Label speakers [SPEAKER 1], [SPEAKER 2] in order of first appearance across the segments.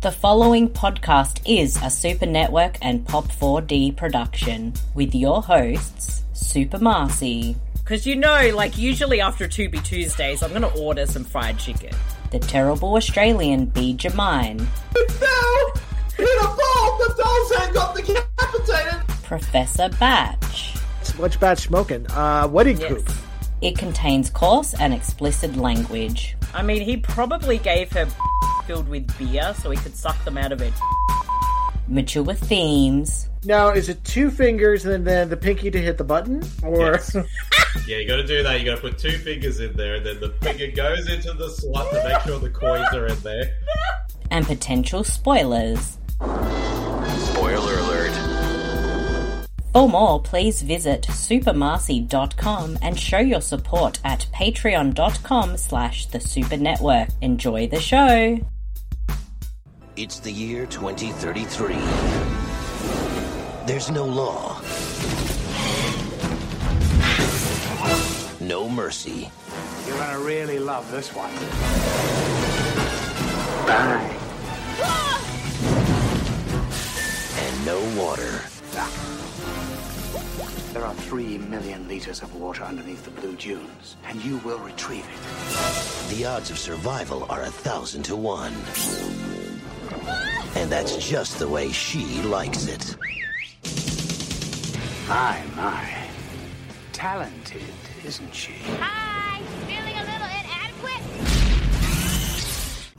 [SPEAKER 1] The following podcast is a Super Network and Pop4D production with your hosts, Super Marcy,
[SPEAKER 2] Because you know, like, usually after Tubi Tuesdays, I'm going to order some fried chicken.
[SPEAKER 1] the terrible Australian B. Jamine,
[SPEAKER 3] fell in a ball. The doll's head got decapitated.
[SPEAKER 1] Professor Batch.
[SPEAKER 4] What's bad smoking? Uh, wedding
[SPEAKER 2] Yes.
[SPEAKER 4] group.
[SPEAKER 1] It contains coarse and explicit language.
[SPEAKER 2] I mean, he probably gave her filled with beer so he could suck them out of it.
[SPEAKER 1] Mature themes.
[SPEAKER 4] Now, is it two fingers and then the pinky to hit the button, or
[SPEAKER 3] Yes. Yeah, you got to do that. You got to put two fingers in there, and then the finger goes into the slot to make sure the coins are in there.
[SPEAKER 1] and potential spoilers.
[SPEAKER 5] Spoiler alert.
[SPEAKER 1] For more, please visit supermarcy.com and show your support at patreon.com slash the super network. Enjoy the show.
[SPEAKER 5] It's the year 2033. There's no law. No mercy.
[SPEAKER 6] You're gonna really love this one.
[SPEAKER 5] And no water.
[SPEAKER 6] There are three million liters of water underneath the blue dunes, and you will retrieve it.
[SPEAKER 5] The odds of survival are a thousand to one. And that's just the way she likes it.
[SPEAKER 6] My, my. Talented, isn't she?
[SPEAKER 7] Hi! Feeling a little inadequate?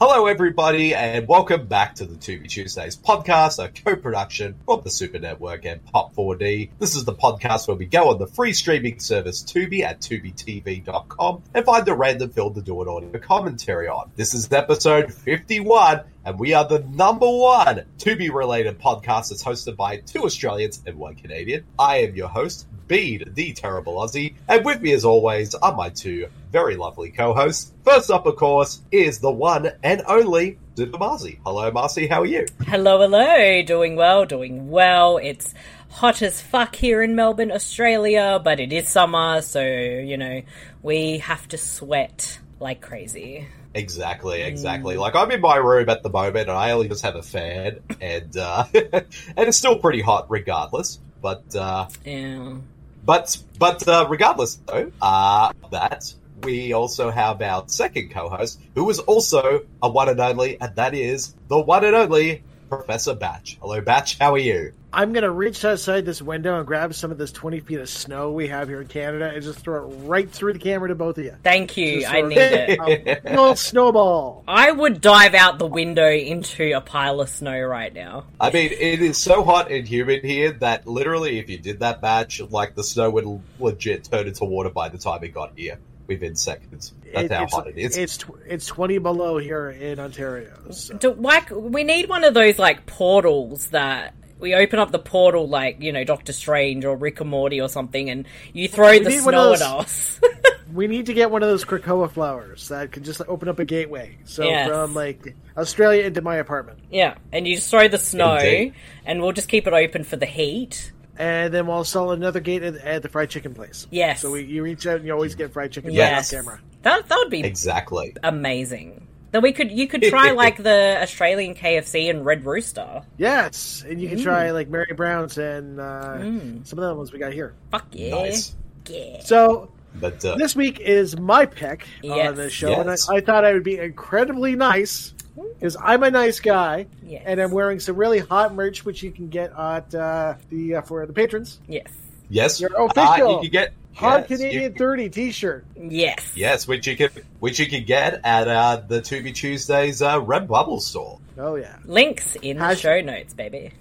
[SPEAKER 8] Hello, everybody, and welcome back to the To Be Tuesdays podcast, a co-production from the Super Network and Pop4D. This is the podcast where we go on the free streaming service Tubi at TubiTV.com and find the random film to do an audio commentary on. This is episode 51, and we are the number one Tubi-related podcast that's hosted by two Australians and one Canadian. I am your host, Bede, the terrible Aussie, and with me, as always, are my two very lovely co-hosts. First up, of course, is the one and only Super Marcy. Hello, Marcy. How are you?
[SPEAKER 2] Hello, hello. Doing well, doing well. It's hot as fuck here in Melbourne, Australia, but it is summer, so, you know, we have to sweat like crazy.
[SPEAKER 8] Exactly, exactly. Like I'm in my room at the moment, and I only just have a fan, and uh, and it's still pretty hot, regardless. But uh,
[SPEAKER 2] Yeah.
[SPEAKER 8] But but uh, regardless, though, uh, of that we also have our second co-host, who is also a one and only, and that is the one and only Professor Batch. Hello, Batch. How are you?
[SPEAKER 4] I'm gonna reach outside this window and grab some of this 20 feet of snow we have here in Canada and just throw it right through the camera to both of you.
[SPEAKER 2] Thank you.
[SPEAKER 4] Just
[SPEAKER 2] I
[SPEAKER 4] sort of-
[SPEAKER 2] need it.
[SPEAKER 4] A big old snowball.
[SPEAKER 2] I would dive out the window into a pile of snow right now.
[SPEAKER 8] I mean, it is so hot and humid here that literally, if you did that, Batch, like the snow would legit turn into water by the time it got here within seconds. That's
[SPEAKER 4] It-
[SPEAKER 8] how
[SPEAKER 4] it's,
[SPEAKER 8] hot it is.
[SPEAKER 4] It's tw- it's 20 below here in Ontario. So.
[SPEAKER 2] Do, why, we need one of those like portals that we open up the portal like you know Doctor Strange or Rick and Morty or something, and you throw the
[SPEAKER 4] need one
[SPEAKER 2] snow at
[SPEAKER 4] of those-
[SPEAKER 2] us.
[SPEAKER 4] We need to get one of those Krakoa flowers that can just like, open up a gateway. So
[SPEAKER 2] Yes.
[SPEAKER 4] from like Australia into my apartment,
[SPEAKER 2] yeah, and you just throw the snow,
[SPEAKER 8] Indeed.
[SPEAKER 2] and we'll just keep it open for the heat.
[SPEAKER 4] and then we'll sell another gate at, at the fried chicken place.
[SPEAKER 2] Yes.
[SPEAKER 4] So we, you reach out and you always get fried chicken
[SPEAKER 2] Yes,
[SPEAKER 4] on camera.
[SPEAKER 2] that that would be
[SPEAKER 8] exactly.
[SPEAKER 2] amazing. Then we could you could try like the Australian KFC and Red Rooster.
[SPEAKER 4] Yes, and you can try
[SPEAKER 2] Mm.
[SPEAKER 4] like Mary Brown's and uh, some of the other ones we got here.
[SPEAKER 2] Fuck yeah,
[SPEAKER 8] Nice.
[SPEAKER 2] yeah.
[SPEAKER 4] So
[SPEAKER 8] But uh,
[SPEAKER 4] this week is my pick
[SPEAKER 2] Yes.
[SPEAKER 4] on this show,
[SPEAKER 8] Yes.
[SPEAKER 4] and I, I thought I would be incredibly nice because I'm a nice guy,
[SPEAKER 2] Yes.
[SPEAKER 4] and I'm wearing some really hot merch which you can get at uh, the uh, for the patrons.
[SPEAKER 2] yes,
[SPEAKER 8] yes,
[SPEAKER 4] You're
[SPEAKER 8] uh,
[SPEAKER 4] official.
[SPEAKER 8] you can get
[SPEAKER 4] Hot
[SPEAKER 8] yes, you
[SPEAKER 4] Canadian
[SPEAKER 8] can-
[SPEAKER 4] Thirty T-shirt.
[SPEAKER 2] yes,
[SPEAKER 8] Yes, which you can which you can get at uh, the To Be Tuesdays uh, Red Bubble store.
[SPEAKER 4] Oh yeah.
[SPEAKER 2] Links in the
[SPEAKER 4] Has-
[SPEAKER 2] show notes, baby.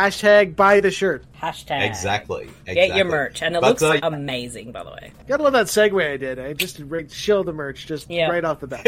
[SPEAKER 4] Hashtag buy the shirt.
[SPEAKER 2] Hashtag
[SPEAKER 8] Exactly, exactly.
[SPEAKER 2] Get your merch, and it
[SPEAKER 8] But,
[SPEAKER 2] looks
[SPEAKER 8] uh,
[SPEAKER 2] amazing, by the way.
[SPEAKER 4] Gotta love that segue I did. I just re- shill the merch just
[SPEAKER 2] Yeah.
[SPEAKER 4] right off the bat.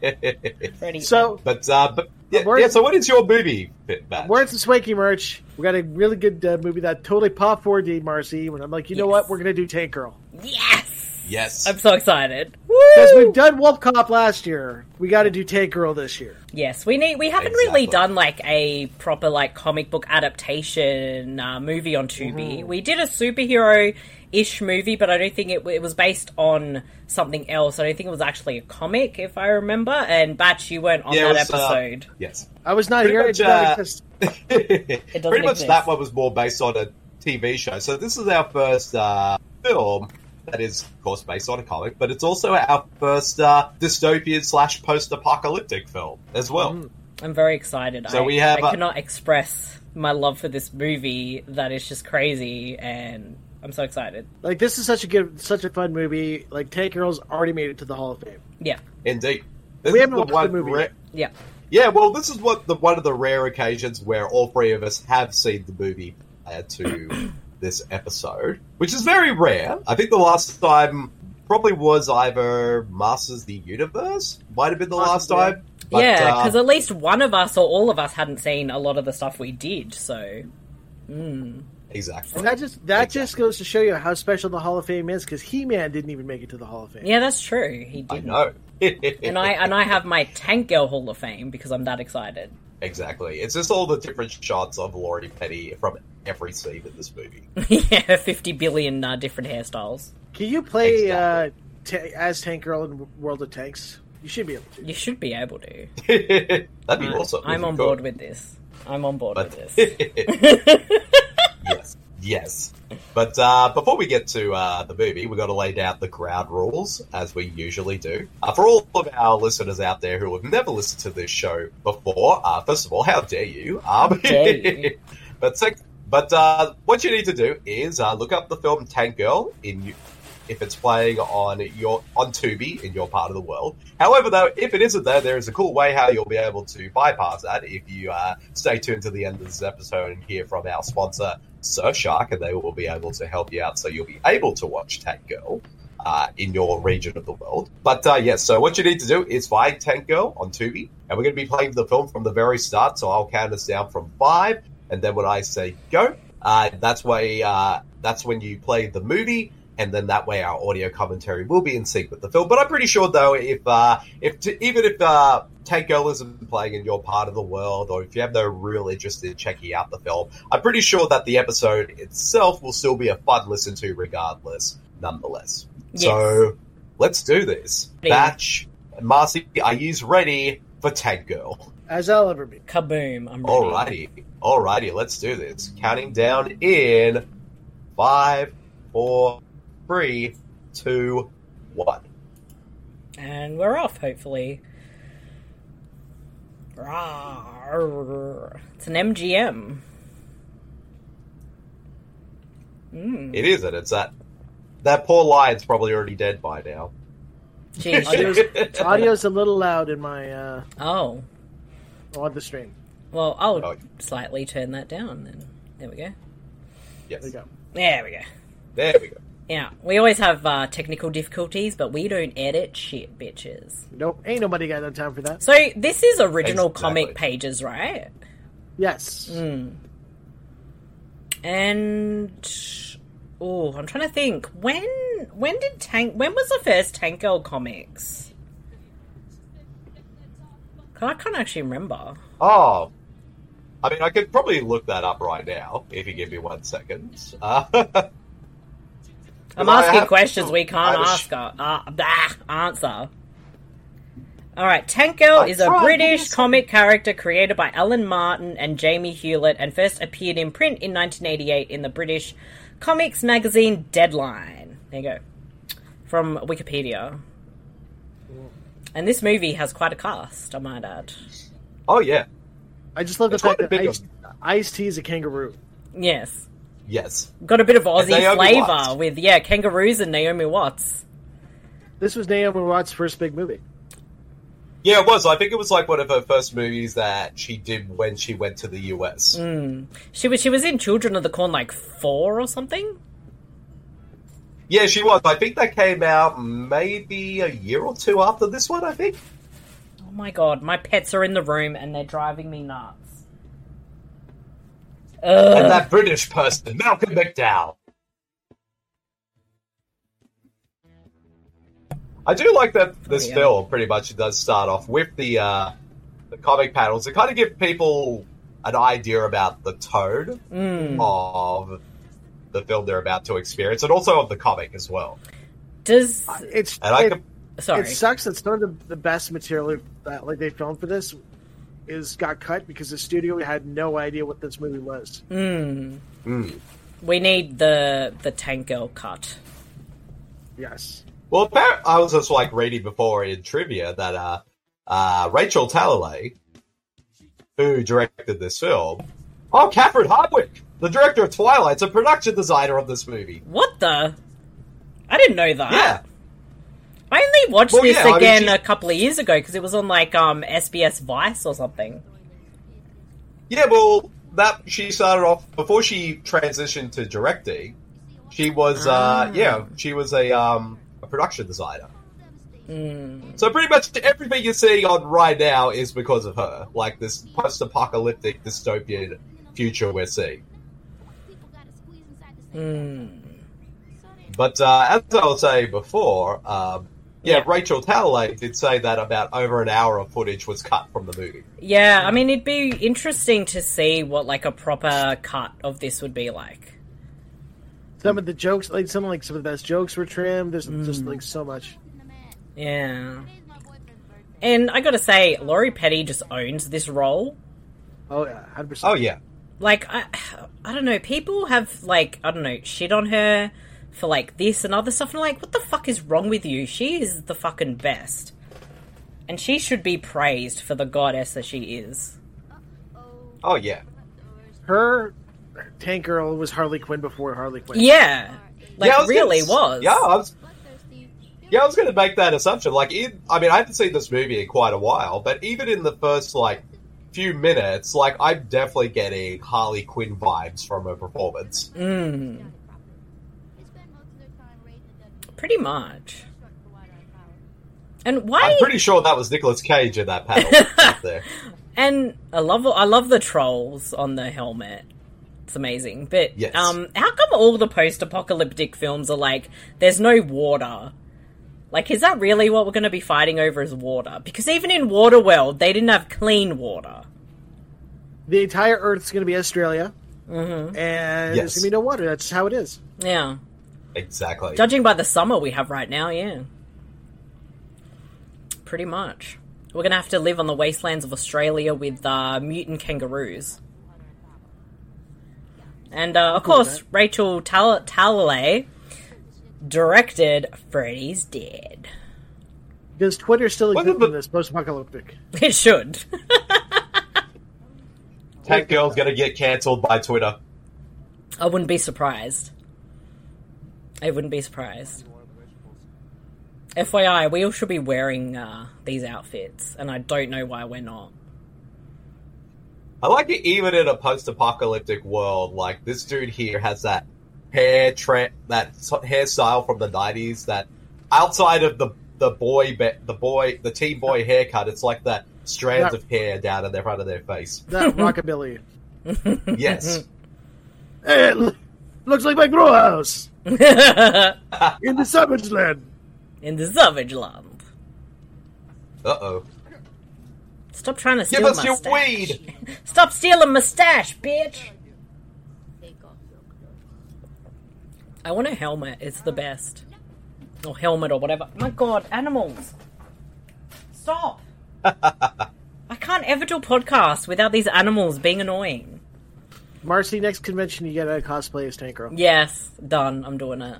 [SPEAKER 2] Pretty.
[SPEAKER 4] so
[SPEAKER 8] but uh, but yeah,
[SPEAKER 4] Where-
[SPEAKER 8] yeah, So what is your movie bit, Matt?
[SPEAKER 4] We're at some swanky merch. We got a really good uh, movie that totally pop 4D, Marcy. When I'm like, you know
[SPEAKER 2] Yes.
[SPEAKER 4] what, we're gonna do Tank Girl.
[SPEAKER 2] yes,
[SPEAKER 8] Yes.
[SPEAKER 2] I'm so excited. Woo!
[SPEAKER 4] Because we've done Wolf Cop last year. We got to do Tank Girl this year.
[SPEAKER 2] Yes, we need. We haven't really
[SPEAKER 8] Exactly.
[SPEAKER 2] done like a proper like comic book adaptation uh, movie on Tubi.
[SPEAKER 8] Mm-hmm.
[SPEAKER 2] We did a superhero ish movie, but I don't think it, it was based on something else. I don't think it was actually a comic, if I remember. And Batch, you weren't on
[SPEAKER 8] Yeah, it
[SPEAKER 2] that
[SPEAKER 8] was, uh,
[SPEAKER 2] episode.
[SPEAKER 8] yes.
[SPEAKER 4] I was not
[SPEAKER 8] Pretty
[SPEAKER 4] here.
[SPEAKER 8] much,
[SPEAKER 4] it did not
[SPEAKER 8] uh,
[SPEAKER 4] exist.
[SPEAKER 8] Pretty much
[SPEAKER 2] exist.
[SPEAKER 8] that one was more based on a TV show. So this is our first uh, film that is, of course, based on a comic, but it's also our first uh, dystopian slash post apocalyptic film as well.
[SPEAKER 4] Mm.
[SPEAKER 2] I'm very excited.
[SPEAKER 8] So
[SPEAKER 2] I,
[SPEAKER 8] we have
[SPEAKER 2] I
[SPEAKER 8] a-
[SPEAKER 2] cannot express my love for this movie that is just crazy, and I'm so excited.
[SPEAKER 4] Like this is such a good, such a fun movie. Like Tank Girl's already made it to the Hall of Fame.
[SPEAKER 2] Yeah,
[SPEAKER 8] Indeed. This
[SPEAKER 4] We
[SPEAKER 8] is
[SPEAKER 4] haven't watched the
[SPEAKER 8] one
[SPEAKER 4] movie
[SPEAKER 8] ra-
[SPEAKER 4] yet.
[SPEAKER 2] yeah.
[SPEAKER 8] Yeah, well, this is what the one of the rare occasions where all three of us have seen the movie prior to this episode, which is very rare. I think the last time probably was either Masters of the Universe, might have been the last
[SPEAKER 4] Possibly.
[SPEAKER 8] time. But,
[SPEAKER 2] yeah,
[SPEAKER 8] uh,
[SPEAKER 2] because at least one of us or all of us hadn't seen a lot of the stuff we did, so
[SPEAKER 8] exactly.
[SPEAKER 4] And that just that just goes to show you how special the Hall of Fame is. Because He Man didn't even make it to the Hall of Fame.
[SPEAKER 2] yeah, that's true. He
[SPEAKER 8] I
[SPEAKER 2] didn't.
[SPEAKER 8] know.
[SPEAKER 2] And I and I have my Tank Girl Hall of Fame because I'm that excited.
[SPEAKER 8] exactly. It's just all the different shots of Laurie Petty from every scene in this movie.
[SPEAKER 2] yeah, fifty billion uh, different hairstyles.
[SPEAKER 4] Can you play
[SPEAKER 8] Exactly.
[SPEAKER 4] uh, ta as Tank Girl in World of Tanks? You should be able to.
[SPEAKER 2] You should be able to.
[SPEAKER 8] That'd be awesome. if
[SPEAKER 2] I'm
[SPEAKER 8] you
[SPEAKER 2] on
[SPEAKER 8] could.
[SPEAKER 2] board with this. I'm on board
[SPEAKER 8] But
[SPEAKER 2] with this.
[SPEAKER 8] yes, yes. But uh, before we get to uh, the movie, we've got to lay down the ground rules as we usually do. Uh, for all of our listeners out there who have never listened to this show before, uh, first of all, how dare you? Um,
[SPEAKER 2] dare you.
[SPEAKER 8] but sec- but uh, what you need to do is uh, look up the film Tank Girl in if it's playing on your on Tubi in your part of the world. However, though, if it isn't there, there is a cool way how you'll be able to bypass that if you uh, stay tuned to the end of this episode and hear from our sponsor Surfshark, and they will be able to help you out so you'll be able to watch Tank Girl. Uh, in your region of the world. But uh, yes, so what you need to do is find Tank Girl on Tubi, and we're going to be playing the film from the very start. So I'll count us down from five, and then when I say go, uh, that's way uh, that's when you play the movie, and then that way our audio commentary will be in sync with the film. But I'm pretty sure though, if uh, if t- even if uh, Tank Girl isn't playing in your part of the world, or if you have no real interest in checking out the film, I'm pretty sure that the episode itself will still be a fun listen to, regardless. Nonetheless,
[SPEAKER 2] Yes.
[SPEAKER 8] so let's do this.
[SPEAKER 2] Ready.
[SPEAKER 8] Batch, Marcy, are you ready for Tank Girl?
[SPEAKER 4] As I'll ever be.
[SPEAKER 2] Kaboom! I'm ready.
[SPEAKER 8] Alrighty, alrighty, let's do this. Counting down in five, four, three, two, one.
[SPEAKER 2] and we're off. Hopefully, Rawr. it's an MGM.
[SPEAKER 8] It isn't. It's that that poor lion's probably already dead by now.
[SPEAKER 2] Jeez.
[SPEAKER 4] Audio's a little loud in my uh,
[SPEAKER 2] oh.
[SPEAKER 4] on the stream.
[SPEAKER 2] Well, I'll
[SPEAKER 8] Oh.
[SPEAKER 2] slightly turn that down then. There we go.
[SPEAKER 8] yes.
[SPEAKER 4] There you go.
[SPEAKER 2] There we go.
[SPEAKER 8] There we go.
[SPEAKER 2] Yeah, we always have uh, technical difficulties, but we don't edit shit, bitches.
[SPEAKER 4] Nope, ain't nobody got no time for that.
[SPEAKER 2] So this is original
[SPEAKER 8] Exactly.
[SPEAKER 2] comic pages, right?
[SPEAKER 4] Yes,
[SPEAKER 8] Mm.
[SPEAKER 2] And oh, I'm trying to think. When when did Tank? When was the first Tank Girl comics? 'Cause I can't actually remember.
[SPEAKER 8] Oh. I mean, I could probably look that up right now if you give me one second. Uh,
[SPEAKER 2] I'm
[SPEAKER 8] Well, I
[SPEAKER 2] asking
[SPEAKER 8] have-
[SPEAKER 2] questions we can't
[SPEAKER 8] I was-
[SPEAKER 2] ask. Uh, uh, bah, answer. All right, Tank Girl
[SPEAKER 8] I
[SPEAKER 2] is a
[SPEAKER 8] tried,
[SPEAKER 2] British
[SPEAKER 8] yes.
[SPEAKER 2] comic character created by Alan Martin and Jamie Hewlett and first appeared in print in 1988 in the British comics magazine Deadline. There you go. From Wikipedia. And this movie has quite a cast, I might add.
[SPEAKER 8] oh, yeah.
[SPEAKER 4] I just love the
[SPEAKER 8] It's quite
[SPEAKER 4] fact
[SPEAKER 8] a
[SPEAKER 4] that
[SPEAKER 8] big
[SPEAKER 4] Ice, Ice T is a kangaroo.
[SPEAKER 2] Yes.
[SPEAKER 8] Yes.
[SPEAKER 2] Got a bit of Aussie
[SPEAKER 8] Naomi
[SPEAKER 2] flavor
[SPEAKER 8] Watts.
[SPEAKER 2] with, yeah, kangaroos and Naomi Watts.
[SPEAKER 4] This was Naomi Watts' first big movie.
[SPEAKER 8] Yeah, it was. I think it was like one of her first movies that she did when she went to the US.
[SPEAKER 2] She was she was in Children of the Corn like four or something.
[SPEAKER 8] Yeah, she was. I think that came out maybe a year or two after this one, I think.
[SPEAKER 2] Oh my god, my pets are in the room and they're driving me nuts.
[SPEAKER 8] And that British person, Malcolm McDowell. I do like that this
[SPEAKER 2] yeah.
[SPEAKER 8] film pretty much does start off with the uh, the comic panels to kind of give people an idea about the tone of the film they're about to experience, and also of the comic as well.
[SPEAKER 2] Does
[SPEAKER 4] It's
[SPEAKER 8] And I
[SPEAKER 4] it,
[SPEAKER 8] can-
[SPEAKER 2] sorry?
[SPEAKER 4] it sucks that some of the, the best material that like they filmed for this is got cut because the studio had no idea what this movie was.
[SPEAKER 2] We need the the Tank Girl cut.
[SPEAKER 4] Yes.
[SPEAKER 8] Well, appar- I was just like reading before in trivia that uh, uh, Rachel Talalay, who directed this film, oh, Catherine Hardwick, the director of Twilight's a production designer of this movie.
[SPEAKER 2] What the? I didn't know that.
[SPEAKER 8] Yeah,
[SPEAKER 2] I only watched
[SPEAKER 8] Well,
[SPEAKER 2] this
[SPEAKER 8] yeah, I mean,
[SPEAKER 2] again
[SPEAKER 8] she-
[SPEAKER 2] a couple of years ago because it was on like um SBS Vice or something.
[SPEAKER 8] yeah. Well, that she started off before she transitioned to directing. She was, uh, yeah, she was a um, a production designer. So pretty much everything you're seeing on right now is because of her, like this post-apocalyptic dystopian future we're seeing.
[SPEAKER 7] People gotta squeeze inside the same So they
[SPEAKER 8] But uh, as I was saying before, um, yeah,
[SPEAKER 2] Yeah.
[SPEAKER 8] Rachel Talalay did say that about over an hour of footage was cut from the movie.
[SPEAKER 2] Yeah, I mean it'd be interesting to see what like a proper cut of this would be like.
[SPEAKER 4] Some of the jokes, like some like some of the best jokes were trimmed. There's just like so much.
[SPEAKER 7] in the man.
[SPEAKER 2] Yeah.
[SPEAKER 7] Today's my boyfriend's birthday.
[SPEAKER 2] And I gotta say, Laurie Petty just owns this role.
[SPEAKER 4] Oh yeah, hundred percent.
[SPEAKER 8] Oh yeah,
[SPEAKER 2] Like I I don't know, people have like, I don't know, shit on her for like this and other stuff and I'm like, what the fuck is wrong with you? She is the fucking best. And she should be praised for the goddess that she is.
[SPEAKER 8] oh yeah. Oh.
[SPEAKER 4] Her Tank Girl was Harley Quinn before Harley Quinn.
[SPEAKER 2] Yeah. Like
[SPEAKER 8] yeah, I gonna
[SPEAKER 2] really
[SPEAKER 8] s-
[SPEAKER 2] was.
[SPEAKER 8] Yeah, I was.
[SPEAKER 7] Bloodthirsty.
[SPEAKER 8] Yeah, I was going to make that assumption. Like, in, I mean, I haven't seen this movie in quite a while, but even in the first like few minutes, like I'm definitely getting Harley Quinn vibes from her performance.
[SPEAKER 2] Mm,
[SPEAKER 7] They spend most of their time raiding the dead
[SPEAKER 2] pretty much.
[SPEAKER 7] short for water and power.
[SPEAKER 2] And
[SPEAKER 8] I'm
[SPEAKER 2] why
[SPEAKER 8] pretty sure that was Nicolas Cage in that panel up there.
[SPEAKER 2] And I love I love the trolls on the helmet. It's amazing. But
[SPEAKER 8] Yes.
[SPEAKER 2] um how come all the post-apocalyptic films are like there's no water? Like is that really what we're going to be fighting over is water? Because even in Waterworld, they didn't have clean water.
[SPEAKER 4] The entire Earth's going to be Australia, mm-hmm. and
[SPEAKER 8] Yes.
[SPEAKER 4] there's going to be no water. That's how it is.
[SPEAKER 2] Yeah.
[SPEAKER 8] Exactly.
[SPEAKER 2] Judging by the summer we have right now, yeah. Pretty much. We're going to have to live on the wastelands of Australia with uh, mutant kangaroos. And uh, of course, Rachel Tal- Talalay directed Freddy's Dead.
[SPEAKER 4] Does Twitter still
[SPEAKER 8] What
[SPEAKER 4] exist
[SPEAKER 8] the-
[SPEAKER 4] in this post-apocalyptic?
[SPEAKER 2] It should.
[SPEAKER 8] Tech Girl's going to get cancelled by Twitter.
[SPEAKER 2] I wouldn't be surprised. I wouldn't be surprised. FYI, we all should be wearing uh, these outfits, and I don't know why we're not.
[SPEAKER 8] I like it even in a post-apocalyptic world. Like this dude here has that hair tra- that s- hairstyle from the '90s. That outside of the the boy be- the boy the teen boy haircut, it's like that strands
[SPEAKER 4] That-
[SPEAKER 8] of hair down in the front of their face.
[SPEAKER 4] That rockabilly.
[SPEAKER 2] Mm-hmm.
[SPEAKER 8] Yes,
[SPEAKER 4] Hey, it lo- looks like my grow house in the Savage Land.
[SPEAKER 2] in the Savage Land.
[SPEAKER 8] uh oh.
[SPEAKER 2] Stop trying to steal
[SPEAKER 8] Give us
[SPEAKER 2] my
[SPEAKER 8] your
[SPEAKER 2] stash.
[SPEAKER 8] weed.
[SPEAKER 2] Stop stealing my stash, bitch.
[SPEAKER 7] Take off your clothes.
[SPEAKER 2] I want a helmet. It's the best. Or helmet or whatever. My god, animals. Stop. I can't ever do podcasts without these animals being annoying.
[SPEAKER 4] Marcy, next convention you gotta cosplay as Tank Girl.
[SPEAKER 2] Yes, done. I'm doing it.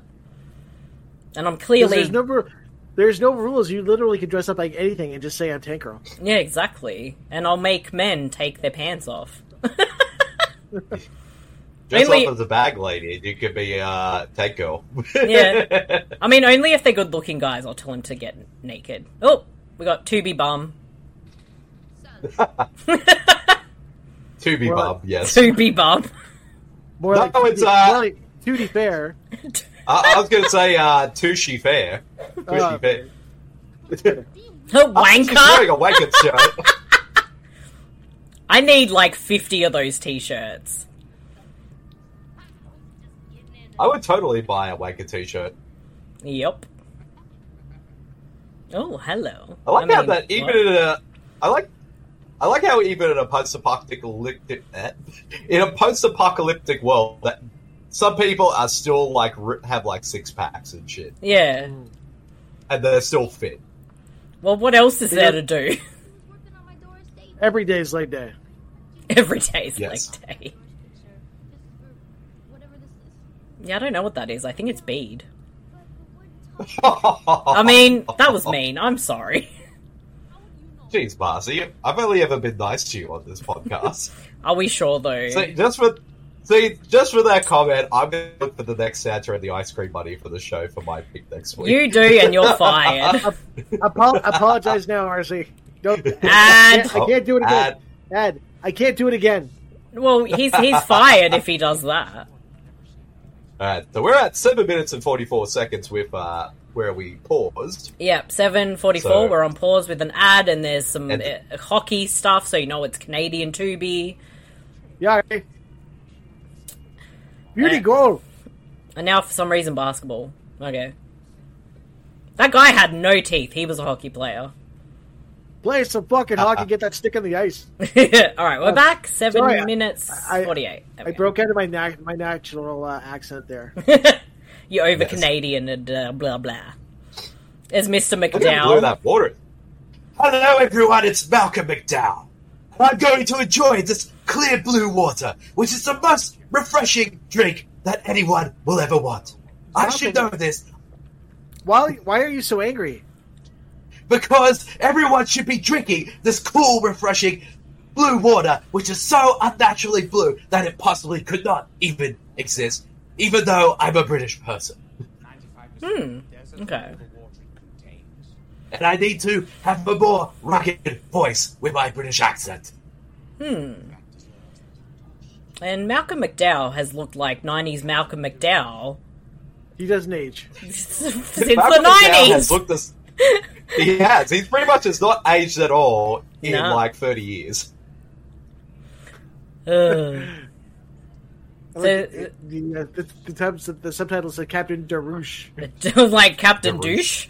[SPEAKER 2] And I'm
[SPEAKER 4] 'Cause
[SPEAKER 2] clearly
[SPEAKER 4] There's no, ru- there's no rules. You literally can dress up like anything and just say I'm Tank Girl.
[SPEAKER 2] Yeah, exactly. And I'll make men take their pants off.
[SPEAKER 8] Dress
[SPEAKER 2] Mainly-
[SPEAKER 8] up as a bag lady, and you could be uh, Tech Girl.
[SPEAKER 2] Yeah. I mean, only if they're good looking guys, I'll tell them to get naked. Oh, we got Tubi Bum.
[SPEAKER 8] to be
[SPEAKER 4] Well,
[SPEAKER 8] Bob. Yes.
[SPEAKER 2] Tubi Bum.
[SPEAKER 4] More
[SPEAKER 8] No,
[SPEAKER 4] like Tutti-
[SPEAKER 8] it's, uh,
[SPEAKER 4] more like Tutti Fair.
[SPEAKER 8] I, I was going to say uh, Tushy Fair. Tushy
[SPEAKER 4] Oh,
[SPEAKER 8] Fair.
[SPEAKER 2] Her
[SPEAKER 8] She's wearing
[SPEAKER 2] Oh, wanker.
[SPEAKER 8] a wanker shirt.
[SPEAKER 2] I need like 50 of those t shirts.
[SPEAKER 8] I would totally buy a wanker t-shirt.
[SPEAKER 2] Yep. Oh, hello.
[SPEAKER 8] I like how
[SPEAKER 2] mean,
[SPEAKER 8] that even
[SPEAKER 2] what?
[SPEAKER 8] in a I like I like how even in a post-apocalyptic eh, in a post-apocalyptic world that some people are still like ri- have like six packs and shit,
[SPEAKER 2] Yeah.
[SPEAKER 8] and they're still fit.
[SPEAKER 2] Well, what else is there to do?
[SPEAKER 7] Working on my Doris Day
[SPEAKER 4] Every day is leg day.
[SPEAKER 2] Every day is
[SPEAKER 8] Yes.
[SPEAKER 2] like day.
[SPEAKER 7] picture. Just for whatever this is.
[SPEAKER 2] Yeah, I don't know what that is. I think it's bead.
[SPEAKER 7] But we're talking.
[SPEAKER 8] Oh,
[SPEAKER 2] I mean, that was mean. I'm sorry.
[SPEAKER 7] How would you know?
[SPEAKER 8] Jeez, Marcy, I've only ever been nice to you on this podcast.
[SPEAKER 2] Are we sure though?
[SPEAKER 8] see, just for see, just for that comment, I'm going to look for the next Santa and the ice cream money for the show for my pick next week.
[SPEAKER 2] you do, and you're fired.
[SPEAKER 4] Apo- apologize now, RC. Don't. I
[SPEAKER 2] and
[SPEAKER 4] can't, I can't do it again.
[SPEAKER 8] Ad.
[SPEAKER 4] Ad, I can't do it again.
[SPEAKER 2] well, he's he's fired if he does that.
[SPEAKER 8] All right, so we're at seven minutes and forty-four seconds with uh, where we paused.
[SPEAKER 2] Yep, seven forty-four.
[SPEAKER 8] So-
[SPEAKER 2] we're on pause with an ad, and there's some
[SPEAKER 8] And-
[SPEAKER 2] uh, hockey stuff, so you know it's Canadian Tubi.
[SPEAKER 4] Yeah. RC. Beauty
[SPEAKER 2] Eh.
[SPEAKER 4] goal.
[SPEAKER 2] And now, for some reason, basketball. Okay, that guy had no teeth. He was a hockey player.
[SPEAKER 4] Play some fucking hockey. Get that stick on the ice.
[SPEAKER 2] All right, we're back. Seven
[SPEAKER 4] Oh, sorry, I-
[SPEAKER 2] minutes
[SPEAKER 4] I-
[SPEAKER 2] forty-eight.
[SPEAKER 4] I broke out of my na- my natural uh, accent there.
[SPEAKER 2] you over
[SPEAKER 8] Yes.
[SPEAKER 2] Canadian and uh, blah blah. There's Mr.
[SPEAKER 8] I think I blew
[SPEAKER 2] McDowell.
[SPEAKER 8] that water. Hello, everyone. It's Malcolm McDowell. I'm going to enjoy this clear blue water, which is the most refreshing drink that anyone will ever want. I should know this
[SPEAKER 4] Why? Why are you so angry?
[SPEAKER 8] because everyone should be drinking this cool, refreshing blue water, which is so unnaturally blue that it possibly could not even exist, even though I'm a British person.
[SPEAKER 2] Okay.
[SPEAKER 8] And I need to have a more rugged voice with my British accent.
[SPEAKER 2] And Malcolm McDowell has looked like 90s Malcolm McDowell
[SPEAKER 4] He doesn't age.
[SPEAKER 2] since
[SPEAKER 8] Malcolm
[SPEAKER 2] the
[SPEAKER 8] McDowell
[SPEAKER 2] 90s.
[SPEAKER 8] has looked this- he has. He's pretty much has not aged at all in
[SPEAKER 2] No.
[SPEAKER 8] like thirty years.
[SPEAKER 2] Ugh. So-
[SPEAKER 4] I like the, the, uh, the, the, times that the subtitles said Captain Darouche.
[SPEAKER 2] like Captain
[SPEAKER 8] Never.
[SPEAKER 2] Douche.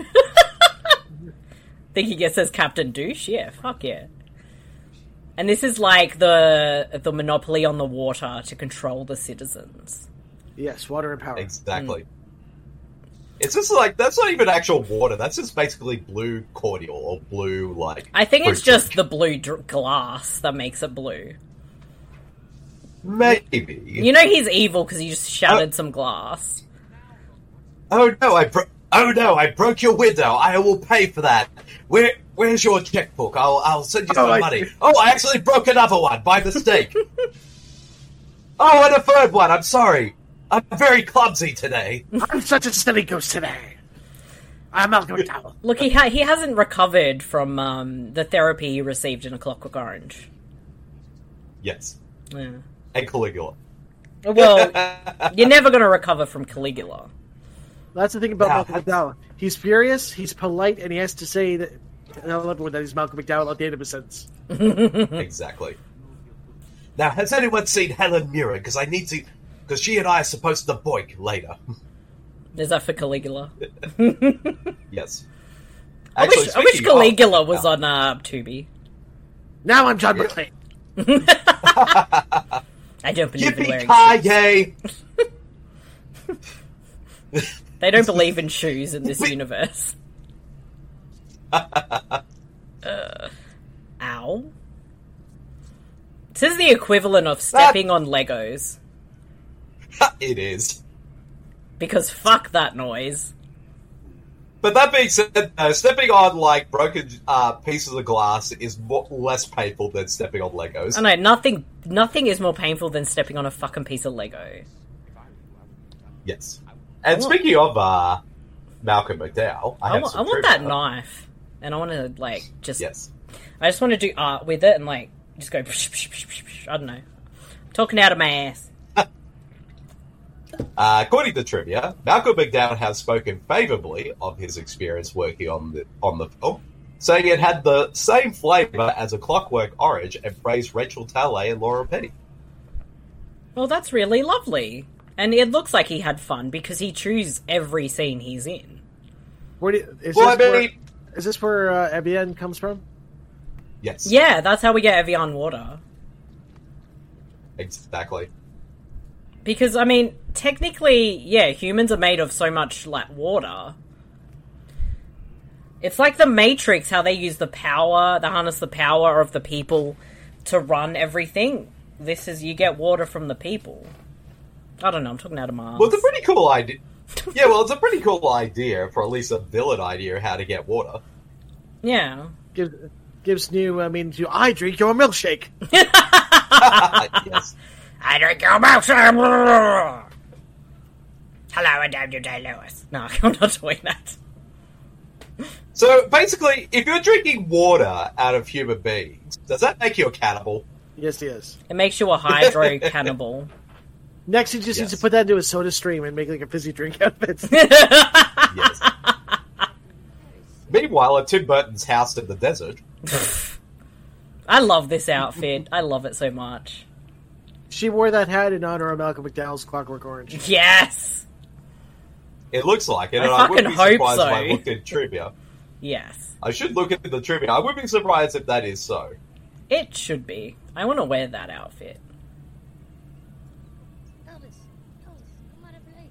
[SPEAKER 2] Think he gets as Captain Douche? Yeah, fuck yeah. And this is like the the monopoly on the water to control the citizens.
[SPEAKER 4] Yes, water and power.
[SPEAKER 8] Exactly.
[SPEAKER 2] Hmm.
[SPEAKER 8] It's just like that's not even actual water. That's just basically blue cordial or blue like.
[SPEAKER 2] I think it's
[SPEAKER 8] fruit
[SPEAKER 2] just
[SPEAKER 8] drink.
[SPEAKER 2] the blue dr- glass that makes it blue.
[SPEAKER 8] maybe.
[SPEAKER 2] You know he's evil because he just shattered some glass.
[SPEAKER 8] oh no! I bro- oh no! I broke your window. I will pay for that. Where where's your checkbook? I'll I'll send you some
[SPEAKER 4] Oh, I-
[SPEAKER 8] money. Oh, I actually broke another one by mistake. oh, and a third one. I'm sorry. I'm very clumsy today.
[SPEAKER 4] I'm such a silly goose today. I'm Malcolm McDowell.
[SPEAKER 2] Look, he ha- he hasn't recovered from um, the therapy he received in A Clockwork Orange.
[SPEAKER 8] Yes.
[SPEAKER 2] Yeah.
[SPEAKER 8] and Caligula.
[SPEAKER 2] Well, you're never going to recover from Caligula.
[SPEAKER 4] That's the thing about
[SPEAKER 8] Yeah,
[SPEAKER 4] Malcolm McDowell. He's furious, he's polite, and he has to say that. And I love it when that he's Malcolm McDowell at the end of a sentence.
[SPEAKER 8] exactly. Now, has anyone seen Helen Mirren? Because I need to. Because she and I are supposed to boink later.
[SPEAKER 2] Is that for Caligula?
[SPEAKER 8] yes.
[SPEAKER 2] I wish, I wish
[SPEAKER 8] speaking of- oh.
[SPEAKER 2] Caligula was on uh, Tubi.
[SPEAKER 4] Now I'm John McClane.
[SPEAKER 2] I don't believe in
[SPEAKER 8] Yippee
[SPEAKER 2] wearing.
[SPEAKER 8] ki yay!
[SPEAKER 2] They don't believe in shoes in this universe. uh, ow! This is the equivalent of stepping on Legos
[SPEAKER 8] It is.
[SPEAKER 2] because fuck that noise.
[SPEAKER 8] But that being said, uh, stepping on like broken uh, pieces of glass is more, less painful than stepping on Legos.
[SPEAKER 2] I know nothing. Nothing is more painful than stepping on a fucking piece of Lego.
[SPEAKER 8] Yes. And speaking of uh, Malcolm McDowell, I,
[SPEAKER 2] I
[SPEAKER 8] have
[SPEAKER 2] want,
[SPEAKER 8] some
[SPEAKER 2] I want
[SPEAKER 8] trivia.
[SPEAKER 2] that knife, and I want to like just.
[SPEAKER 8] Yes.
[SPEAKER 2] I just want to do art with it and like just go. Psh, psh, psh, psh, psh, I don't know. talking out of my ass.
[SPEAKER 8] Uh, according to trivia, Malcolm McDowell has spoken favourably of his experience working on the on the film, saying it had the same flavour as A Clockwork Orange, and praised Rachel Taylor and Laura Petty.
[SPEAKER 2] Well, that's really lovely, and it looks like he had fun because he chews every scene he's in.
[SPEAKER 4] Where do you, is
[SPEAKER 8] Well, I
[SPEAKER 4] this
[SPEAKER 8] mean,
[SPEAKER 4] where- Is this where uh, Evian comes from?
[SPEAKER 8] Yes.
[SPEAKER 2] Yeah, that's how we get Evian water.
[SPEAKER 8] Exactly.
[SPEAKER 2] Because I mean, technically, yeah, humans are made of so much like water. It's like the Matrix, how they use the power, they harness the power of the people to run everything. This is you get water from the people. I don't know. I'm talking out of my ass.
[SPEAKER 8] Well, it's a pretty cool idea. yeah, well, it's a pretty cool idea, for at least a villain idea, of how to get water.
[SPEAKER 2] yeah.
[SPEAKER 4] Gives, gives new I mean to I drink your milkshake.
[SPEAKER 8] yes.
[SPEAKER 2] I drink your milkshake. Hello, I'm Daniel Day Lewis. No, I'm not doing that.
[SPEAKER 8] So basically, if you're drinking water out of human beings, does that make you a cannibal?
[SPEAKER 4] Yes, he is.
[SPEAKER 2] It makes you a hydro cannibal.
[SPEAKER 4] Next, he just needs to
[SPEAKER 8] Yes.
[SPEAKER 4] put that into a soda stream and make like a fizzy drink out of it.
[SPEAKER 8] Yes. Meanwhile, at Tim Burton's house in the desert,
[SPEAKER 2] I love this outfit. I love it so much.
[SPEAKER 4] she wore that hat in honor of Malcolm McDowell's Clockwork Orange.
[SPEAKER 2] Yes.
[SPEAKER 8] it looks like it,
[SPEAKER 2] I
[SPEAKER 8] and I wouldn't be
[SPEAKER 2] fucking hope
[SPEAKER 8] surprised if I
[SPEAKER 2] so.
[SPEAKER 8] looked in trivia.
[SPEAKER 2] Yes.
[SPEAKER 8] I should look at the trivia. I would be surprised if that is so.
[SPEAKER 2] It should be. I want to wear that outfit.
[SPEAKER 7] Elvis, Elvis, come out and play.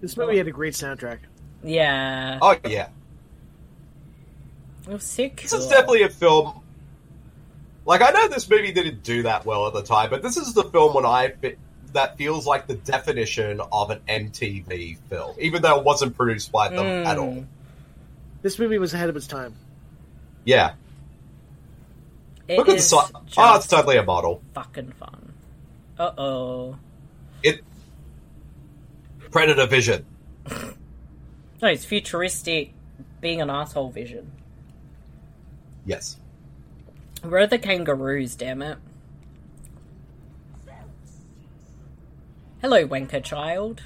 [SPEAKER 4] This movie had a great soundtrack.
[SPEAKER 2] Yeah.
[SPEAKER 8] Oh yeah,
[SPEAKER 2] It was sick.
[SPEAKER 8] this is definitely a film. Like I know this movie didn't do that well at the time, but this is the film when I fe- that feels like the definition of an MTV film, even though it wasn't produced by them
[SPEAKER 2] Hmm.
[SPEAKER 8] at all.
[SPEAKER 4] This movie was ahead of its time.
[SPEAKER 8] Yeah,
[SPEAKER 2] It
[SPEAKER 8] look at the
[SPEAKER 2] is
[SPEAKER 8] side. Oh, it's
[SPEAKER 2] just
[SPEAKER 8] totally a model.
[SPEAKER 2] fucking fun. Uh oh.
[SPEAKER 8] It Predator Vision.
[SPEAKER 2] No, it's futuristic. Being an asshole vision.
[SPEAKER 8] Yes.
[SPEAKER 2] Where are the kangaroos? Damn it. Hello, wanker child.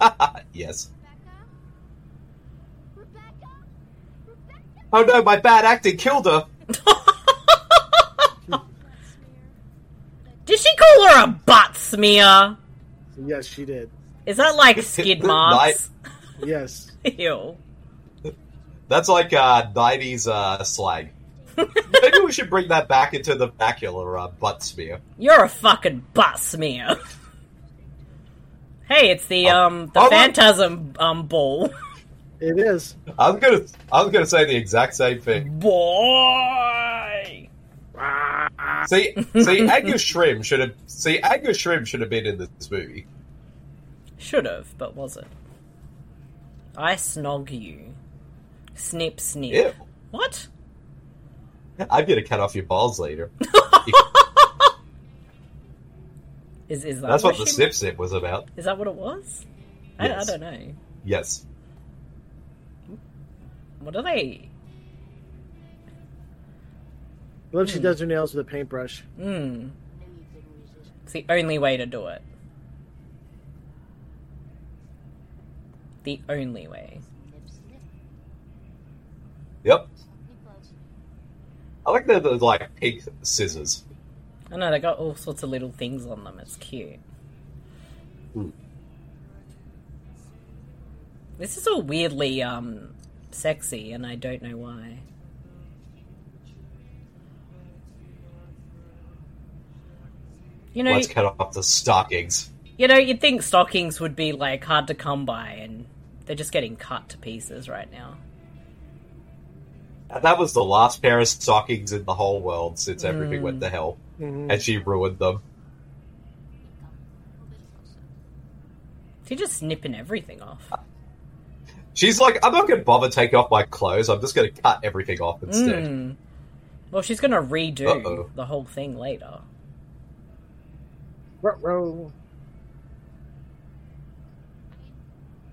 [SPEAKER 7] Rebecca,
[SPEAKER 8] yes.
[SPEAKER 7] Rebecca, Rebecca, Rebecca.
[SPEAKER 8] Oh no, my bad acting killed her.
[SPEAKER 2] Did she call her a butt smear?
[SPEAKER 4] So yes, she did.
[SPEAKER 2] Is that like skid marks?
[SPEAKER 4] Yes.
[SPEAKER 2] Ew.
[SPEAKER 8] That's like uh, 90s uh, slang. Maybe we should bring that back into the vacuolar uh, butt smear.
[SPEAKER 2] You're a fucking butt smear. hey, it's the um the
[SPEAKER 8] oh, my-
[SPEAKER 2] phantasm um ball.
[SPEAKER 4] It is.
[SPEAKER 8] I was gonna, I was gonna say the exact same thing.
[SPEAKER 2] Boy.
[SPEAKER 8] See, see, Angus Shrim should have, see, Angus Shrim should have been in this movie.
[SPEAKER 2] Should have, but wasn't. I snog you. Snip, snip.
[SPEAKER 8] Ew.
[SPEAKER 2] What?
[SPEAKER 8] I'm gonna cut off your balls later.
[SPEAKER 2] Is is that?
[SPEAKER 8] That's what
[SPEAKER 2] she
[SPEAKER 8] the snip snip was about.
[SPEAKER 2] Is that what it was? I,
[SPEAKER 8] Yes.
[SPEAKER 2] I don't know.
[SPEAKER 8] Yes.
[SPEAKER 2] What are they?
[SPEAKER 4] I love she
[SPEAKER 8] Hmm.
[SPEAKER 4] does her nails with a paintbrush.
[SPEAKER 2] Mm. It's the only way to do it. The only way.
[SPEAKER 8] Yep. I like the, the like pink scissors.
[SPEAKER 2] I know they got all sorts of little things on them. It's cute. This is all weirdly um sexy, and I don't know why. You know,
[SPEAKER 8] Let's cut off the stockings.
[SPEAKER 2] you know, you'd think stockings would be like hard to come by, and they're just getting cut to pieces right now.
[SPEAKER 8] And that was the last pair of stockings in the whole world since everything
[SPEAKER 2] Mm.
[SPEAKER 8] went to hell. And she ruined them.
[SPEAKER 2] She's just snipping everything off.
[SPEAKER 8] Ah, She's like, I'm not going to bother taking off my clothes. I'm just going to cut everything off instead.
[SPEAKER 2] Mm. Well, she's gonna redo
[SPEAKER 8] Uh-oh.
[SPEAKER 2] the whole thing later.
[SPEAKER 4] Ruh-roh.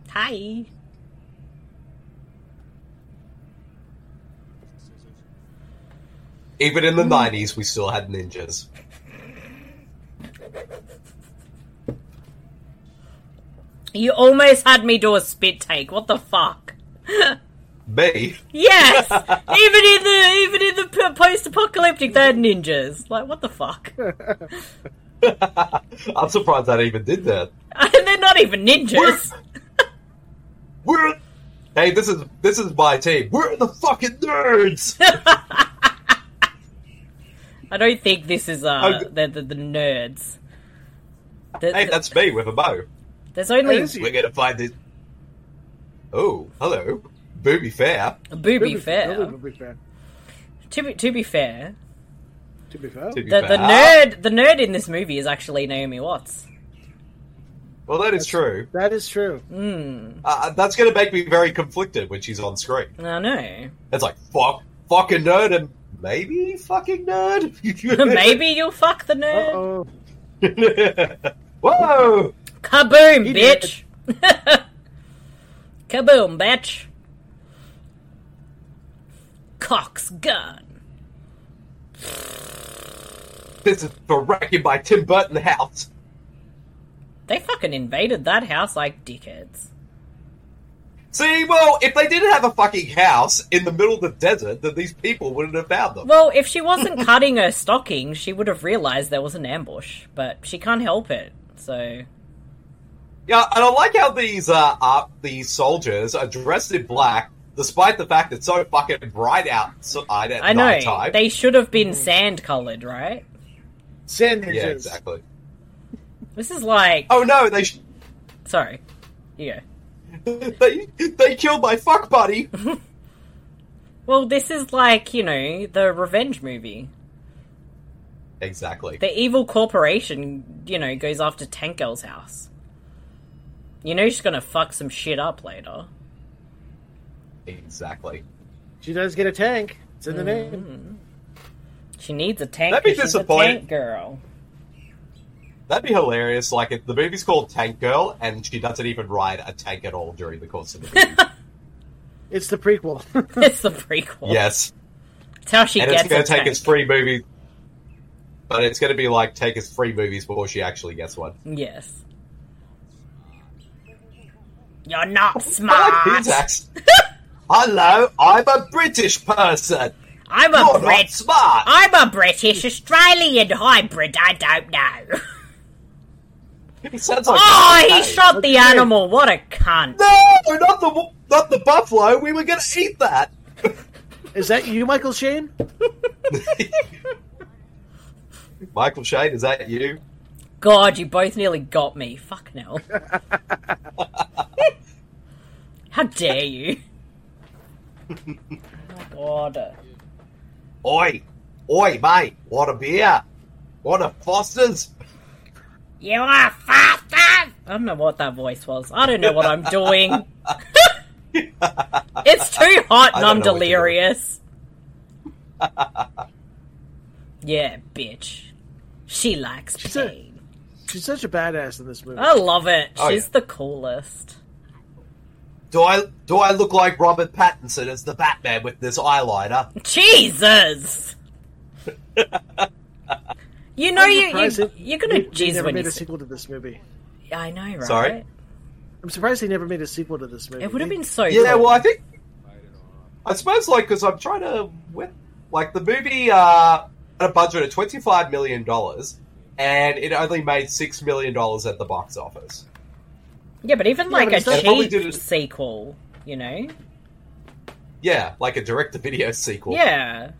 [SPEAKER 2] Hi.
[SPEAKER 8] Even in the 90s, we still had ninjas.
[SPEAKER 2] You almost had me do a spit take. What the fuck?
[SPEAKER 8] Me?
[SPEAKER 2] Yes, even in the even in the p- post-apocalyptic, they had ninjas. Like, what the fuck? and
[SPEAKER 8] I'm surprised that even did that.
[SPEAKER 2] they're not even ninjas.
[SPEAKER 8] We're hey, this is this is my team. We're the fucking nerds.
[SPEAKER 2] I don't think this is uh
[SPEAKER 8] Oh, g-
[SPEAKER 2] the, the, the nerds. The-
[SPEAKER 8] hey,
[SPEAKER 2] the-
[SPEAKER 8] that's me with a bow.
[SPEAKER 2] there's only
[SPEAKER 4] is-
[SPEAKER 8] We're gonna find this. Oh, hello, booby fair.
[SPEAKER 2] booby,
[SPEAKER 4] Would
[SPEAKER 2] fair.
[SPEAKER 4] would be fair.
[SPEAKER 2] To be to be fair,
[SPEAKER 4] To be fair.
[SPEAKER 8] To be
[SPEAKER 2] the, the
[SPEAKER 8] fair.
[SPEAKER 2] nerd the nerd in this movie is actually Naomi Watts.
[SPEAKER 8] Well, that is true.
[SPEAKER 4] That is true.
[SPEAKER 2] Hmm,
[SPEAKER 8] Uh, that's going to make me very conflicted when she's on screen.
[SPEAKER 2] I know.
[SPEAKER 8] It's like fuck, fucking nerd, and maybe fucking nerd.
[SPEAKER 2] Maybe you'll fuck the
[SPEAKER 4] Uh
[SPEAKER 2] nerd.
[SPEAKER 4] oh.
[SPEAKER 8] Whoa!
[SPEAKER 2] Kaboom,
[SPEAKER 4] He did.
[SPEAKER 2] bitch. Kaboom, bitch. Cock's gun.
[SPEAKER 8] This is for wrecking by Tim Burton house.
[SPEAKER 2] They fucking invaded that house like dickheads.
[SPEAKER 8] See, well, if they didn't have a fucking house in the middle of the desert, then these people wouldn't have found them.
[SPEAKER 2] Well, if she wasn't cutting her stocking, she would have realized there was an ambush, but she can't help it. So,
[SPEAKER 8] Yeah, and I like how these uh, uh these soldiers are dressed in black, despite the fact it's so fucking bright outside at
[SPEAKER 2] I know.
[SPEAKER 8] night time.
[SPEAKER 2] They should have
[SPEAKER 4] Mm.
[SPEAKER 2] been sand colored, right?
[SPEAKER 4] Sand
[SPEAKER 8] Yeah,
[SPEAKER 4] ninjas.
[SPEAKER 8] exactly.
[SPEAKER 2] This is like.
[SPEAKER 8] Oh no, they sh-
[SPEAKER 2] Sorry. You go.
[SPEAKER 8] they they killed my fuck buddy.
[SPEAKER 2] Well, this is like, you know, the revenge movie.
[SPEAKER 8] exactly.
[SPEAKER 2] The evil corporation, you know, goes after Tank Girl's house. You know she's gonna fuck some shit up later.
[SPEAKER 8] Exactly.
[SPEAKER 4] She does get a tank. It's in the
[SPEAKER 8] Mm-hmm.
[SPEAKER 4] name.
[SPEAKER 2] She needs a tank.
[SPEAKER 8] That'd be
[SPEAKER 2] 'cause she's a
[SPEAKER 8] disappointing.
[SPEAKER 2] tank girl.
[SPEAKER 8] That'd be hilarious. Like if the movie's called Tank Girl, and she doesn't even ride a tank at all during the course of the movie.
[SPEAKER 4] It's the prequel.
[SPEAKER 2] It's the prequel.
[SPEAKER 8] yes,
[SPEAKER 2] It's how she
[SPEAKER 8] and
[SPEAKER 2] gets
[SPEAKER 8] it's going
[SPEAKER 2] a
[SPEAKER 8] to take
[SPEAKER 2] tank.
[SPEAKER 8] us three movies, but it's going to be like take us three movies before she actually gets one.
[SPEAKER 2] Yes. You're not
[SPEAKER 8] I like
[SPEAKER 2] smart.
[SPEAKER 8] his accent. Hello, I'm a British person.
[SPEAKER 2] I'm a
[SPEAKER 8] You're not
[SPEAKER 2] Brit. Oh,
[SPEAKER 8] smart.
[SPEAKER 2] I'm a British Australian hybrid. I don't know.
[SPEAKER 8] He sounds like
[SPEAKER 2] Oh,
[SPEAKER 8] a-
[SPEAKER 2] he shot the
[SPEAKER 4] okay.
[SPEAKER 2] animal. What a cunt.
[SPEAKER 8] No, not the w- not the buffalo. We were going to eat that.
[SPEAKER 4] is that you, Michael Shane?
[SPEAKER 8] Michael Shane, is that you?
[SPEAKER 2] God, you both nearly got me. Fuck no. How dare you? Oh, God.
[SPEAKER 8] Oi, oi, mate. What a beer. What a Foster's.
[SPEAKER 2] You are faster! I don't know what that voice was. I don't know what I'm doing. it's too hot
[SPEAKER 8] I
[SPEAKER 2] and
[SPEAKER 8] don't
[SPEAKER 2] I'm
[SPEAKER 8] know what you're doing.
[SPEAKER 2] delirious. yeah, bitch. She likes
[SPEAKER 4] a-
[SPEAKER 2] pain.
[SPEAKER 4] She's such a badass in this movie.
[SPEAKER 2] I love it.
[SPEAKER 8] Oh,
[SPEAKER 2] She's
[SPEAKER 8] yeah.
[SPEAKER 2] the coolest.
[SPEAKER 8] Do I do I look like Robert Pattinson as the Batman with this eyeliner?
[SPEAKER 2] Jesus! you know you,
[SPEAKER 4] surprised
[SPEAKER 2] you
[SPEAKER 4] it-
[SPEAKER 2] you're gonna
[SPEAKER 4] they- they
[SPEAKER 2] jizz
[SPEAKER 4] never
[SPEAKER 2] when
[SPEAKER 4] made
[SPEAKER 2] you
[SPEAKER 4] a
[SPEAKER 2] see.
[SPEAKER 4] sequel to this movie.
[SPEAKER 2] I know, right?
[SPEAKER 8] Sorry?
[SPEAKER 4] I'm surprised they never made a sequel to this movie.
[SPEAKER 2] It would have
[SPEAKER 4] They-
[SPEAKER 2] been so.
[SPEAKER 8] Yeah,
[SPEAKER 2] cool.
[SPEAKER 8] well, I think I suppose like because I'm trying to win. Like the movie uh, had a budget of twenty five million dollars, and it only made six million dollars at the box office.
[SPEAKER 2] Yeah, but even like
[SPEAKER 4] but it's
[SPEAKER 2] a
[SPEAKER 8] not- They probably did
[SPEAKER 2] cheap
[SPEAKER 8] it-
[SPEAKER 2] sequel, you know?
[SPEAKER 8] Yeah, like a direct to video sequel.
[SPEAKER 2] Yeah.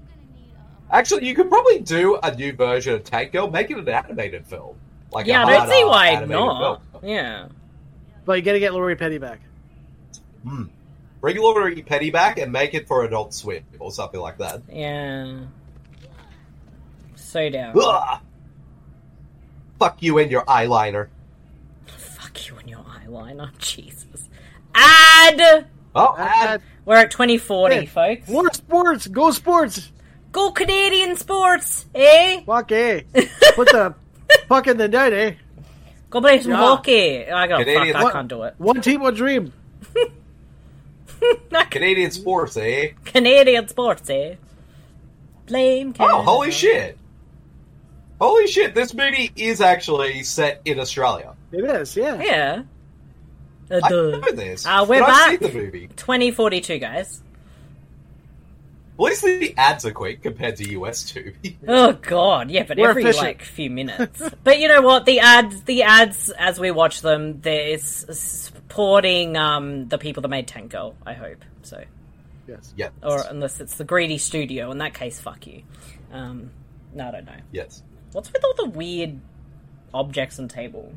[SPEAKER 7] I'm gonna need um,
[SPEAKER 8] actually, you could probably do a new version of Tank Girl, make it an animated film. Like
[SPEAKER 2] Yeah,
[SPEAKER 8] a
[SPEAKER 2] I don't see
[SPEAKER 8] hard-R
[SPEAKER 2] why
[SPEAKER 8] animated
[SPEAKER 2] not.
[SPEAKER 8] film.
[SPEAKER 2] Yeah.
[SPEAKER 4] But you gotta get Lori Petty back.
[SPEAKER 8] Bring Laurie Petty back and make it for Adult Swim or something like that.
[SPEAKER 2] Yeah. So down.
[SPEAKER 8] Ugh. Fuck you and your eyeliner.
[SPEAKER 2] Fuck you and your eyeliner. Jesus. Ad!
[SPEAKER 8] Oh,
[SPEAKER 4] Uh,
[SPEAKER 8] and
[SPEAKER 2] We're at 2040,
[SPEAKER 4] Yeah.
[SPEAKER 2] Ah, folks.
[SPEAKER 4] more sports! Go sports!
[SPEAKER 2] Go Canadian sports, eh?
[SPEAKER 4] Fuck eh. Put the fuck in the net, eh?
[SPEAKER 2] Go play some
[SPEAKER 4] Yeah.
[SPEAKER 2] hockey. I got fuck,
[SPEAKER 8] Canadian-
[SPEAKER 2] I
[SPEAKER 8] What?
[SPEAKER 2] can't do it.
[SPEAKER 4] One team, one dream.
[SPEAKER 8] Canadian sports, eh?
[SPEAKER 2] Canadian sports, eh? Blame Canada.
[SPEAKER 8] Oh, holy shit. Holy shit, this movie is actually set in Australia.
[SPEAKER 4] It is, yeah.
[SPEAKER 2] Yeah. Uh,
[SPEAKER 8] I
[SPEAKER 2] duh.
[SPEAKER 8] know this.
[SPEAKER 2] Ah, we're
[SPEAKER 8] but I've
[SPEAKER 2] back.
[SPEAKER 8] seen the movie.
[SPEAKER 2] 2042, guys.
[SPEAKER 8] At least the ads are quick compared to US TV.
[SPEAKER 2] Oh god, yeah, but
[SPEAKER 4] We're
[SPEAKER 2] every
[SPEAKER 4] efficient.
[SPEAKER 2] like few minutes. but you know what? The ads, the ads, as we watch them, there's supporting um, the people that made Tank Girl. I hope so.
[SPEAKER 4] Yes.
[SPEAKER 8] Yes.
[SPEAKER 2] Or unless it's the greedy studio. In that case, fuck you. Um, no, I don't know.
[SPEAKER 8] yes.
[SPEAKER 2] What's with all the weird objects on table?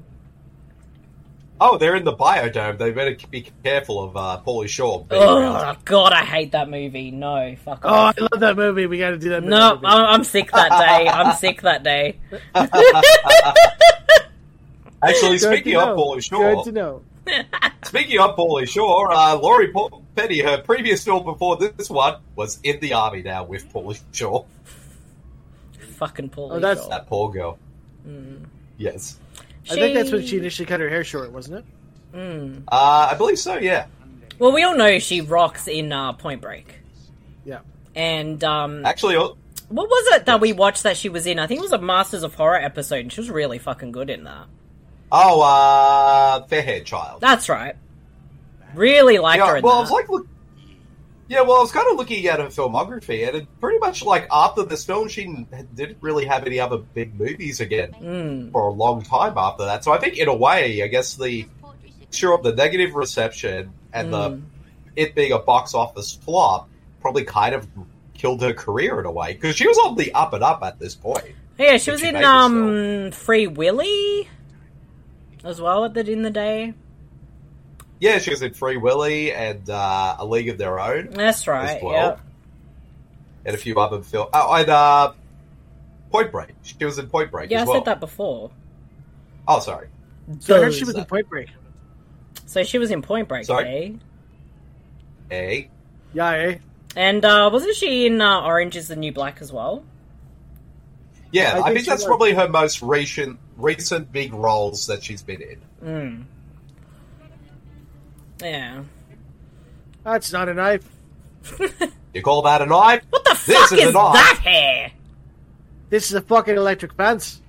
[SPEAKER 8] Oh, they're in the biodome. They better be careful of uh, Paulie Shaw. being around.
[SPEAKER 2] Oh God, I hate that movie. No, fuck
[SPEAKER 4] Oh, I
[SPEAKER 2] off.
[SPEAKER 4] love that movie. We got to do that.
[SPEAKER 2] No,
[SPEAKER 4] movie.
[SPEAKER 2] I- I'm sick that day. I'm sick that day.
[SPEAKER 8] Actually,
[SPEAKER 4] Good to
[SPEAKER 8] speaking of
[SPEAKER 4] know.
[SPEAKER 8] Paulie Shaw,
[SPEAKER 4] Good to know.
[SPEAKER 8] speaking of Paulie Shaw, uh, Laurie Paul- Petty, her previous film before this one, was in the army now with Paulie Shaw.
[SPEAKER 2] Fucking Paul.
[SPEAKER 4] Oh, that's-
[SPEAKER 8] That poor girl.
[SPEAKER 4] Mm.
[SPEAKER 8] Yes,
[SPEAKER 4] I think that's when she initially cut her hair short, wasn't it?
[SPEAKER 8] uh, I believe so. Yeah,
[SPEAKER 2] Well, we all know she rocks in uh, Point Break.
[SPEAKER 4] Yeah.
[SPEAKER 2] And um,
[SPEAKER 8] actually, uh,
[SPEAKER 2] what was it that we watched that she was in? I think it was a Masters of Horror episode, and she was really fucking good in that.
[SPEAKER 8] oh, uh, fair-haired child.
[SPEAKER 2] That's right. Really like her
[SPEAKER 8] Yeah,
[SPEAKER 2] in
[SPEAKER 8] well, I
[SPEAKER 2] that.
[SPEAKER 8] was like, look. Yeah, well, I was kind of looking at her filmography, and it pretty much like after this film, she n- didn't really have any other big movies again for a long time after that. So I think, in a way, I guess the sure of the negative reception and the it being a box office flop probably kind of killed her career in a way because she was on the up and up at this point.
[SPEAKER 2] yeah, she was
[SPEAKER 8] she
[SPEAKER 2] in
[SPEAKER 8] made this
[SPEAKER 2] um, Free Willy as well at the in the day.
[SPEAKER 8] Yeah, she was in Free Willy and uh, A League of Their Own.
[SPEAKER 2] That's right.
[SPEAKER 8] as well, and a few other films. Oh, and uh, Point Break. She was in Point
[SPEAKER 2] Yeah,
[SPEAKER 8] Break.
[SPEAKER 2] yeah. I
[SPEAKER 8] as well.
[SPEAKER 2] said that before.
[SPEAKER 8] Oh, sorry.
[SPEAKER 4] So I heard she was
[SPEAKER 2] Those-
[SPEAKER 4] in Point Break.
[SPEAKER 2] so she was in Point Break,
[SPEAKER 8] Sorry?
[SPEAKER 2] eh?
[SPEAKER 8] A.
[SPEAKER 4] Yeah, eh?
[SPEAKER 2] And uh, wasn't she in uh, Orange Is the New Black as well?
[SPEAKER 8] Yeah,
[SPEAKER 4] I
[SPEAKER 8] I, think,
[SPEAKER 4] think she
[SPEAKER 8] that's
[SPEAKER 4] was.
[SPEAKER 8] probably her most recent recent big roles that she's been in.
[SPEAKER 2] Yeah.
[SPEAKER 4] That's not a knife.
[SPEAKER 8] You call that a knife?
[SPEAKER 2] What the
[SPEAKER 8] This
[SPEAKER 2] fuck
[SPEAKER 8] is
[SPEAKER 2] is,
[SPEAKER 8] an eye.
[SPEAKER 2] that hair?
[SPEAKER 4] This is a fucking electric fence.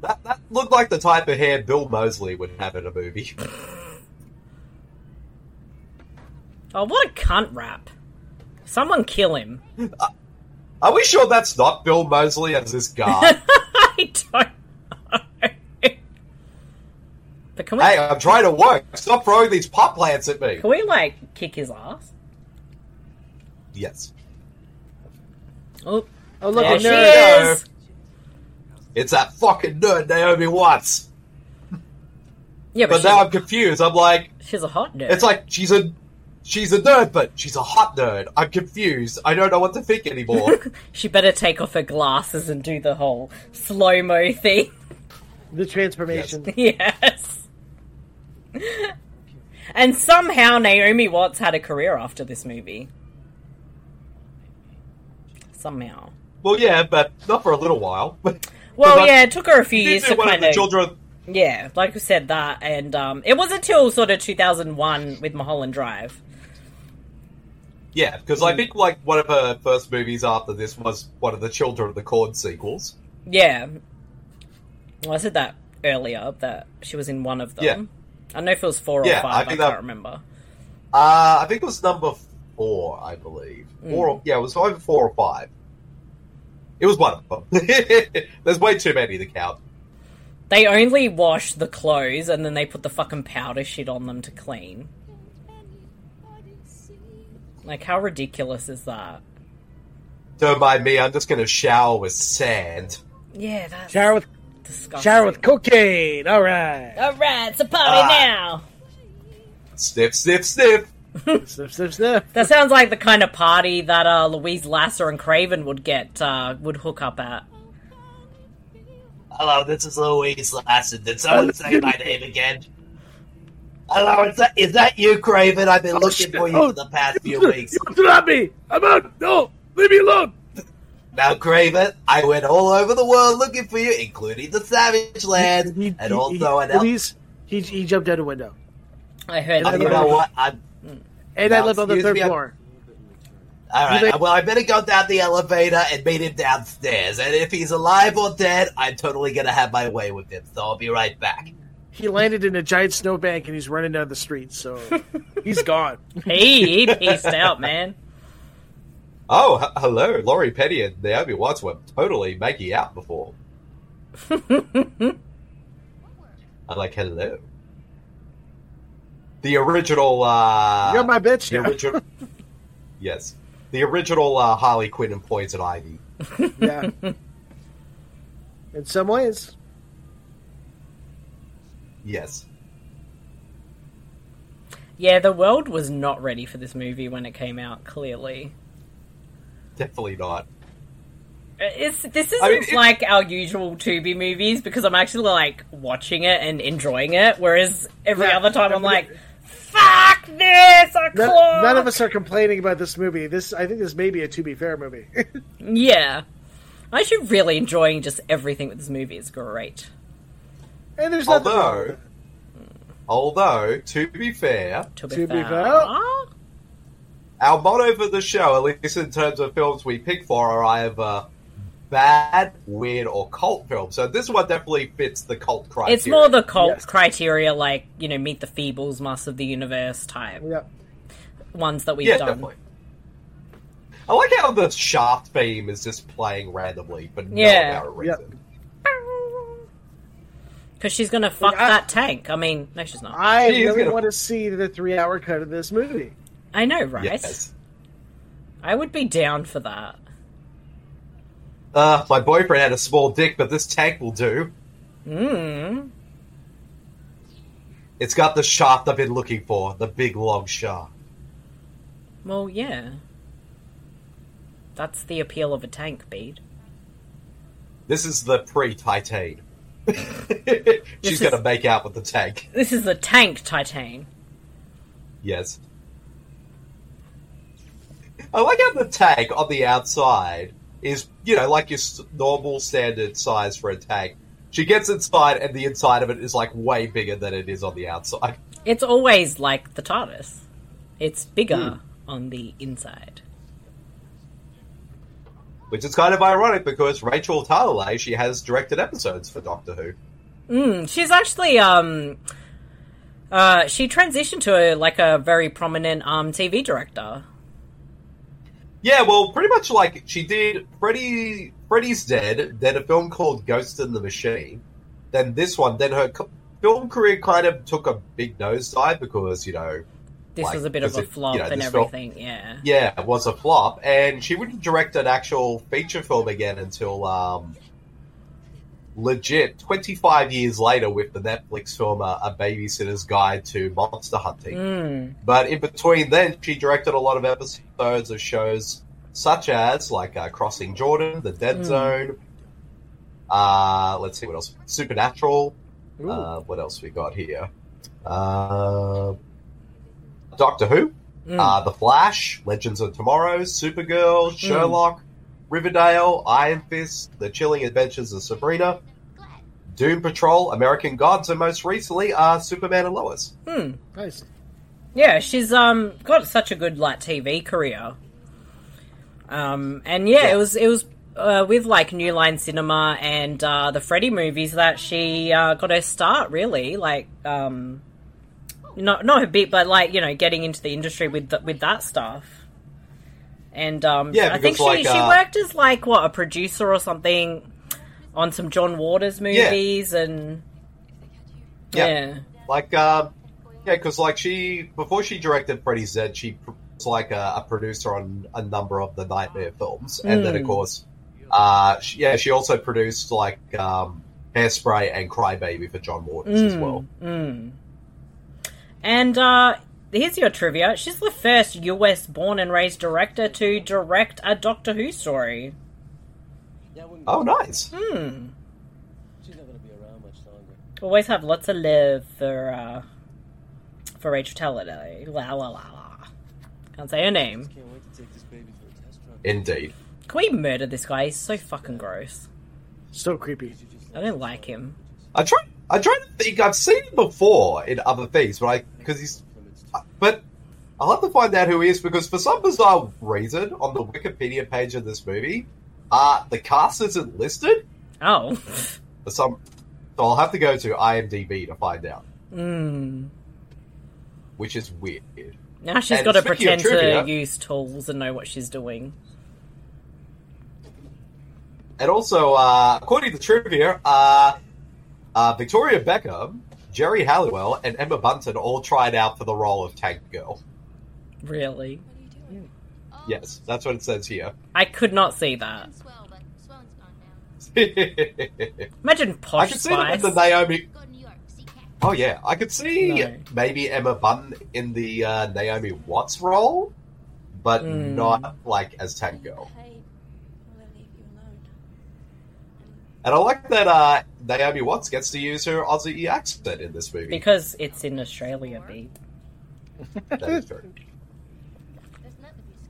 [SPEAKER 8] That, that looked like the type of hair Bill Mosley would have in a movie.
[SPEAKER 2] Oh, what a cunt rap. Someone kill him.
[SPEAKER 8] Are we sure that's not Bill Mosley as this guard?
[SPEAKER 2] I don't know. But can we,
[SPEAKER 8] hey, I'm trying to work. Stop throwing these pot plants at me.
[SPEAKER 2] can we like, kick his ass?
[SPEAKER 8] Yes.
[SPEAKER 2] Oh,
[SPEAKER 4] Oh, look,
[SPEAKER 2] there
[SPEAKER 4] a
[SPEAKER 2] she
[SPEAKER 4] nerd.
[SPEAKER 8] go.
[SPEAKER 2] is.
[SPEAKER 8] It's that fucking nerd Naomi Watts.
[SPEAKER 2] Yeah, but,
[SPEAKER 8] But
[SPEAKER 2] she's,
[SPEAKER 8] now I'm confused. I'm like,
[SPEAKER 2] she's a hot nerd.
[SPEAKER 8] It's like she's a she's a nerd, but she's a hot nerd. I'm confused. I don't know what to think anymore.
[SPEAKER 2] she better take off her glasses and do the whole slow mo thing.
[SPEAKER 4] The transformation.
[SPEAKER 2] yes. and somehow Naomi Watts had a career after this movie. Somehow.
[SPEAKER 8] well, yeah, but not for a little while.
[SPEAKER 2] Well,
[SPEAKER 8] Because
[SPEAKER 2] yeah, it took her a few
[SPEAKER 8] she
[SPEAKER 2] years
[SPEAKER 8] did
[SPEAKER 2] to
[SPEAKER 8] do one of
[SPEAKER 2] kind
[SPEAKER 8] the
[SPEAKER 2] of.
[SPEAKER 8] children.
[SPEAKER 2] Yeah, like we said that, and um, it wasn't until sort of 2001 with Mulholland Drive.
[SPEAKER 8] Yeah, because
[SPEAKER 2] Hmm.
[SPEAKER 8] I think like one of her first movies after this was one of the Children of the Corn sequels.
[SPEAKER 2] Yeah. Well, I said that earlier that she was in one of them. I don't know if it was four
[SPEAKER 8] Yeah,
[SPEAKER 2] or
[SPEAKER 8] I
[SPEAKER 2] five. I,
[SPEAKER 8] think
[SPEAKER 2] can't
[SPEAKER 8] that-
[SPEAKER 2] remember.
[SPEAKER 8] Uh, I think it was number four, I believe.
[SPEAKER 2] Hmm.
[SPEAKER 8] Or yeah, it was either four or five. It was one of them. There's way too many to count.
[SPEAKER 2] They only wash the clothes and then they put the fucking powder shit on them to clean. Like, how ridiculous is that?
[SPEAKER 8] Don't mind me. I'm just going to shower with sand.
[SPEAKER 2] Yeah, that's
[SPEAKER 4] Shower with
[SPEAKER 2] disgusting.
[SPEAKER 4] shower with Ah. cocaine. All right.
[SPEAKER 2] All right, it's a party now.
[SPEAKER 8] Sniff, sniff, sniff.
[SPEAKER 4] sniff, sniff, sniff.
[SPEAKER 2] That sounds like the kind of party that uh, Louise Lasser and Craven would get uh, would hook up at.
[SPEAKER 9] Hello, this is Louise Lassen. Did someone say my name again? Hello, is that, is that you, Craven? I've been looking for you for the past few weeks.
[SPEAKER 4] You not me. I'm out. No, leave me alone.
[SPEAKER 9] Now, Craven, I went all over the world looking for you, including the Savage Land, and also an elf.
[SPEAKER 4] Louise, he, he jumped out a window,
[SPEAKER 2] I heard
[SPEAKER 9] Oh,
[SPEAKER 2] that.
[SPEAKER 9] You know what? I'm,
[SPEAKER 4] and I
[SPEAKER 9] Now,
[SPEAKER 4] live on the
[SPEAKER 9] excuse
[SPEAKER 4] third
[SPEAKER 9] me, I'm-
[SPEAKER 4] floor.
[SPEAKER 9] all
[SPEAKER 4] You
[SPEAKER 9] right,
[SPEAKER 4] may-
[SPEAKER 9] well, I better go down the elevator and meet him downstairs. And if he's alive or dead, I'm totally going to have my way with him, so I'll be right back.
[SPEAKER 4] He landed in a giant snowbank, and he's running down the street. So he's gone.
[SPEAKER 2] He, he pieced out, man.
[SPEAKER 8] Oh, h- hello. Laurie Petty and Naomi Watts were totally making out before. I'm like, hello. the original.
[SPEAKER 9] Ah.
[SPEAKER 8] Uh,
[SPEAKER 4] You're my bitch
[SPEAKER 8] the
[SPEAKER 4] now.
[SPEAKER 8] original. yes, the original uh, Harley Quinn and Poison Ivy.
[SPEAKER 4] yeah. In some ways,
[SPEAKER 8] Yes,
[SPEAKER 2] Yeah, the world was not ready for this movie when it came out. Clearly,
[SPEAKER 8] definitely not.
[SPEAKER 2] it's, this isn't
[SPEAKER 8] I mean, it-
[SPEAKER 2] like our usual Tubi movies because I'm actually like watching it and enjoying it, whereas every
[SPEAKER 4] Yeah,
[SPEAKER 2] other time I'm
[SPEAKER 4] every-
[SPEAKER 2] like, "Fuck this!" I
[SPEAKER 4] none,
[SPEAKER 2] clock!"
[SPEAKER 4] none of us are complaining about this movie. This, I think, this may be a to be fair movie.
[SPEAKER 2] Yeah, I'm actually really enjoying just everything with this movie. It's great.
[SPEAKER 4] and there's nothing wrong with
[SPEAKER 8] Although, although to be fair,
[SPEAKER 2] To be,
[SPEAKER 4] To be
[SPEAKER 2] fair.
[SPEAKER 4] fair.
[SPEAKER 8] our motto for the show, at least in terms of films we pick for, are either bad, weird, or cult films. So this one definitely fits the cult criteria.
[SPEAKER 2] It's more the cult
[SPEAKER 4] Yes.
[SPEAKER 2] criteria, like you know, Meet the Feebles, Master of the Universe type
[SPEAKER 4] that. Yeah.
[SPEAKER 2] ones that we've
[SPEAKER 8] yeah,
[SPEAKER 2] done.
[SPEAKER 8] definitely. I like how the Shaft theme is just playing randomly, but
[SPEAKER 2] Yeah.
[SPEAKER 8] no apparent reason.
[SPEAKER 2] Because she's gonna fuck
[SPEAKER 4] Like, I-
[SPEAKER 2] that tank. I mean, no, she's not.
[SPEAKER 4] I
[SPEAKER 8] She's
[SPEAKER 4] really
[SPEAKER 8] gonna-
[SPEAKER 4] want to see the three-hour cut of this movie.
[SPEAKER 2] I know, right?
[SPEAKER 8] Yes.
[SPEAKER 2] I would be down for that.
[SPEAKER 8] Uh, my boyfriend had a small dick, but this tank will do.
[SPEAKER 2] Mm.
[SPEAKER 8] It's got the shaft I've been looking for, the big long shaft.
[SPEAKER 2] Well, yeah. That's the appeal of a tank, Bede.
[SPEAKER 8] This is the pre-Titan. She's
[SPEAKER 2] is-
[SPEAKER 8] going to make out with the tank.
[SPEAKER 2] This is the tank Titan.
[SPEAKER 8] Yes. I like how the tag on the outside is, you know, like your s- normal standard size for a tag. She gets inside, and the inside of it is like way bigger than it is on the outside.
[SPEAKER 2] It's always like the TARDIS. It's bigger
[SPEAKER 8] Hmm.
[SPEAKER 2] on the inside.
[SPEAKER 8] Which is kind of ironic because Rachel Talalay, she has directed episodes for Doctor Who.
[SPEAKER 2] Mm, she's actually um uh she transitioned to like a very prominent um TV director.
[SPEAKER 8] Yeah, well, pretty much like she did Freddy, Freddy's Dead, then a film called Ghost in the Machine, then this one, then her co- film career kind of took a big nosedive because, you know,
[SPEAKER 2] This
[SPEAKER 8] Like,
[SPEAKER 2] was a bit of
[SPEAKER 8] because
[SPEAKER 2] a
[SPEAKER 8] it- you
[SPEAKER 2] flop
[SPEAKER 8] know,
[SPEAKER 2] and
[SPEAKER 8] this film-
[SPEAKER 2] everything, yeah.
[SPEAKER 8] yeah, it was a flop, and she wouldn't direct an actual feature film again until um, legit 25 years later with the Netflix film uh, A Babysitter's Guide to Monster Hunting.
[SPEAKER 2] Mm.
[SPEAKER 8] But in between then, she directed a lot of episodes of shows such as like uh, Crossing Jordan, The Dead
[SPEAKER 2] Mm.
[SPEAKER 8] Zone. Uh, let's see what else. Supernatural.
[SPEAKER 4] Ooh.
[SPEAKER 8] Uh, what else we got here? Uh, Doctor Who,
[SPEAKER 2] Mm.
[SPEAKER 8] uh, The Flash, Legends of Tomorrow, Supergirl, Sherlock, Riverdale, Iron Fist, The Chilling Adventures of Sabrina,
[SPEAKER 7] Glad.
[SPEAKER 8] Doom Patrol, American Gods, and most recently, uh, Superman and Lois.
[SPEAKER 2] Hmm.
[SPEAKER 4] Nice.
[SPEAKER 2] Yeah, she's um got such a good like TV career. Um and yeah,
[SPEAKER 8] Yeah.
[SPEAKER 2] it was it was uh, with like New Line Cinema and uh, the Freddy movies that she uh, got her start really like um not not a bit but like you know getting into the industry with th- with that stuff. And um
[SPEAKER 8] Yeah,
[SPEAKER 2] I think
[SPEAKER 8] because,
[SPEAKER 2] she
[SPEAKER 8] like,
[SPEAKER 2] she
[SPEAKER 8] uh,
[SPEAKER 2] worked as like what a producer or something on some John Waters movies and
[SPEAKER 8] Yeah.
[SPEAKER 2] yeah.
[SPEAKER 8] Like, um, yeah, because like she before she directed Freddy Z, she pr- was like a, a producer on a number of the Nightmare films, and then of
[SPEAKER 2] Mm.
[SPEAKER 8] course, uh, she, yeah, she also produced like um, Hairspray and Crybaby for John Waters as
[SPEAKER 2] Mm,
[SPEAKER 8] well.
[SPEAKER 2] mm. And uh, here's your trivia: she's the first U.S.-born and raised director to direct a Doctor Who story.
[SPEAKER 8] Oh, nice.
[SPEAKER 2] Hmm. Always have lots of love for uh, for Rachel Talladay. La la la la. Can't say her name.
[SPEAKER 8] Indeed.
[SPEAKER 2] Can we murder this guy? He's so fucking gross.
[SPEAKER 4] So creepy.
[SPEAKER 2] I don't like him.
[SPEAKER 8] I try. I try to think. I've seen him before in other things, but I because he's. But I'll have to find out who he is because for some bizarre reason on the Wikipedia page of this movie, uh, the cast isn't listed.
[SPEAKER 2] Oh.
[SPEAKER 8] for some. So I'll have to go to IMDb to find out,
[SPEAKER 2] Hmm.
[SPEAKER 8] which is weird.
[SPEAKER 2] Now she's
[SPEAKER 8] And
[SPEAKER 2] got to
[SPEAKER 8] speaking of
[SPEAKER 2] pretend
[SPEAKER 8] trivia-
[SPEAKER 2] to use tools and know what she's doing.
[SPEAKER 8] And also, uh, according to trivia, uh, uh, Victoria Beckham Jerry Halliwell and Emma Bunton all tried out for the role of Tank Girl.
[SPEAKER 2] Really?
[SPEAKER 7] What are you doing? Oh,
[SPEAKER 8] Yes, that's what it says here.
[SPEAKER 2] I could not see that.
[SPEAKER 7] Swell, but swelling's gone now.
[SPEAKER 8] I
[SPEAKER 2] Imagine Posh
[SPEAKER 8] can see them in
[SPEAKER 2] Spice.
[SPEAKER 8] the Naomi.
[SPEAKER 7] Go to New York, see Cat.
[SPEAKER 8] Oh yeah, I could see
[SPEAKER 2] No.
[SPEAKER 8] maybe Emma Bunton in the uh, Naomi Watts role, but
[SPEAKER 2] Mm.
[SPEAKER 8] not like as Tank Girl.
[SPEAKER 10] I will leave you alone.
[SPEAKER 8] And I like that uh, Naomi Watts gets to use her Aussie accent in this movie.
[SPEAKER 2] Because it's in Australia, B.
[SPEAKER 8] that is true.
[SPEAKER 7] There's nothing to be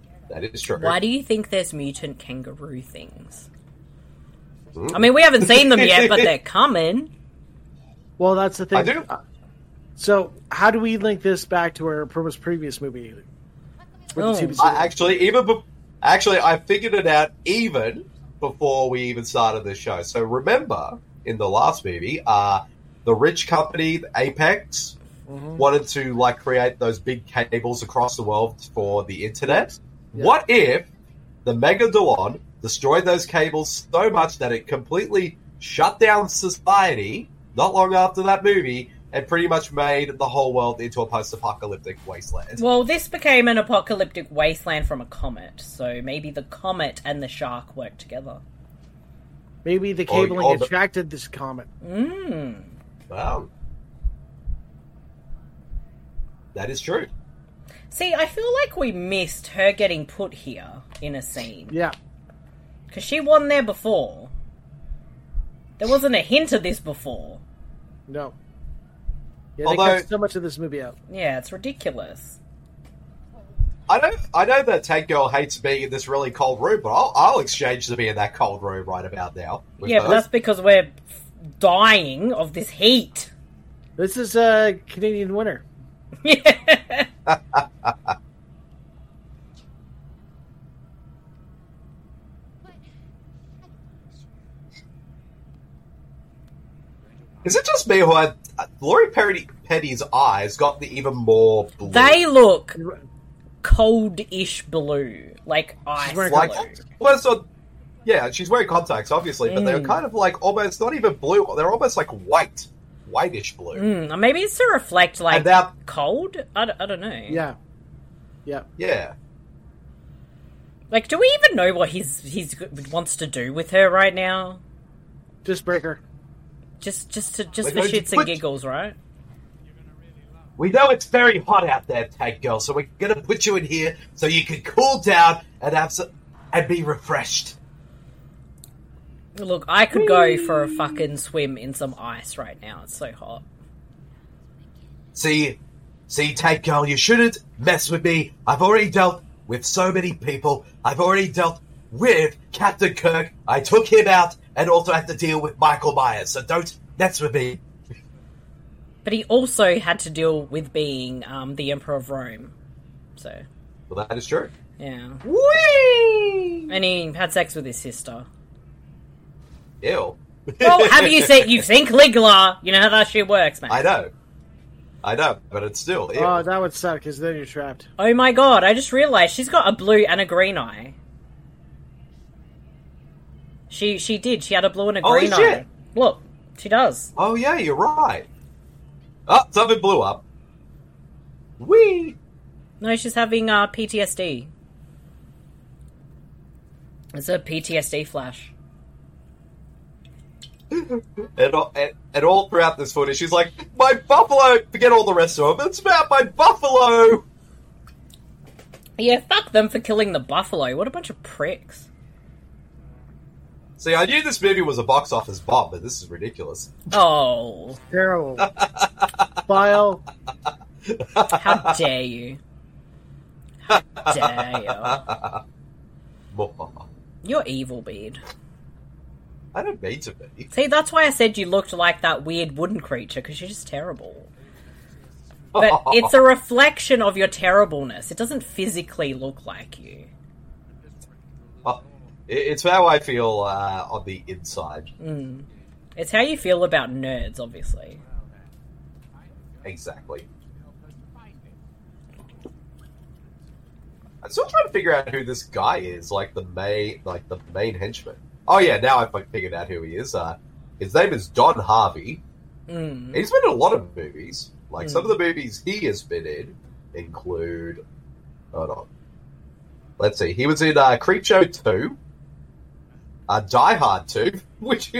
[SPEAKER 7] scared of.
[SPEAKER 8] That is true.
[SPEAKER 2] Why do you think there's mutant kangaroo things?
[SPEAKER 8] Mm.
[SPEAKER 2] I mean, we haven't seen them yet, but they're coming.
[SPEAKER 4] Well, that's the thing.
[SPEAKER 8] I do.
[SPEAKER 4] Uh, So, how do we link this back to our previous previous movie? With
[SPEAKER 2] Oh.
[SPEAKER 4] the two-
[SPEAKER 8] I actually even be- actually I figured it out even before we even started this show. So remember in the last movie, uh, the rich company Apex wanted to like create those big cables across the world for the internet.
[SPEAKER 4] Yeah.
[SPEAKER 8] What if the Megadolon destroyed those cables so much that it completely shut down society? Not long after that movie. And pretty much made the whole world into a post-apocalyptic wasteland.
[SPEAKER 2] Well, this became an apocalyptic wasteland from a comet, so maybe the comet and the shark work together.
[SPEAKER 4] Maybe the
[SPEAKER 8] Oh,
[SPEAKER 4] cabling
[SPEAKER 8] all the-
[SPEAKER 4] attracted this comet.
[SPEAKER 2] Mmm.
[SPEAKER 8] Wow. That is true.
[SPEAKER 2] See, I feel like we missed her getting put here in a scene.
[SPEAKER 4] Yeah,
[SPEAKER 2] Because she wasn't there before. There wasn't a hint of this before.
[SPEAKER 4] no. Yeah,
[SPEAKER 8] Although-
[SPEAKER 4] they cut so much of this movie out.
[SPEAKER 2] Yeah, it's ridiculous.
[SPEAKER 8] I know. I know that Tank Girl hates being in this really cold room, but I'll, I'll exchange to be in that cold room right about now. with
[SPEAKER 2] yeah, but
[SPEAKER 8] her.
[SPEAKER 2] that's because we're dying of this heat.
[SPEAKER 4] This is a Canadian winter.
[SPEAKER 2] Yeah.
[SPEAKER 7] But I can
[SPEAKER 8] is it just me who had uh, Laurie Petty, Petty's eyes got the even more blue?
[SPEAKER 2] they look
[SPEAKER 4] She's
[SPEAKER 2] cold-ish blue, like ice
[SPEAKER 4] wearing
[SPEAKER 2] blue.
[SPEAKER 8] like almost on. Yeah, she's wearing contacts, obviously, but they're
[SPEAKER 2] Mm.
[SPEAKER 8] kind of like almost not even blue. They're almost like white, whitish blue.
[SPEAKER 2] Mm, maybe it's to reflect like
[SPEAKER 8] and that,
[SPEAKER 2] cold. I d- I don't know.
[SPEAKER 4] Yeah, yeah.
[SPEAKER 8] yeah,
[SPEAKER 2] Like, do we even know what he's he's wants to do with her right now?
[SPEAKER 4] Just break her.
[SPEAKER 2] Just just to just
[SPEAKER 8] Like,
[SPEAKER 2] for
[SPEAKER 8] I-
[SPEAKER 2] shits and
[SPEAKER 8] but-
[SPEAKER 2] giggles, right?
[SPEAKER 8] We know it's very hot out there, Tag Girl, so we're gonna put you in here so you can cool down and have some, and be refreshed.
[SPEAKER 2] Look, I could go for a fucking swim in some ice right now. It's so hot.
[SPEAKER 8] See, see, Tag Girl, you shouldn't mess with me. I've already dealt with so many people. I've already dealt with Captain Kirk. I took him out and also had to deal with Michael Myers, so don't mess with me.
[SPEAKER 2] But he also had to deal with being um, the Emperor of Rome. So,
[SPEAKER 8] Well, that is true.
[SPEAKER 2] yeah.
[SPEAKER 8] Whee!
[SPEAKER 2] And he had sex with his sister.
[SPEAKER 8] Ew.
[SPEAKER 2] Well, have you seen? You've seen Caligula. You know how that shit works, man.
[SPEAKER 8] I know. I know, but it's still. Ew.
[SPEAKER 4] Oh, that would suck because then you're trapped.
[SPEAKER 2] Oh my god! I just realized she's got a blue and a green eye. She she did. She had a blue and a
[SPEAKER 8] Holy
[SPEAKER 2] green
[SPEAKER 8] shit.
[SPEAKER 2] eye. Look, she does.
[SPEAKER 8] Oh yeah, you're right. Oh, something blew up. Wee.
[SPEAKER 2] No, she's having uh, PTSD. It's a PTSD flash.
[SPEAKER 8] And all, and, and all throughout this footage, she's like, "My buffalo." Forget all the rest of them. It's about my buffalo.
[SPEAKER 2] Yeah, fuck them for killing the buffalo. What a bunch of pricks.
[SPEAKER 8] See, I knew this movie was a box office bomb, but this is ridiculous.
[SPEAKER 2] Oh,
[SPEAKER 4] Terrible. File.
[SPEAKER 2] how dare you! How dare you! You're evil, Bede.
[SPEAKER 8] I don't mean to be.
[SPEAKER 2] See, that's why I said you looked like that weird wooden creature because you're just terrible. But it's a reflection of your terribleness. It doesn't physically look like you.
[SPEAKER 8] It- It's how I feel uh, on the inside.
[SPEAKER 2] It's how you feel about nerds, obviously.
[SPEAKER 8] Exactly. I'm still trying to figure out who this guy is, like the main, like the main henchman. Oh yeah, now I've like, figured out who he is. Uh, his name is Don Harvey.
[SPEAKER 2] Mm.
[SPEAKER 8] He's been in a lot of movies. Like some of the movies he has been in include. Hold on. Let's see. He was in uh, Creepshow Two, uh, Die Hard Two, which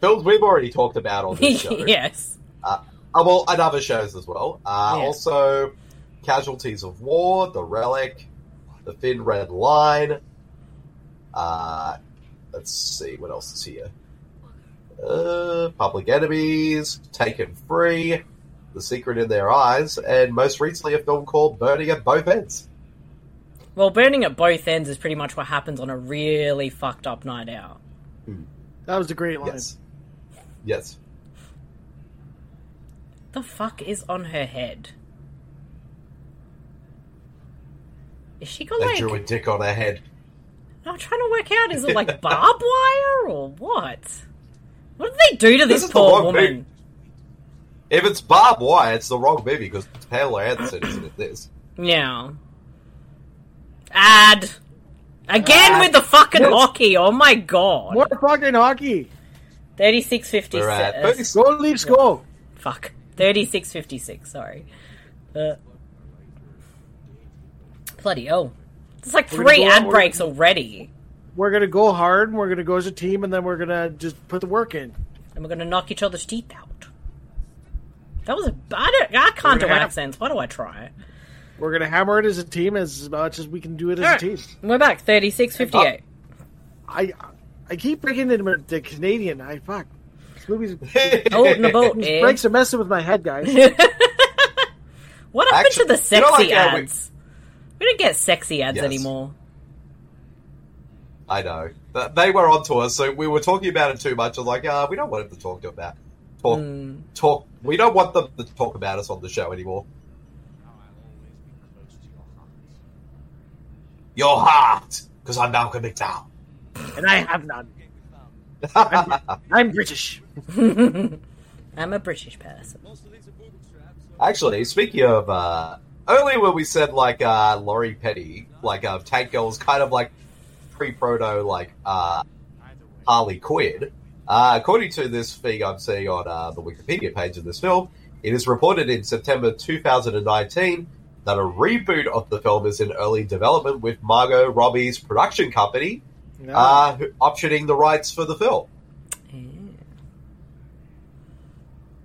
[SPEAKER 8] films we've already talked about on this show.
[SPEAKER 2] yes.
[SPEAKER 8] Uh, well, and other shows as well. Uh,
[SPEAKER 2] Yeah.
[SPEAKER 8] Also, Casualties of War, The Relic, The Thin Red Line. Uh, let's see, what else is here? Uh, Public Enemies, Taken Free, The Secret in Their Eyes, and most recently a film called Burning at Both Ends.
[SPEAKER 2] Well, burning at both ends is pretty much what happens on a really fucked up night out.
[SPEAKER 4] That was a great line.
[SPEAKER 8] Yes. Yes.
[SPEAKER 2] The fuck is on her head? Is she got
[SPEAKER 8] They
[SPEAKER 2] like?
[SPEAKER 8] drew a dick on her head.
[SPEAKER 2] I'm trying to work out. Is it like barbed wire or what? What did they do to this,
[SPEAKER 8] This is the
[SPEAKER 2] poor
[SPEAKER 8] wrong
[SPEAKER 2] woman?
[SPEAKER 8] thing. If it's barbed wire, it's the wrong movie because Taylor Anderson isn't in this.
[SPEAKER 2] Yeah. Ad. Again with the fucking
[SPEAKER 4] Yes.
[SPEAKER 2] hockey. Oh my god.
[SPEAKER 4] More fucking hockey.
[SPEAKER 2] Thirty-six
[SPEAKER 8] We're at
[SPEAKER 2] fifty-six.
[SPEAKER 4] Go Leafs, go.
[SPEAKER 2] Fuck. 3656, sorry. Uh, bloody hell. It's like
[SPEAKER 4] We're gonna
[SPEAKER 2] three
[SPEAKER 4] go out,
[SPEAKER 2] ad
[SPEAKER 4] we're-
[SPEAKER 2] breaks already.
[SPEAKER 4] We're gonna go hard. and We're gonna go as a team, and then we're gonna just put the work in.
[SPEAKER 2] And we're going to knock each other's teeth out. That was a. I, don't, I can't do
[SPEAKER 4] We're gonna-
[SPEAKER 2] accents. Why do I try?
[SPEAKER 4] We're gonna hammer it as a team as much as we can do it as a team.
[SPEAKER 2] We're back. 3658.
[SPEAKER 4] I I keep bringing in the Canadian. I fuck. This movie's
[SPEAKER 2] Oh, in the boat,
[SPEAKER 4] these
[SPEAKER 2] eh?
[SPEAKER 4] breaks are messing with my head, guys.
[SPEAKER 2] What happened to the
[SPEAKER 8] Actually, you know,
[SPEAKER 2] sexy
[SPEAKER 8] like, uh, we-
[SPEAKER 2] ads? We... don't get sexy ads
[SPEAKER 8] Yes.
[SPEAKER 2] anymore.
[SPEAKER 8] I know. Th- They were on to us, so we were talking about it too much. I was like, ah, we don't want them to talk to about talk talk. We don't want them to talk about us on the show anymore. Your heart, because I'm Malcolm McDowell.
[SPEAKER 4] and I have none. I'm, I'm British.
[SPEAKER 2] I'm a British person.
[SPEAKER 8] Actually, speaking of uh, earlier when we said like uh, Laurie Petty, like uh, Tank Girl was kind of like pre-proto like uh, Harley Quinn. Uh, according to this thing I'm seeing on uh, the Wikipedia page of this film, it is reported in September 2019 that a reboot of the film is in early development with Margot Robbie's production company
[SPEAKER 4] No.
[SPEAKER 8] uh, who- optioning the rights for the film.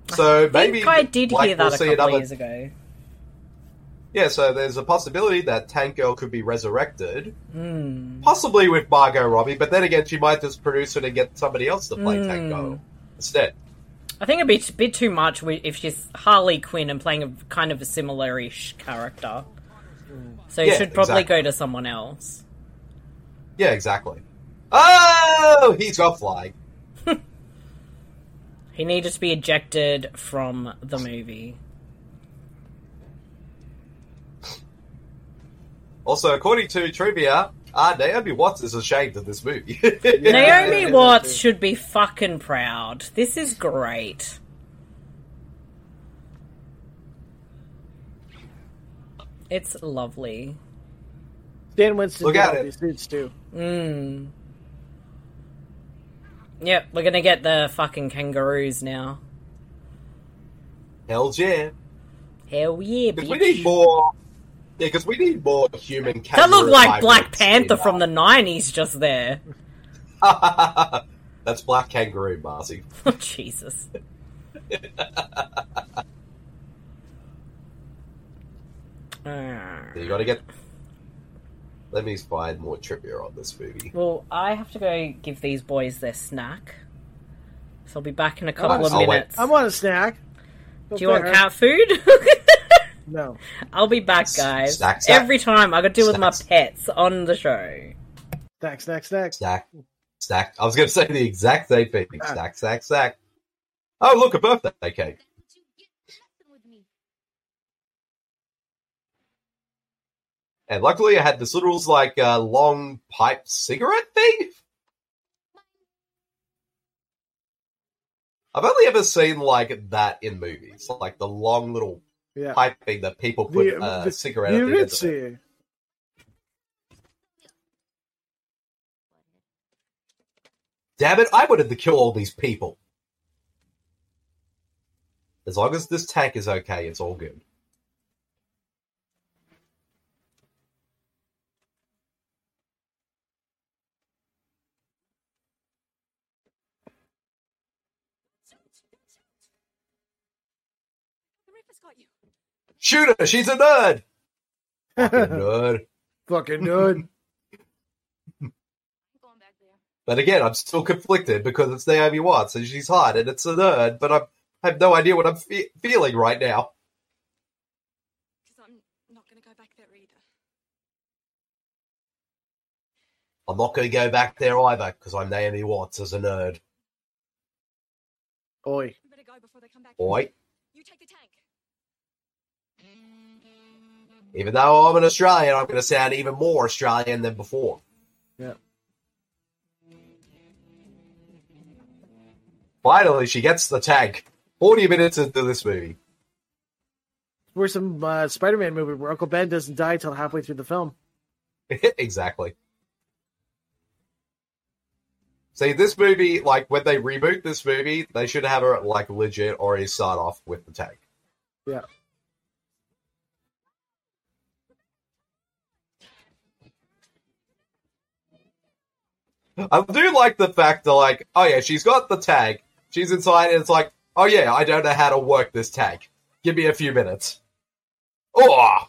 [SPEAKER 8] So
[SPEAKER 2] I
[SPEAKER 8] maybe
[SPEAKER 2] think I did
[SPEAKER 8] like,
[SPEAKER 2] hear that
[SPEAKER 8] we'll
[SPEAKER 2] a
[SPEAKER 8] see
[SPEAKER 2] couple of
[SPEAKER 8] another
[SPEAKER 2] years ago.
[SPEAKER 8] Yeah, so there's a possibility that Tank Girl could be resurrected,
[SPEAKER 2] Hmm.
[SPEAKER 8] possibly with Margot Robbie, but then again, she might just produce it and get somebody else to play Tank
[SPEAKER 2] Hmm.
[SPEAKER 8] Girl instead.
[SPEAKER 2] I think it'd be a bit too much wi- if she's Harley Quinn and playing a kind of a similar-ish character. So you
[SPEAKER 8] Yeah,
[SPEAKER 2] should probably
[SPEAKER 8] exactly.
[SPEAKER 2] go to someone else.
[SPEAKER 8] Yeah, exactly. Oh, he's got flying.
[SPEAKER 2] He needed to be ejected from the movie.
[SPEAKER 8] Also, according to trivia, uh, Naomi Watts is ashamed of this movie.
[SPEAKER 2] Naomi Watts should be fucking proud. This is great. It's lovely.
[SPEAKER 4] Dan Winston
[SPEAKER 8] Look
[SPEAKER 4] did
[SPEAKER 8] at
[SPEAKER 4] all
[SPEAKER 8] it.
[SPEAKER 4] these dudes too.
[SPEAKER 2] Mm. Yep, we're gonna get the fucking kangaroos now.
[SPEAKER 8] Hell yeah.
[SPEAKER 2] Hell yeah,
[SPEAKER 8] Because
[SPEAKER 2] bitch.
[SPEAKER 8] we need more. Yeah, because we need more human
[SPEAKER 2] That
[SPEAKER 8] kangaroo
[SPEAKER 2] looked like
[SPEAKER 8] hybrids
[SPEAKER 2] Black Panther
[SPEAKER 8] in,
[SPEAKER 2] from the 90s just there.
[SPEAKER 8] uh, That's Black Kangaroo, Marcy.
[SPEAKER 2] Oh, Jesus. Uh, Ah.
[SPEAKER 8] You gotta get. Let me find more trivia on this movie.
[SPEAKER 2] well, I have to go give these boys their snack. So I'll be back in a couple
[SPEAKER 8] Nice.
[SPEAKER 2] of
[SPEAKER 8] I'll wait.
[SPEAKER 2] minutes.
[SPEAKER 4] I'm on a snack.
[SPEAKER 2] Do you want cat food?
[SPEAKER 4] No.
[SPEAKER 2] I'll be back, guys.
[SPEAKER 8] snack, snack.
[SPEAKER 2] Every time I gotta deal with my
[SPEAKER 8] Snacks.
[SPEAKER 2] pets on the show.
[SPEAKER 4] Snack, snack, snack.
[SPEAKER 8] Stack, stack. I was gonna say the exact same thing. Stack, stack, stack. Oh, look, a birthday cake.
[SPEAKER 7] That's what you get for messing with me.
[SPEAKER 8] And luckily, I had this little like uh, long pipe cigarette thing. I've only ever seen like that in movies, like the long little
[SPEAKER 4] Yeah.
[SPEAKER 8] pipe thing that people put a uh, cigarette. at
[SPEAKER 4] you
[SPEAKER 8] the end
[SPEAKER 4] did
[SPEAKER 8] of it.
[SPEAKER 4] see.
[SPEAKER 8] Damn it! I wanted to kill all these people. As long as this tank is okay, it's all good.
[SPEAKER 10] The Reaper's got you.
[SPEAKER 8] Shoot her! She's a nerd! Fucking nerd.
[SPEAKER 4] Fucking nerd.
[SPEAKER 7] I'm going back there.
[SPEAKER 8] But again, I'm still conflicted because it's Naomi Watts and she's hot and it's a nerd, but I'm, I have no idea what I'm fe- feeling right now.
[SPEAKER 10] Because I'm not going to go back there either.
[SPEAKER 8] I'm not going to go back there either because I'm Naomi Watts as a nerd.
[SPEAKER 4] Oi.
[SPEAKER 10] We better go before they come back.
[SPEAKER 8] Boy,
[SPEAKER 10] You take the tank.
[SPEAKER 8] even though I'm an Australian, I'm going to sound even more Australian than before.
[SPEAKER 4] Yeah.
[SPEAKER 8] Finally, she gets the tank. 40 minutes into this movie.
[SPEAKER 4] We're some uh, Spider Man movie where Uncle Ben doesn't die till halfway through the film.
[SPEAKER 8] exactly. See, this movie, like when they reboot this movie, they should have her like legit already start off with the tank.
[SPEAKER 4] Yeah.
[SPEAKER 8] I do like the fact that, like, oh yeah, she's got the tag. She's inside, and it's like, oh yeah, I don't know how to work this tag. Give me a few minutes. Oh,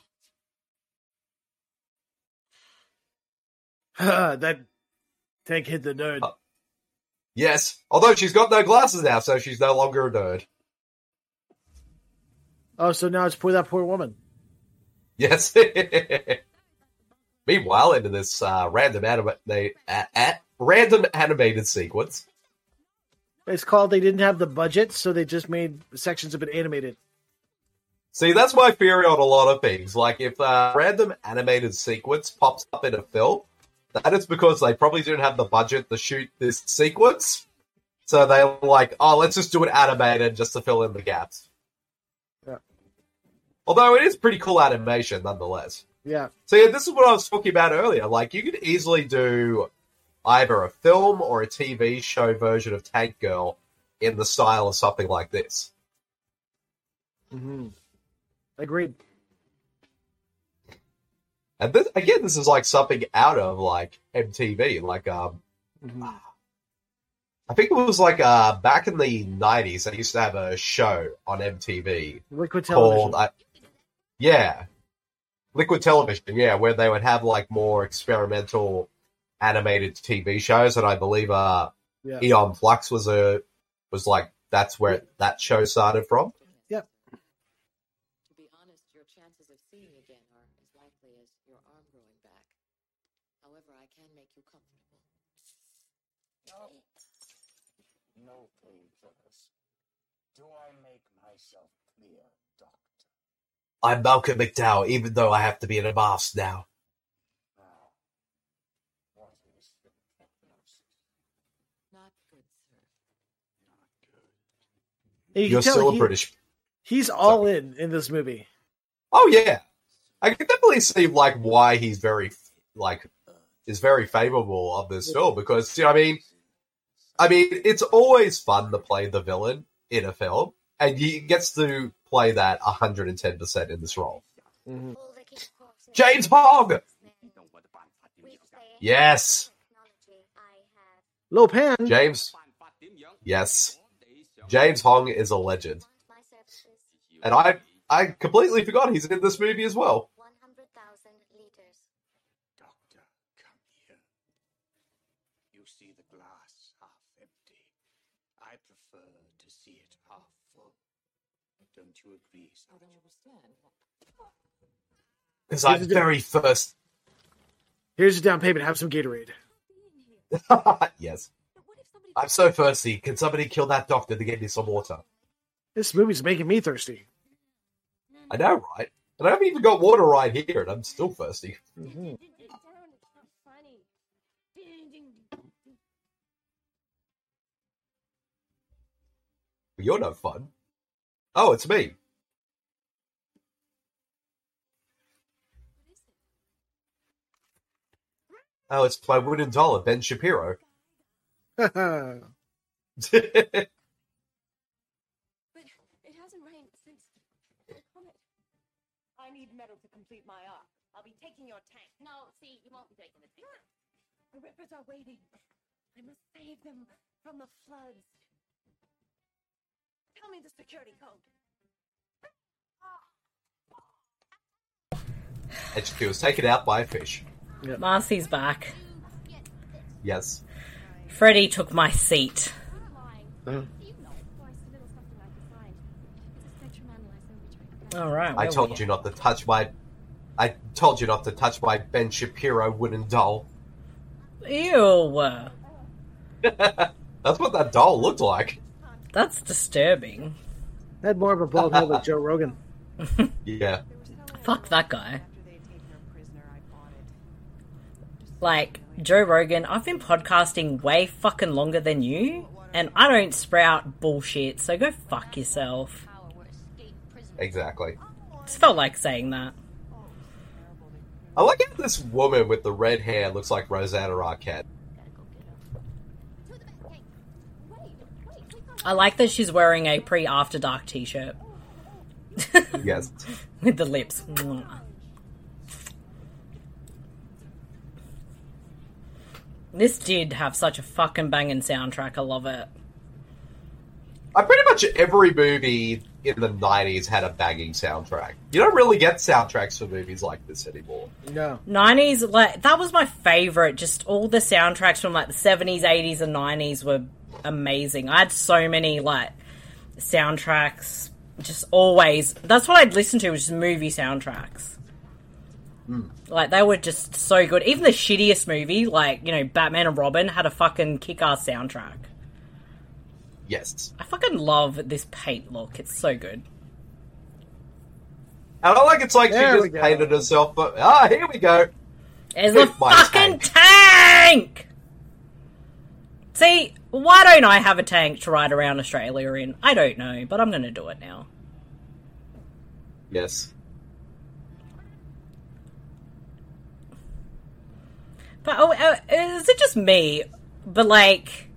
[SPEAKER 4] that tank hit the nerd.
[SPEAKER 8] Oh. yes. Although she's got no glasses now, so she's no longer a nerd.
[SPEAKER 4] Oh, so now it's poor that poor woman.
[SPEAKER 8] Yes. Meanwhile, into this uh, random anima- they- a- a- random animated sequence.
[SPEAKER 4] It's called they didn't have the budget, so they just made sections of it animated.
[SPEAKER 8] See, that's my theory on a lot of things. Like, if a random animated sequence pops up in a film, that is because they probably didn't have the budget to shoot this sequence. So they were like, oh, let's just do it animated just to fill in the gaps.
[SPEAKER 4] Yeah.
[SPEAKER 8] Although it is pretty cool animation nonetheless.
[SPEAKER 4] Yeah.
[SPEAKER 8] So yeah, this is what I was talking about earlier. Like you could easily do either a film or a TV show version of Tank Girl in the style of something like this.
[SPEAKER 4] hmm Agreed.
[SPEAKER 8] And this, again, this is like something out of like MTV. Like um,
[SPEAKER 4] Mhm.
[SPEAKER 8] I think it was like uh back in the nineties, they used to have a show on MTV
[SPEAKER 4] Liquid television.
[SPEAKER 8] called uh, yeah liquid television yeah where they would have like more experimental animated tv shows and i believe uh
[SPEAKER 4] yeah.
[SPEAKER 8] eon flux was a was like that's where that show started from
[SPEAKER 11] To be honest, your chances of seeing again are as likely as your arm growing back. However, I can make you comfortable.
[SPEAKER 6] No, please, Phyllis. Do I make myself clear, Doctor?
[SPEAKER 8] i'm malcolm mcdowell even though i have to be in a mask now
[SPEAKER 6] Now, what is the prognosis?
[SPEAKER 11] Not good, sir.
[SPEAKER 6] Not good.
[SPEAKER 4] And you
[SPEAKER 8] you're
[SPEAKER 4] can tell
[SPEAKER 8] still
[SPEAKER 4] he-
[SPEAKER 8] a british
[SPEAKER 4] He's all in in this movie.
[SPEAKER 8] oh yeah i can definitely see like why he's very like is very favorable of this film because you know what i mean I mean, it's always fun to play the villain in a film, and he gets to play that 110% in this role.
[SPEAKER 7] All the key corpses-
[SPEAKER 8] James Hogg!
[SPEAKER 7] Which
[SPEAKER 8] Yes,
[SPEAKER 7] they technology I have.
[SPEAKER 4] Lo Pan.
[SPEAKER 8] James. Yes. James Hong is a legend.
[SPEAKER 7] Want my services?
[SPEAKER 8] And I I completely forgot he's in this movie as well.
[SPEAKER 7] 100,000 liters.
[SPEAKER 6] Doctor, come here. You see the glass half empty. I prefer to see it half full. Don't you agree,
[SPEAKER 11] I
[SPEAKER 6] Sergeant?
[SPEAKER 11] don't understand.
[SPEAKER 8] Because I'm very first.
[SPEAKER 4] Here's your down payment. Have some Gatorade.
[SPEAKER 8] yes.
[SPEAKER 10] But what if somebody
[SPEAKER 8] I'm so thirsty. Can somebody kill that doctor to get me some water?
[SPEAKER 4] This movie's making me thirsty.
[SPEAKER 10] Hmm.
[SPEAKER 8] I know, right? And I haven't even got water right here, and I'm still thirsty. You're no fun. Oh, it's me. Oh, it's my wooden dollar, Ben Shapiro.
[SPEAKER 4] That's
[SPEAKER 10] But it hasn't rained.
[SPEAKER 12] taking your tank.
[SPEAKER 7] No, see, you won't be taking the tank.
[SPEAKER 12] The rippers are waiting. I must save them from the floods. Tell me the security code.
[SPEAKER 8] And she was taken out by a fish.
[SPEAKER 2] Marcy's back.
[SPEAKER 8] Yes.
[SPEAKER 2] Freddy took my seat.
[SPEAKER 8] Uh.
[SPEAKER 2] All right.
[SPEAKER 8] I
[SPEAKER 2] where were
[SPEAKER 8] told you not to touch my. I told you not to touch my Ben Shapiro wooden doll.
[SPEAKER 2] Ew. uh,
[SPEAKER 8] That's what that doll looked like.
[SPEAKER 2] That's disturbing.
[SPEAKER 4] Had more of a bald head like Joe Rogan.
[SPEAKER 8] Yeah.
[SPEAKER 2] Fuck that guy. Like, Joe Rogan, I've been podcasting way fucking longer than you, and I don't sprout bullshit, so go fuck yourself.
[SPEAKER 8] Exactly.
[SPEAKER 2] Just felt like saying that.
[SPEAKER 8] I like how this woman with the red hair looks like Rosanna Arquette.
[SPEAKER 2] I like that she's wearing a pre After Dark t shirt
[SPEAKER 8] Yes.
[SPEAKER 2] with the lips. Mwah. This did have such a fucking banging soundtrack. I love it.
[SPEAKER 8] I pretty much every movie in the '90s had a banging soundtrack. You don't really get soundtracks for movies like this anymore.
[SPEAKER 4] No.
[SPEAKER 2] 90s, like, that was my favorite. Just all the soundtracks from like the 70s, 80s, and 90s were amazing. I had so many, like, soundtracks. Just always. That's what I'd listen to, was just movie soundtracks. Like they were just so good. Even the shittiest movie, like you know, Batman and Robin, had a fucking kick-ass soundtrack.
[SPEAKER 8] Yes.
[SPEAKER 2] I fucking love this paint look. It's so good.
[SPEAKER 8] And I like it's like
[SPEAKER 2] There
[SPEAKER 8] she
[SPEAKER 2] we
[SPEAKER 8] just painted herself. But ah, here we go.
[SPEAKER 2] There's the
[SPEAKER 8] With my
[SPEAKER 2] fucking tank. See, why don't I have a tank to ride around Australia in? I don't know, but I'm gonna do it now.
[SPEAKER 8] Yes.
[SPEAKER 2] But oh, oh, is it just me? But like,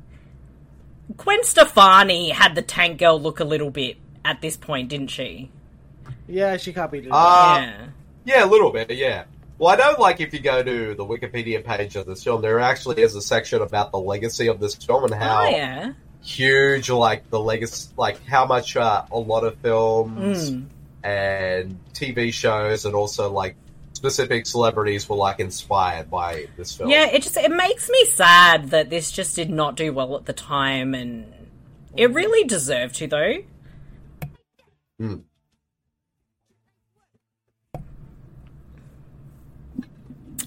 [SPEAKER 2] Gwen Stefani had the tank girl look a little bit at this point, didn't she?
[SPEAKER 4] Yeah, she copied it.
[SPEAKER 8] Uh,
[SPEAKER 2] yeah.
[SPEAKER 8] a little bit. Yeah. Well, I know, like, if you go to the Wikipedia page of this film, there actually is a section about the legacy of this film and how
[SPEAKER 2] Oh yeah.
[SPEAKER 8] huge, like, the legacy, like, how much uh, a lot of films
[SPEAKER 2] Mm.
[SPEAKER 8] and TV shows and also, like, specific celebrities were, like, inspired by this film.
[SPEAKER 2] Yeah, it just it makes me sad that this just did not do well at the time, and it really deserved to though.
[SPEAKER 8] Mm.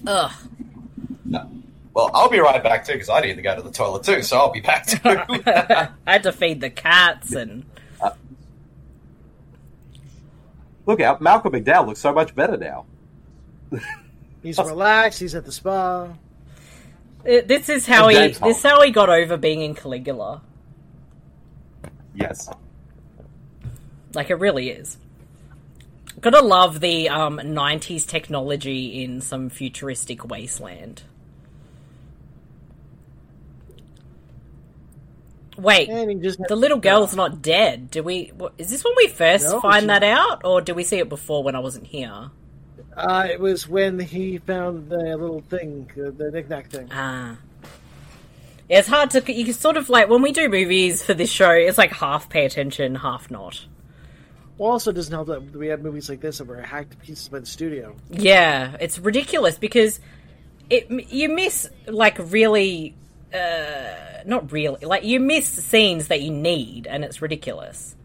[SPEAKER 2] Ugh.
[SPEAKER 8] Well, I'll be right back, too, because I need to go to the toilet, too, so I'll be back, too.
[SPEAKER 2] I had to feed the cats and
[SPEAKER 8] Look out, Malcolm McDowell looks so much better now.
[SPEAKER 4] He's relaxed. He's at the spa.
[SPEAKER 2] it, Uh, this is how he
[SPEAKER 8] James Hull.
[SPEAKER 2] this is how he got over being in Caligula.
[SPEAKER 8] Yes.
[SPEAKER 2] Like it really is. Gotta love the um, '90s technology in some futuristic wasteland. Wait,
[SPEAKER 4] And he just
[SPEAKER 2] the little girl's not dead. Do we? wh- Is this when we first
[SPEAKER 4] No,
[SPEAKER 2] find
[SPEAKER 4] she-
[SPEAKER 2] that out, or do we see it before when I wasn't here?
[SPEAKER 4] Uh, it was when he found the little thing, uh, the knickknack thing.
[SPEAKER 2] Ah. Yeah, it's hard to. You can sort of like when we do movies for this show, it's like half pay attention, half not.
[SPEAKER 4] Also, doesn't help that we have movies like this that were hacked to pieces by the studio.
[SPEAKER 2] Yeah, it's ridiculous because it you miss like really uh not really like you miss scenes that you need and it's ridiculous.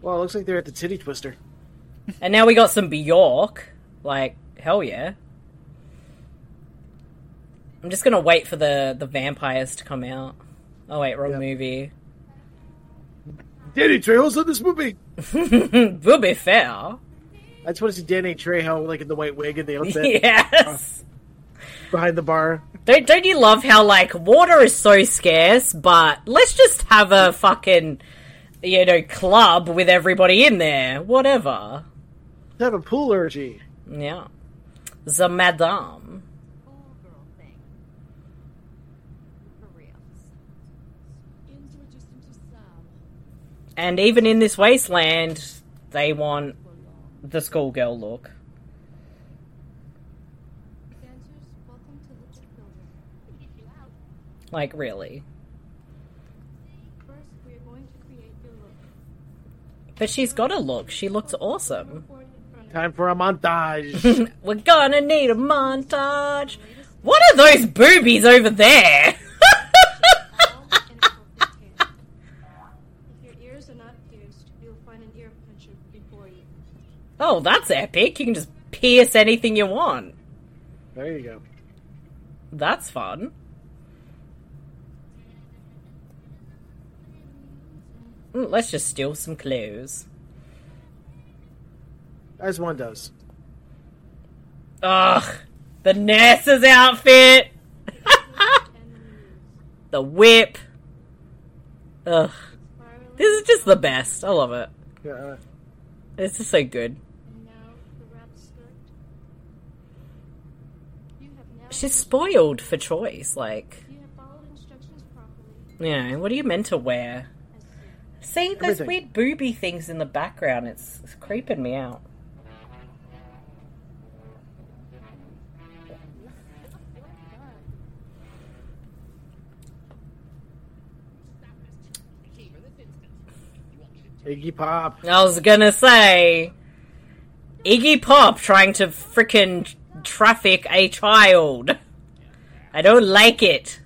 [SPEAKER 4] Well, it looks like they're at the Titty Twister.
[SPEAKER 2] And now we got some Bjork, like hell yeah. I'm just going to wait for the the vampires to come out. Oh wait, wrong movie.
[SPEAKER 4] Danny Trejo's in this movie.
[SPEAKER 2] Booby fair.
[SPEAKER 4] I just want to see Danny Trejo like in the white wig and the outfit
[SPEAKER 2] Yes.
[SPEAKER 4] behind the bar.
[SPEAKER 2] Don't don't you love how like water is so scarce, but let's just have a fucking you know club with everybody in there, whatever.
[SPEAKER 4] They have a pool orgy.
[SPEAKER 2] Yeah, the madame. And even in this wasteland, they want the schoolgirl look. Like, really.
[SPEAKER 10] First, we are going to create your look.
[SPEAKER 2] But she's got a look. She looks awesome.
[SPEAKER 4] Time for a montage.
[SPEAKER 2] We're gonna need a montage. What are those boobies over there?
[SPEAKER 10] If your ears are not pierced, you'll find an ear puncher before you.
[SPEAKER 2] Oh, that's epic. You can just pierce anything you want.
[SPEAKER 4] there you go.
[SPEAKER 2] That's fun. Mm, Let's just steal some clues.
[SPEAKER 4] As one does.
[SPEAKER 2] Ugh, the nurse's outfit. the whip. Ugh. This is just the best. I love it.
[SPEAKER 4] Yeah. uh,
[SPEAKER 2] This is so good.
[SPEAKER 10] Now, the wrap skirt. You have now.
[SPEAKER 2] She's spoiled for choice. Like,
[SPEAKER 10] You have followed instructions properly.
[SPEAKER 2] you know, what are you meant to wear? See, those
[SPEAKER 10] Everything.
[SPEAKER 2] weird booby things in the background. It's, it's creeping me out.
[SPEAKER 4] Iggy Pop.
[SPEAKER 2] I was gonna say Iggy Pop trying to frickin' traffic a child. I don't like it.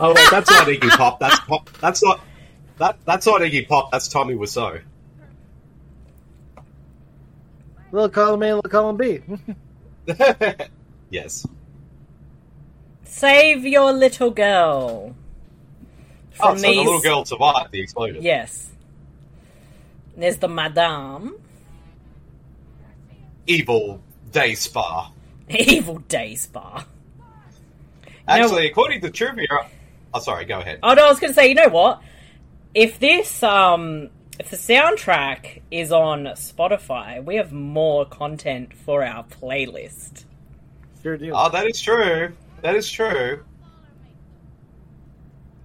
[SPEAKER 8] Oh wait, that's not Iggy Pop. That's pop. That's not that. That's not Iggy Pop. That's Tommy Wiseau.
[SPEAKER 4] Little column A, little column B.
[SPEAKER 8] Yes.
[SPEAKER 2] Save your little girl.
[SPEAKER 8] Oh,
[SPEAKER 2] From
[SPEAKER 8] so
[SPEAKER 2] these...
[SPEAKER 8] the little girl survived the explosion.
[SPEAKER 2] Yes. There's the madame.
[SPEAKER 8] Evil day spa.
[SPEAKER 2] Evil day spa.
[SPEAKER 8] Actually, according to trivia, oh sorry, go ahead.
[SPEAKER 2] Oh no, I was gonna say, you know what? If this um if the soundtrack is on Spotify, we have more content for our playlist.
[SPEAKER 4] Sure do.
[SPEAKER 8] Oh, that is true. That is true.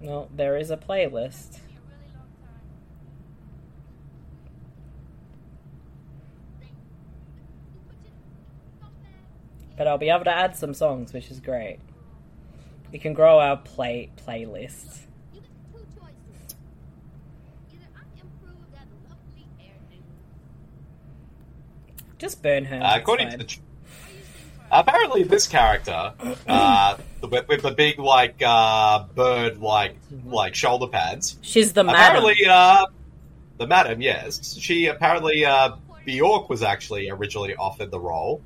[SPEAKER 2] Well, there is a playlist. But I'll be able to add some songs, which is great. We can grow our play playlist.
[SPEAKER 7] You get two choices. Either I'm improved as a lovely air nigga,
[SPEAKER 2] Just burn her.
[SPEAKER 8] Uh, according to the, tr- apparently this character, uh, the- with, with the big like uh, bird like like shoulder pads.
[SPEAKER 2] She's the madam.
[SPEAKER 8] apparently uh, the madam. Yes, she apparently uh, Bjork was actually originally offered the role.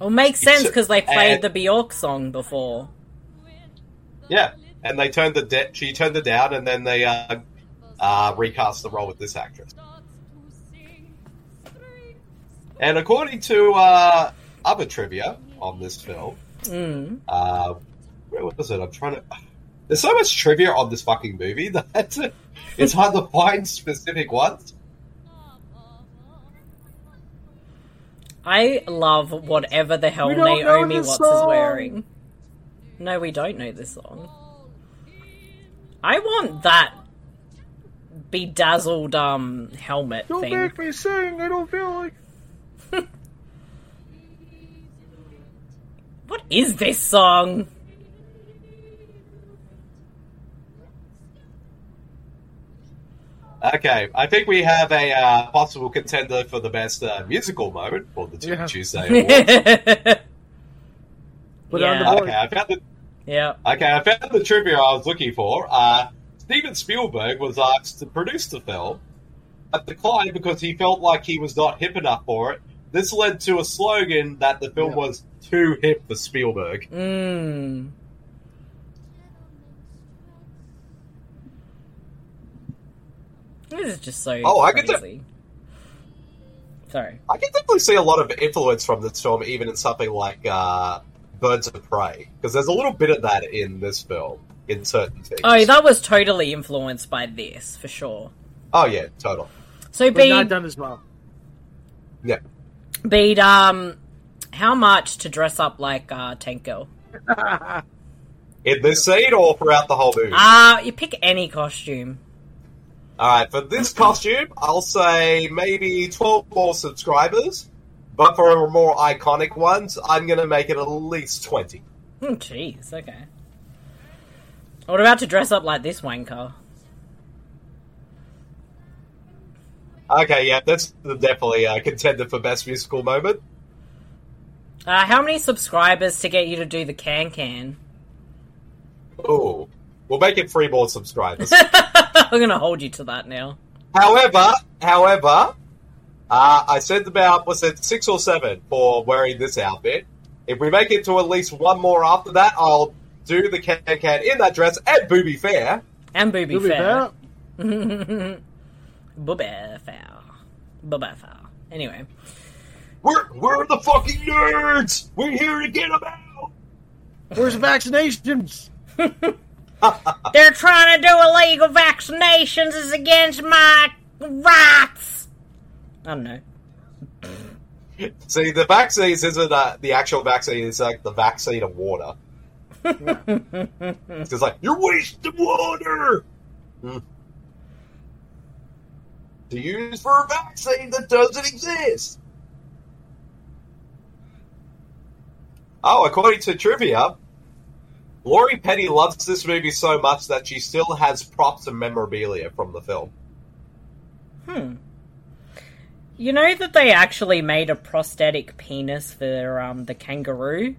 [SPEAKER 2] Well, makes sense
[SPEAKER 8] It's-
[SPEAKER 2] because they played
[SPEAKER 8] uh,
[SPEAKER 2] the Bjork song before.
[SPEAKER 8] Yeah, and they turned the de- she turned it down, and then they uh, uh, recast the role with this actress. And according to uh, other trivia on this film,
[SPEAKER 2] Mm.
[SPEAKER 8] uh, where was it? I'm trying to. There's so much trivia on this fucking movie that it's hard to find specific ones.
[SPEAKER 2] I love whatever the hell
[SPEAKER 4] We don't know
[SPEAKER 2] Naomi
[SPEAKER 4] this
[SPEAKER 2] Watts is
[SPEAKER 4] song.
[SPEAKER 2] wearing. No, we don't know this song. I want that bedazzled um helmet
[SPEAKER 4] Don't
[SPEAKER 2] thing.
[SPEAKER 4] make me sing. I don't feel like.
[SPEAKER 2] What is this song?
[SPEAKER 8] Okay, I think we have a uh, possible contender for the best uh, musical moment for the Tuesday
[SPEAKER 4] Yeah.
[SPEAKER 8] Tuesday Awards.
[SPEAKER 2] yeah.
[SPEAKER 4] Put it on the board.
[SPEAKER 8] okay, I found the
[SPEAKER 2] yeah.
[SPEAKER 8] okay, I found the trivia I was looking for. Uh, Steven Spielberg was asked to produce the film, but declined because he felt like he was not hip enough for it. This led to a slogan that the film
[SPEAKER 4] Yeah.
[SPEAKER 8] was too hip for Spielberg.
[SPEAKER 2] Mm. This is just so
[SPEAKER 8] Oh, I get
[SPEAKER 2] crazy.
[SPEAKER 8] to-
[SPEAKER 2] Sorry.
[SPEAKER 8] I can definitely see a lot of influence from this film, even in something like uh, Birds of Prey, because there's a little bit of that in this film in certain things.
[SPEAKER 2] Oh, that was totally influenced by this for sure.
[SPEAKER 8] Oh yeah, total.
[SPEAKER 2] So
[SPEAKER 4] But
[SPEAKER 2] be
[SPEAKER 4] not done as well.
[SPEAKER 8] Yeah.
[SPEAKER 2] beat um how much to dress up like uh Tank Girl?
[SPEAKER 8] In this scene or throughout the whole movie?
[SPEAKER 2] Uh you pick any costume.
[SPEAKER 8] All right, for this costume, I'll say maybe 12 more subscribers, But for more iconic ones, I'm going to make it at least 20.
[SPEAKER 2] Hmm, Jeez, okay. What about to dress up like this wanker?
[SPEAKER 8] Okay, yeah, that's definitely a contender for best musical moment.
[SPEAKER 2] Uh, how many subscribers to get you to do the can can?
[SPEAKER 8] Ooh. We'll make it three more subscribers.
[SPEAKER 2] I'm gonna hold you to that now.
[SPEAKER 8] however, however, uh, I said about, was it six or seven for wearing this outfit? If we make it to at least one more after that, I'll do the can can in that dress and booby fair.
[SPEAKER 2] And booby,
[SPEAKER 8] Booby
[SPEAKER 2] fair. Booby fair. Booby fair. Anyway.
[SPEAKER 8] We're we're the fucking nerds. We're here to get them out.
[SPEAKER 4] Where's the vaccinations?
[SPEAKER 2] They're trying to do illegal vaccinations is against my rights. I don't know.
[SPEAKER 8] See, the vaccines isn't uh, the actual vaccine; it's like the vaccine of water. It's just like you're wasting water. Hmm. To use for a vaccine that doesn't exist. Oh, according to trivia, Lori Petty loves this movie so much that she still has props and memorabilia from the film.
[SPEAKER 2] Hmm. You know that they actually made a prosthetic penis for um, the kangaroo,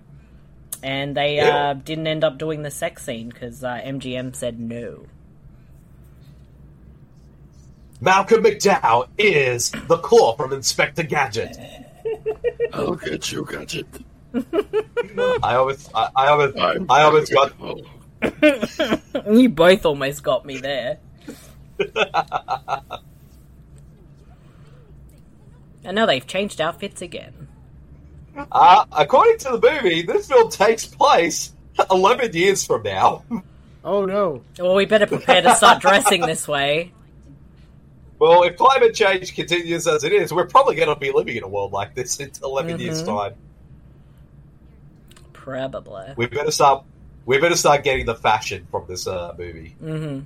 [SPEAKER 2] and they uh, didn't end up doing the sex scene because uh, MGM said no.
[SPEAKER 8] Malcolm McDowell is the claw from Inspector Gadget.
[SPEAKER 13] I'll get you, gadget.
[SPEAKER 8] I almost, I, I almost, I almost got.
[SPEAKER 2] you both almost got me there. and now they've changed outfits again.
[SPEAKER 8] Uh, according to the movie, this film takes place 11 years from now.
[SPEAKER 4] Oh no!
[SPEAKER 2] Well, we better prepare to start dressing this way.
[SPEAKER 8] Well, if climate change continues as it is, we're probably going to be living in a world like this in 11 years'
[SPEAKER 2] Mhm.
[SPEAKER 8] time.
[SPEAKER 2] Probably.
[SPEAKER 8] We better start. We better start getting the fashion from this uh, movie.
[SPEAKER 2] Mm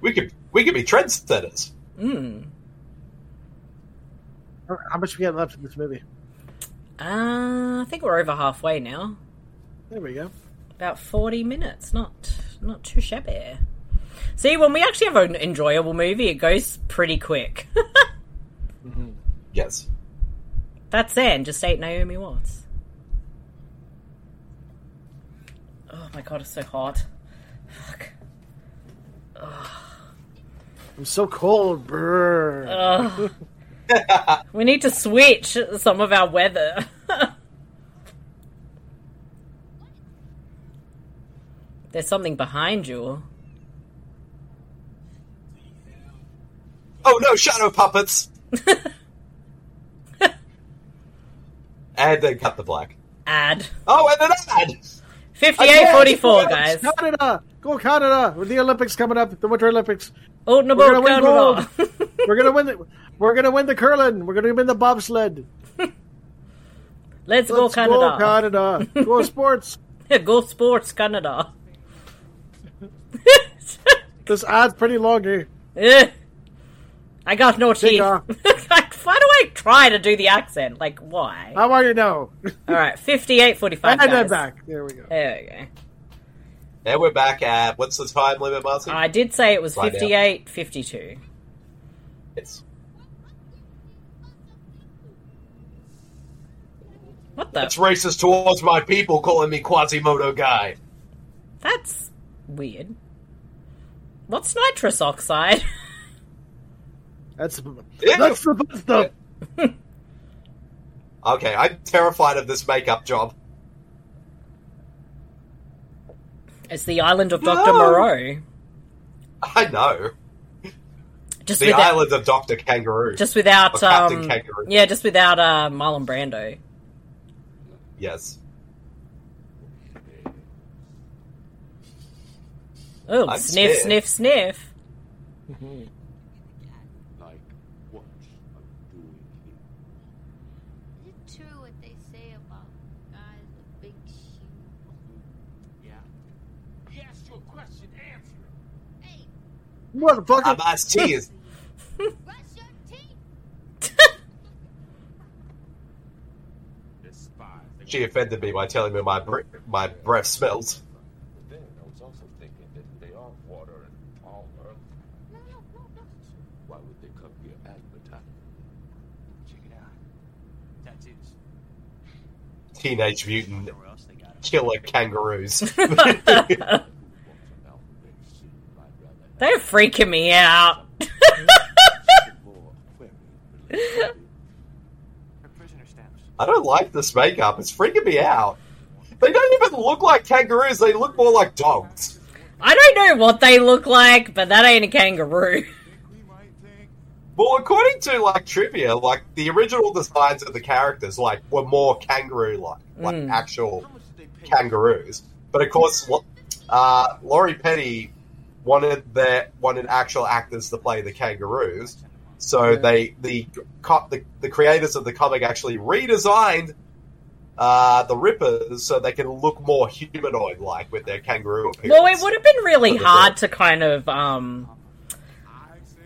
[SPEAKER 8] We could we could be trendsetters.
[SPEAKER 2] hmm. Mm.
[SPEAKER 4] How how much we got left in this movie?
[SPEAKER 2] Uh, I think we're over halfway now.
[SPEAKER 4] There we go.
[SPEAKER 2] About 40 minutes. Not not too shabby. See, when we actually have an enjoyable movie, it goes pretty quick.
[SPEAKER 8] Yes.
[SPEAKER 2] That's it, and just ate Naomi Watts. Oh my god, it's so hot.
[SPEAKER 4] I'm so cold, brr.
[SPEAKER 2] Ugh. we need to switch some of our weather. There's something behind you.
[SPEAKER 8] Oh no, shadow puppets! and then cut the black.
[SPEAKER 2] Ad.
[SPEAKER 8] Oh, and an ad.
[SPEAKER 4] Oh,
[SPEAKER 2] 5844,
[SPEAKER 4] Yes,
[SPEAKER 2] guys.
[SPEAKER 4] Canada, go Canada! With the Olympics coming up, the Winter Olympics.
[SPEAKER 2] Oh no,
[SPEAKER 4] we're gonna win
[SPEAKER 2] Canada.
[SPEAKER 4] gold. we're gonna win. The, we're gonna win the curling. We're gonna win the bobsled.
[SPEAKER 2] Let's, go,
[SPEAKER 4] Let's
[SPEAKER 2] Canada.
[SPEAKER 4] Go Canada. Go sports.
[SPEAKER 2] go sports, Canada.
[SPEAKER 4] this ad's pretty long here.
[SPEAKER 2] Ugh. Eh. I got no teeth.
[SPEAKER 4] Digger.
[SPEAKER 2] like, why do I try to do the accent? Like, why?
[SPEAKER 4] How are you now?
[SPEAKER 2] All right, fifty-eight forty-five.
[SPEAKER 4] Ah. And I'm
[SPEAKER 2] guys.
[SPEAKER 4] back. There we go.
[SPEAKER 2] There we go.
[SPEAKER 8] Now we're back at what's the time limit, Marcy?
[SPEAKER 2] I did say it was
[SPEAKER 8] Right now.
[SPEAKER 2] fifty-eight fifty-two.
[SPEAKER 8] Yes.
[SPEAKER 2] What the?
[SPEAKER 8] That's racist towards my people, calling me Quasimodo guy.
[SPEAKER 2] That's weird. What's nitrous oxide?
[SPEAKER 4] That's that's the best stuff.
[SPEAKER 8] Okay, I'm terrified of this makeup job.
[SPEAKER 2] It's the island of Doctor
[SPEAKER 8] No.
[SPEAKER 2] Moreau.
[SPEAKER 8] I know.
[SPEAKER 2] Just
[SPEAKER 8] the
[SPEAKER 2] without-
[SPEAKER 8] island of Doctor Kangaroo.
[SPEAKER 2] Just
[SPEAKER 8] Or
[SPEAKER 2] without,
[SPEAKER 8] Captain
[SPEAKER 2] um,
[SPEAKER 8] Kangaroo.
[SPEAKER 2] yeah, just without uh, Marlon Brando.
[SPEAKER 8] Yes.
[SPEAKER 2] Oh,
[SPEAKER 6] I'm
[SPEAKER 2] sniff,
[SPEAKER 6] scared.
[SPEAKER 2] sniff, sniff.
[SPEAKER 6] Like, what are you doing here?
[SPEAKER 7] It's true what they say about guys with big shoes.
[SPEAKER 6] Yeah. He asked you a question, answer it.
[SPEAKER 7] Hey,
[SPEAKER 4] Motherfucker.
[SPEAKER 8] I'm iced tea is
[SPEAKER 7] brush your teeth.
[SPEAKER 8] She offended me by telling me my br- my breath smells.
[SPEAKER 14] Then I was also thinking that if they are water and all earth, why would they come here advertising?
[SPEAKER 6] Check it out. Tattoos.
[SPEAKER 8] Teenage mutant killer kangaroos.
[SPEAKER 2] They're freaking me out.
[SPEAKER 8] I don't like this makeup. It's freaking me out. They don't even look like kangaroos. They look more like dogs.
[SPEAKER 2] I don't know what they look like, but that ain't a kangaroo.
[SPEAKER 8] Well, according to like trivia, like the original designs of the characters, like were more kangaroo-like, like
[SPEAKER 2] Mm.
[SPEAKER 8] actual kangaroos. But of course, lo- uh, Laurie Petty wanted their wanted actual actors to play the kangaroos, so
[SPEAKER 2] Hmm.
[SPEAKER 8] they the, co- the the creators of the comic actually redesigned uh, the Rippers so they can look more humanoid-like with their kangaroo appearance.
[SPEAKER 2] Well, it would have been really
[SPEAKER 8] But the-
[SPEAKER 2] hard to kind of, um,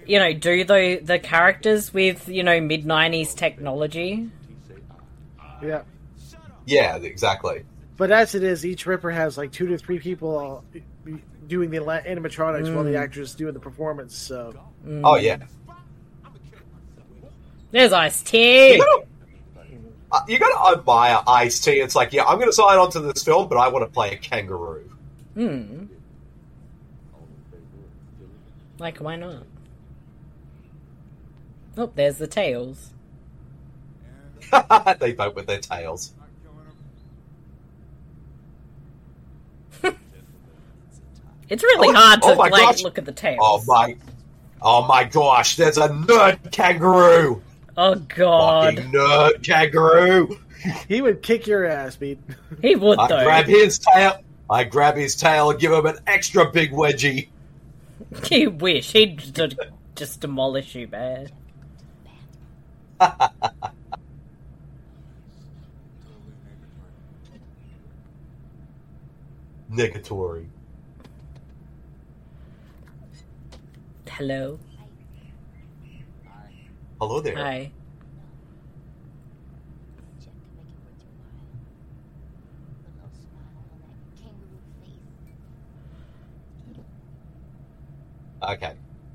[SPEAKER 2] you know, do the the characters with you know mid '90s technology.
[SPEAKER 4] Yeah.
[SPEAKER 8] Yeah, exactly.
[SPEAKER 4] But as it is, each Ripper has like two to three people uh, doing the la- animatronics while the
[SPEAKER 2] Mm.
[SPEAKER 4] actors doing the performance. So,
[SPEAKER 2] Hmm.
[SPEAKER 8] Oh yeah.
[SPEAKER 2] There's Ice T.
[SPEAKER 8] Uh, you got to admire Ice T. It's like, yeah, I'm going to sign on to this film, but I want to play a kangaroo.
[SPEAKER 2] Hmm. Like, why not? Oh, there's the tails.
[SPEAKER 8] they vote with their tails.
[SPEAKER 2] It's really
[SPEAKER 8] Oh,
[SPEAKER 2] hard to
[SPEAKER 8] oh my
[SPEAKER 2] like
[SPEAKER 8] gosh.
[SPEAKER 2] look at the tails.
[SPEAKER 8] Oh my, oh my gosh! There's a nerd kangaroo.
[SPEAKER 2] Oh god!
[SPEAKER 8] Fucking nerd kangaroo.
[SPEAKER 4] he would kick your ass, Pete.
[SPEAKER 2] He would
[SPEAKER 8] I grab his tail. I grab his tail and give him an extra big wedgie.
[SPEAKER 2] You wish he'd d- just demolish you, man.
[SPEAKER 8] Negatory.
[SPEAKER 2] Hello.
[SPEAKER 8] Hello there.
[SPEAKER 2] Hi.
[SPEAKER 8] Okay.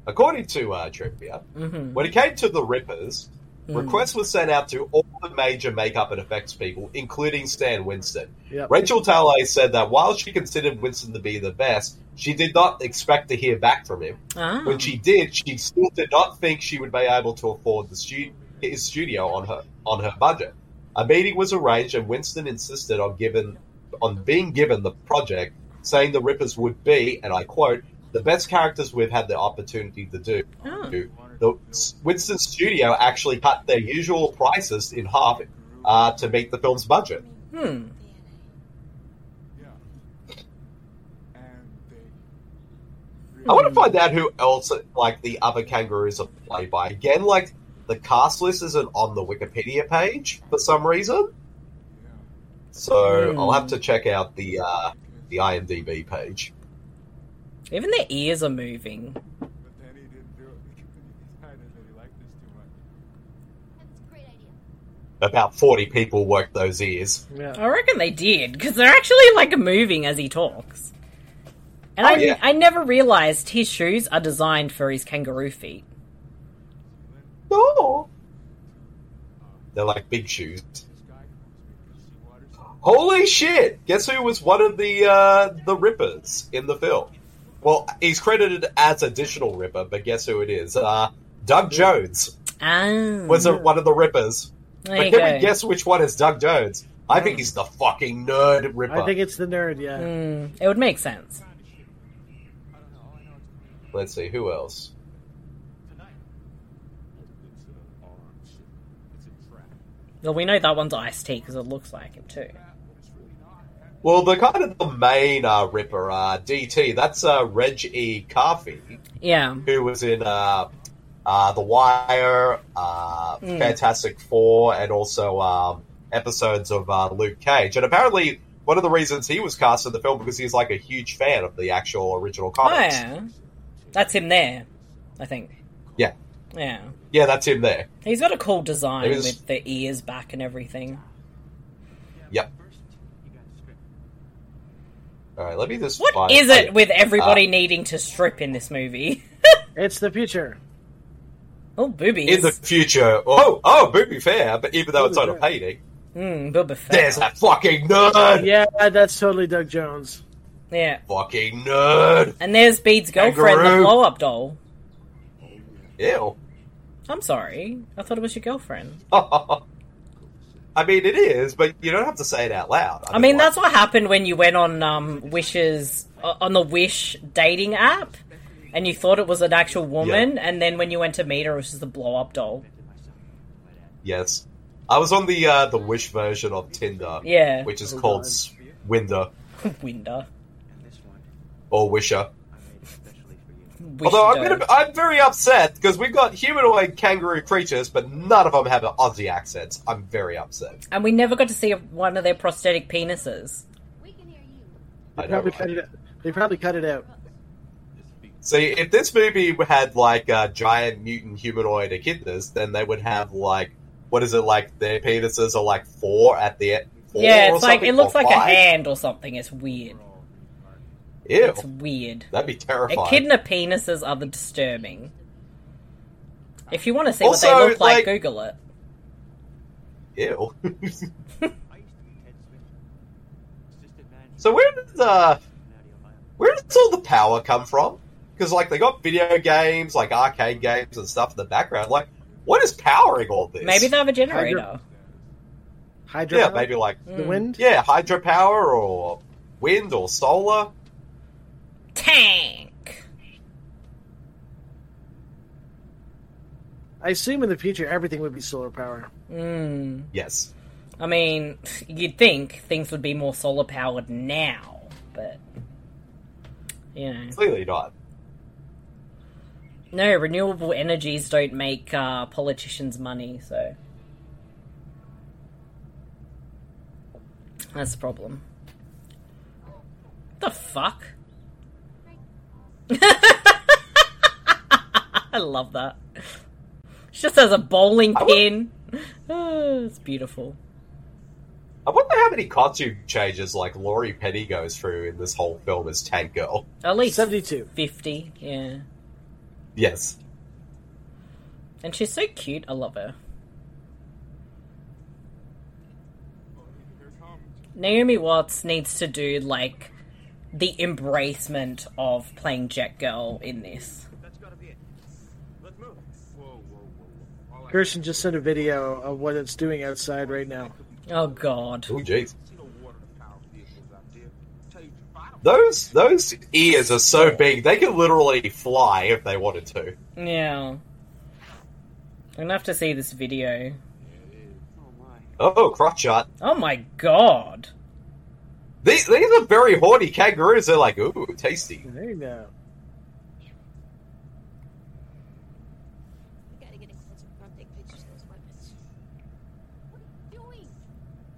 [SPEAKER 8] According to uh, trivia,
[SPEAKER 2] Mhm.
[SPEAKER 8] when it came to the Rippers,
[SPEAKER 2] Mm.
[SPEAKER 8] requests were sent out to all the major makeup and effects people, including Stan Winston.
[SPEAKER 4] Yep.
[SPEAKER 8] Rachel Taylor said that while she considered Winston to be the best, she did not expect to hear back from him.
[SPEAKER 2] Ah.
[SPEAKER 8] When she did, she still did not think she would be able to afford the stu- his studio on her on her budget. A meeting was arranged, and Winston insisted on given on being given the project, saying the Rippers would be, and I quote, "the best characters we've had the opportunity to do."
[SPEAKER 2] Oh.
[SPEAKER 8] The Winston Studio actually cut their usual prices in half uh, to meet the film's budget.
[SPEAKER 2] Hmm.
[SPEAKER 8] I want to find out who else, like the other kangaroos, are played by. Again, like the cast list isn't on the Wikipedia page for some reason, so
[SPEAKER 2] Hmm.
[SPEAKER 8] I'll have to check out the uh, the IMDb page.
[SPEAKER 2] Even their ears are moving.
[SPEAKER 8] About forty people worked those ears.
[SPEAKER 2] I reckon they did because they're actually like moving as he talks. And
[SPEAKER 8] Oh,
[SPEAKER 2] I,
[SPEAKER 8] yeah.
[SPEAKER 2] I never realized his shoes are designed for his kangaroo feet.
[SPEAKER 8] No. Oh. They're like big shoes. Holy shit! Guess who was one of the uh, the rippers in the film? Well, he's credited as additional ripper, but guess who it is? Uh, Doug Jones
[SPEAKER 2] Ah,
[SPEAKER 8] was a, one of the rippers.
[SPEAKER 2] There
[SPEAKER 8] but
[SPEAKER 2] you
[SPEAKER 8] can
[SPEAKER 2] go.
[SPEAKER 8] we guess which one is Doug Jones? I think he's the fucking nerd ripper.
[SPEAKER 4] I think it's the nerd. Yeah.
[SPEAKER 2] Mm, it would make sense.
[SPEAKER 8] Let's see who else.
[SPEAKER 2] Well, we know that one's iced tea because it looks like him too.
[SPEAKER 8] Well, the kind of the main uh, ripper, uh, DT. That's uh, Reg E. Coffee.
[SPEAKER 2] Yeah.
[SPEAKER 8] who was in uh, uh, The Wire, uh,
[SPEAKER 2] Mm.
[SPEAKER 8] Fantastic Four, and also um, episodes of uh, Luke Cage. And apparently, one of the reasons he was cast in the film because he's like a huge fan of the actual original
[SPEAKER 2] Oh,
[SPEAKER 8] comics.
[SPEAKER 2] yeah. That's him there, I think.
[SPEAKER 8] Yeah.
[SPEAKER 2] Yeah.
[SPEAKER 8] Yeah, that's him there.
[SPEAKER 2] He's got a cool design
[SPEAKER 8] It is-
[SPEAKER 2] with the ears back and everything.
[SPEAKER 8] Yep. All right, let me just.
[SPEAKER 2] What
[SPEAKER 8] find-
[SPEAKER 2] is it with everybody
[SPEAKER 8] Uh,
[SPEAKER 2] needing to strip in this movie?
[SPEAKER 4] it's the future.
[SPEAKER 2] Oh, boobies.
[SPEAKER 8] in the future? Oh, oh, booby fair, but even though it's not a painting,
[SPEAKER 2] Mm, Boba Fett.
[SPEAKER 8] there's that fucking nerd,
[SPEAKER 4] Yeah, that's totally Doug Jones.
[SPEAKER 2] Yeah.
[SPEAKER 8] fucking nerd.
[SPEAKER 2] And there's Bede's girlfriend, the
[SPEAKER 8] Kangaroo.
[SPEAKER 2] blow up doll.
[SPEAKER 8] Ew.
[SPEAKER 2] I'm sorry. I thought it was your girlfriend.
[SPEAKER 8] I mean, it is, but you don't have to say it out loud.
[SPEAKER 2] I mean, that's what happened when you went on um, Wish's uh, on the Wish dating app, and you thought it was an actual woman, and then when you went to meet her, it was just a blow up doll.
[SPEAKER 8] Yes, I was on the uh, the Wish version of Tinder.
[SPEAKER 2] Yeah. Oh,
[SPEAKER 8] which is called Winder
[SPEAKER 2] Winder.
[SPEAKER 8] or Wisher. Although I'm, gonna, I'm very upset because we've got humanoid kangaroo creatures, but none of them have Aussie accents. I'm very upset.
[SPEAKER 2] And we never got to see one of their prosthetic penises.
[SPEAKER 8] I know.
[SPEAKER 4] Probably cut it out. They probably cut it out.
[SPEAKER 8] See, if this movie had like uh, giant mutant humanoid echidnas, then they would have like what is it like their penises are like four at the end. Four
[SPEAKER 2] yeah,
[SPEAKER 8] or
[SPEAKER 2] it's like
[SPEAKER 8] something,
[SPEAKER 2] it looks
[SPEAKER 8] or
[SPEAKER 2] like a
[SPEAKER 8] five?
[SPEAKER 2] hand or something. It's weird.
[SPEAKER 8] Ew,
[SPEAKER 2] It's weird.
[SPEAKER 8] that'd be terrifying.
[SPEAKER 2] Echidna penises are the disturbing. If you want to see what
[SPEAKER 8] Also,
[SPEAKER 2] they look like,
[SPEAKER 8] like-
[SPEAKER 2] Google it.
[SPEAKER 8] Ew. so where does uh, where does all the power come from? Because like they got video games, like arcade games and stuff in the background. Like, what is powering all this?
[SPEAKER 2] Maybe they have a generator.
[SPEAKER 4] Hydro.
[SPEAKER 8] yeah, maybe like
[SPEAKER 4] the
[SPEAKER 2] Mm.
[SPEAKER 4] wind.
[SPEAKER 8] yeah, hydropower or wind or solar.
[SPEAKER 2] Tank.
[SPEAKER 4] I assume in the future everything would be solar power.
[SPEAKER 2] Mm.
[SPEAKER 8] Yes.
[SPEAKER 2] I mean, you'd think things would be more solar powered now, but you know,
[SPEAKER 8] Clearly not.
[SPEAKER 2] no renewable energies don't make uh, politicians money, so that's the problem. The fuck! I love that. She just has a bowling pin. it's beautiful.
[SPEAKER 8] I wonder how many costume changes like Laurie Petty goes through in this whole film as Tank Girl.
[SPEAKER 2] At least
[SPEAKER 4] 72.
[SPEAKER 2] 50, yeah.
[SPEAKER 8] Yes.
[SPEAKER 2] And she's so cute, I love her. Naomi Watts needs to do, like, the embracement of playing Jet Girl in this.
[SPEAKER 4] Gerson just sent a video of what it's doing outside right now.
[SPEAKER 2] Oh, God.
[SPEAKER 8] Oh jeez. Those those ears are so big they could literally fly if they wanted to.
[SPEAKER 2] Yeah. I'm gonna have to see this video.
[SPEAKER 8] Oh, crotch shot.
[SPEAKER 2] Oh my god.
[SPEAKER 8] These these are very horny kangaroos. They're like, ooh, tasty.
[SPEAKER 4] There you go.
[SPEAKER 7] gotta get a close up front, take pictures of those weapons. What are you doing?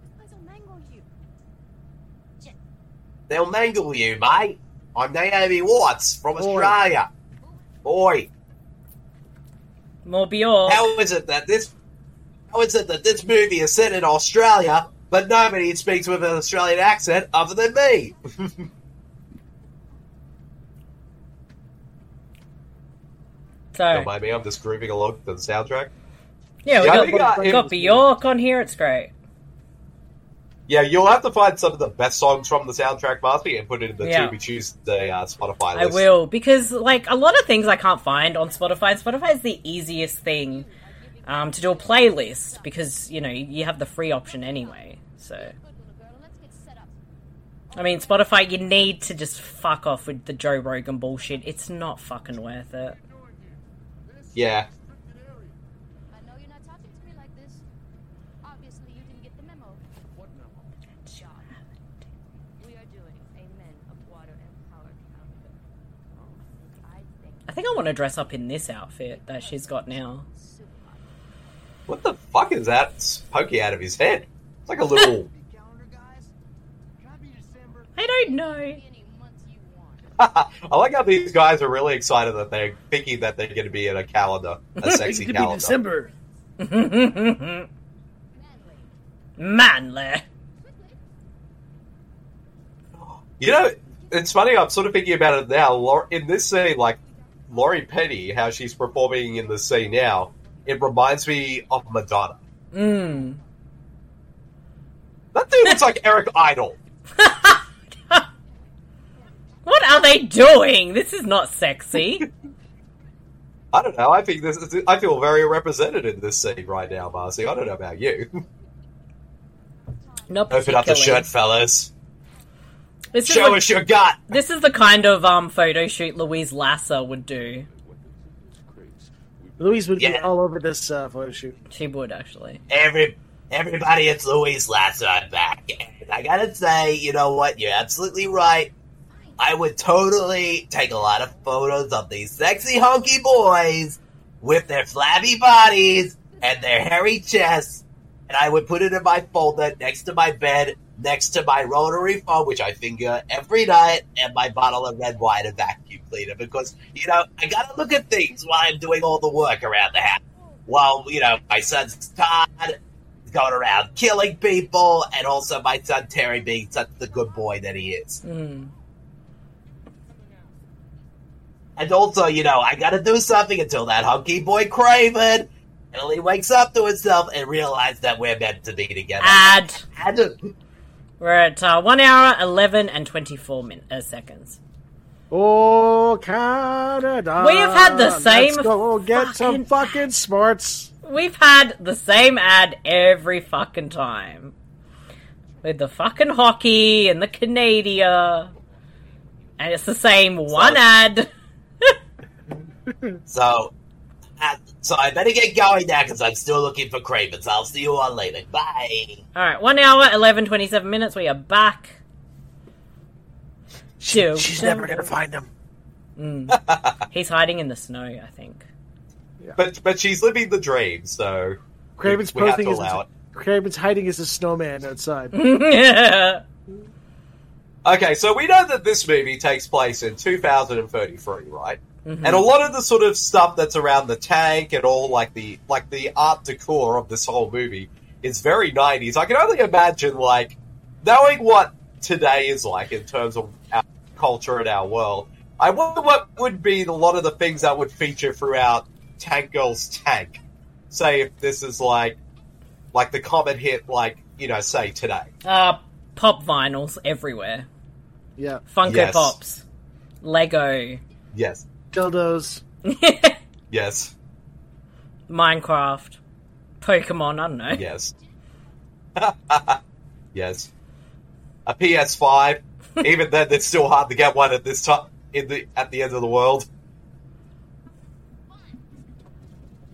[SPEAKER 7] This place will mangle you. Jet,
[SPEAKER 8] They'll mangle you, mate. I'm Naomi Watts from Australia. Boy,
[SPEAKER 2] More Bjork.
[SPEAKER 8] how is it that this how is it that this movie is set in Australia, but nobody speaks with an Australian accent other than me?
[SPEAKER 2] So,
[SPEAKER 8] Don't mind me, I'm just grooving along to the soundtrack.
[SPEAKER 2] yeah, we
[SPEAKER 8] Yeah, I
[SPEAKER 2] got,
[SPEAKER 8] think, uh,
[SPEAKER 2] we got
[SPEAKER 8] it-
[SPEAKER 2] Bjork on here, it's great.
[SPEAKER 8] Yeah, you'll have to find some of the best songs from the soundtrack, Marty, and put it in the
[SPEAKER 2] Yeah.
[SPEAKER 8] yeah. Tuesday uh, Spotify
[SPEAKER 2] I
[SPEAKER 8] list.
[SPEAKER 2] will because like a lot of things I can't find on Spotify. Spotify is the easiest thing um, to do a playlist because you know you have the free option anyway. So I mean, Spotify, you need to just fuck off with the Joe Rogan bullshit. It's not fucking worth it.
[SPEAKER 8] Yeah,
[SPEAKER 7] I know you're not talking to me like this. Obviously, you didn't get the memo. What memo? John. We are doing a men of water and power count. Oh. I think
[SPEAKER 2] I think I want to dress up in this outfit that she's got now.
[SPEAKER 8] What the fuck is that poking out of his head? It's like a little.
[SPEAKER 2] I don't know.
[SPEAKER 8] I like how these guys are really excited that they're thinking that they're going to be in a calendar, a sexy
[SPEAKER 4] it could be
[SPEAKER 8] calendar.
[SPEAKER 4] December.
[SPEAKER 2] Manly.
[SPEAKER 8] You know, it's funny. I'm sort of thinking about it now. Lau- In this scene, like Laurie Petty, how she's performing in the scene now, it reminds me of Madonna.
[SPEAKER 2] Mm.
[SPEAKER 8] That dude looks like Eric Idle.
[SPEAKER 2] What are they doing? This is not sexy.
[SPEAKER 8] I don't know. I think this. Is, I feel very represented in this scene right now, Marcy. I don't know about you.
[SPEAKER 2] Not
[SPEAKER 8] Open up the
[SPEAKER 2] particularly.
[SPEAKER 8] shirt, fellas.
[SPEAKER 2] This is
[SPEAKER 8] Show
[SPEAKER 2] the-
[SPEAKER 8] us your gut.
[SPEAKER 2] This is the kind of um photo shoot Louise Lasser would do.
[SPEAKER 4] Louise would be all over this uh, photo shoot.
[SPEAKER 2] She would actually.
[SPEAKER 9] Every everybody, it's Louise Lasser. I'm back. And I gotta say, you know what? You're absolutely right. I would totally take a lot of photos of these sexy hunky boys with their flabby bodies and their hairy chests, and I would put it in my folder next to my bed, next to my rotary phone, which I finger every night, and my bottle of red wine and vacuum cleaner because you know I gotta look at things while I'm doing all the work around the house. While you know my son's Todd going around killing people, and also my son Terry being such the good boy that he is.
[SPEAKER 2] Mm.
[SPEAKER 9] And also, you know, I gotta do something until that hunky boy Craven finally wakes up to himself and realizes that we're meant to be together.
[SPEAKER 2] Ad.
[SPEAKER 9] Ad.
[SPEAKER 2] We're at uh, one hour, eleven and twenty-four min- uh, seconds.
[SPEAKER 4] Oh, Canada!
[SPEAKER 2] We have had the same
[SPEAKER 4] Let's go get some fucking smarts.
[SPEAKER 2] We've had the same ad every fucking time. With the fucking hockey and the Canada. And it's the same one ad.
[SPEAKER 9] So, uh, so I better get going now because I'm still looking for Craven. So I'll see you all later. Bye.
[SPEAKER 2] Alright, one hour, eleven twenty-seven minutes. We are back. Chill.
[SPEAKER 4] She's never gonna find him.
[SPEAKER 2] Mm. He's hiding in the snow, I think.
[SPEAKER 8] But but she's living the dream, so
[SPEAKER 4] Craven's
[SPEAKER 8] we, we have
[SPEAKER 4] posing
[SPEAKER 8] to
[SPEAKER 4] as
[SPEAKER 8] allow
[SPEAKER 4] a, Craven's hiding as a snowman outside.
[SPEAKER 2] it.
[SPEAKER 8] okay, so we know that this movie takes place in 2033, right?
[SPEAKER 2] Mhm.
[SPEAKER 8] And a lot of the sort of stuff that's around the tank and all, like the like the art decor of this whole movie, is very 90s. I can only imagine, like knowing what today is like in terms of our culture and our world. I wonder what would be a lot of the things that would feature throughout Tank Girl's Tank. Say if this is like like the common hit, like you know, say today.
[SPEAKER 2] Uh, pop vinyls everywhere.
[SPEAKER 4] Yeah.
[SPEAKER 2] Funko
[SPEAKER 8] Yes.
[SPEAKER 2] Pops. Lego.
[SPEAKER 8] Yes.
[SPEAKER 4] Dildos.
[SPEAKER 8] Yes.
[SPEAKER 2] Minecraft. Pokemon, I don't know.
[SPEAKER 8] Yes. Yes. A PS5. Even then, it's still hard to get one at this time in the at the end of the world.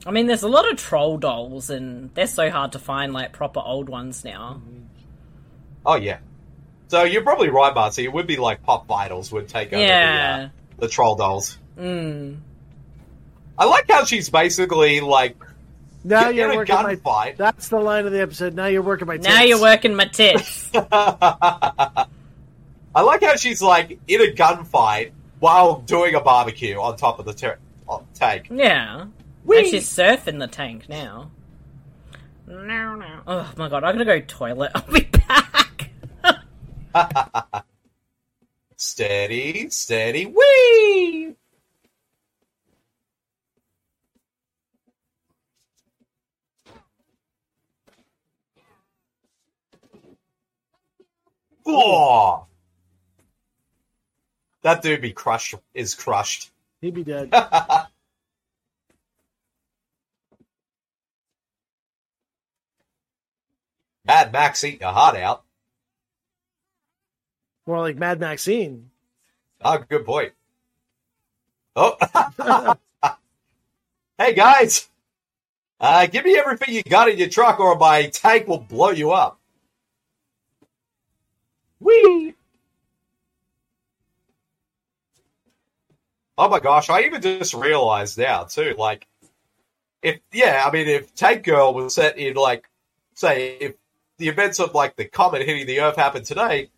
[SPEAKER 2] I mean, there's a lot of troll dolls, and they're so hard to find, like, proper old ones now.
[SPEAKER 8] Oh yeah. So you're probably right, Marcy. It would be like Pop Vitals would take over
[SPEAKER 2] Yeah.
[SPEAKER 8] the, uh, the troll dolls.
[SPEAKER 2] Mm.
[SPEAKER 8] I like how she's basically like
[SPEAKER 4] Now
[SPEAKER 8] You're
[SPEAKER 4] you're,
[SPEAKER 8] in a
[SPEAKER 4] working my. That's the line of the episode. Now you're working my.
[SPEAKER 2] Now
[SPEAKER 4] tits.
[SPEAKER 2] you're working my tits.
[SPEAKER 8] I like how she's like in a gunfight while doing a barbecue on top of the ter- on tank.
[SPEAKER 2] yeah. And she's surfing the tank now. No, no. Oh my god, I'm gonna go toilet. I'll be
[SPEAKER 8] Steady, steady, wee. Oh, that dude be crushed is crushed.
[SPEAKER 4] He'd be dead.
[SPEAKER 8] Mad Max eating your heart out.
[SPEAKER 4] More like Mad Maxine.
[SPEAKER 8] Oh, good point. Oh, hey guys, uh, give me everything you got in your truck, or my tank will blow you up. Wee. Oh my gosh, I even just realized now too, like if yeah, I mean if Tank Girl was set in like say if the events of like the comet hitting the earth happened today,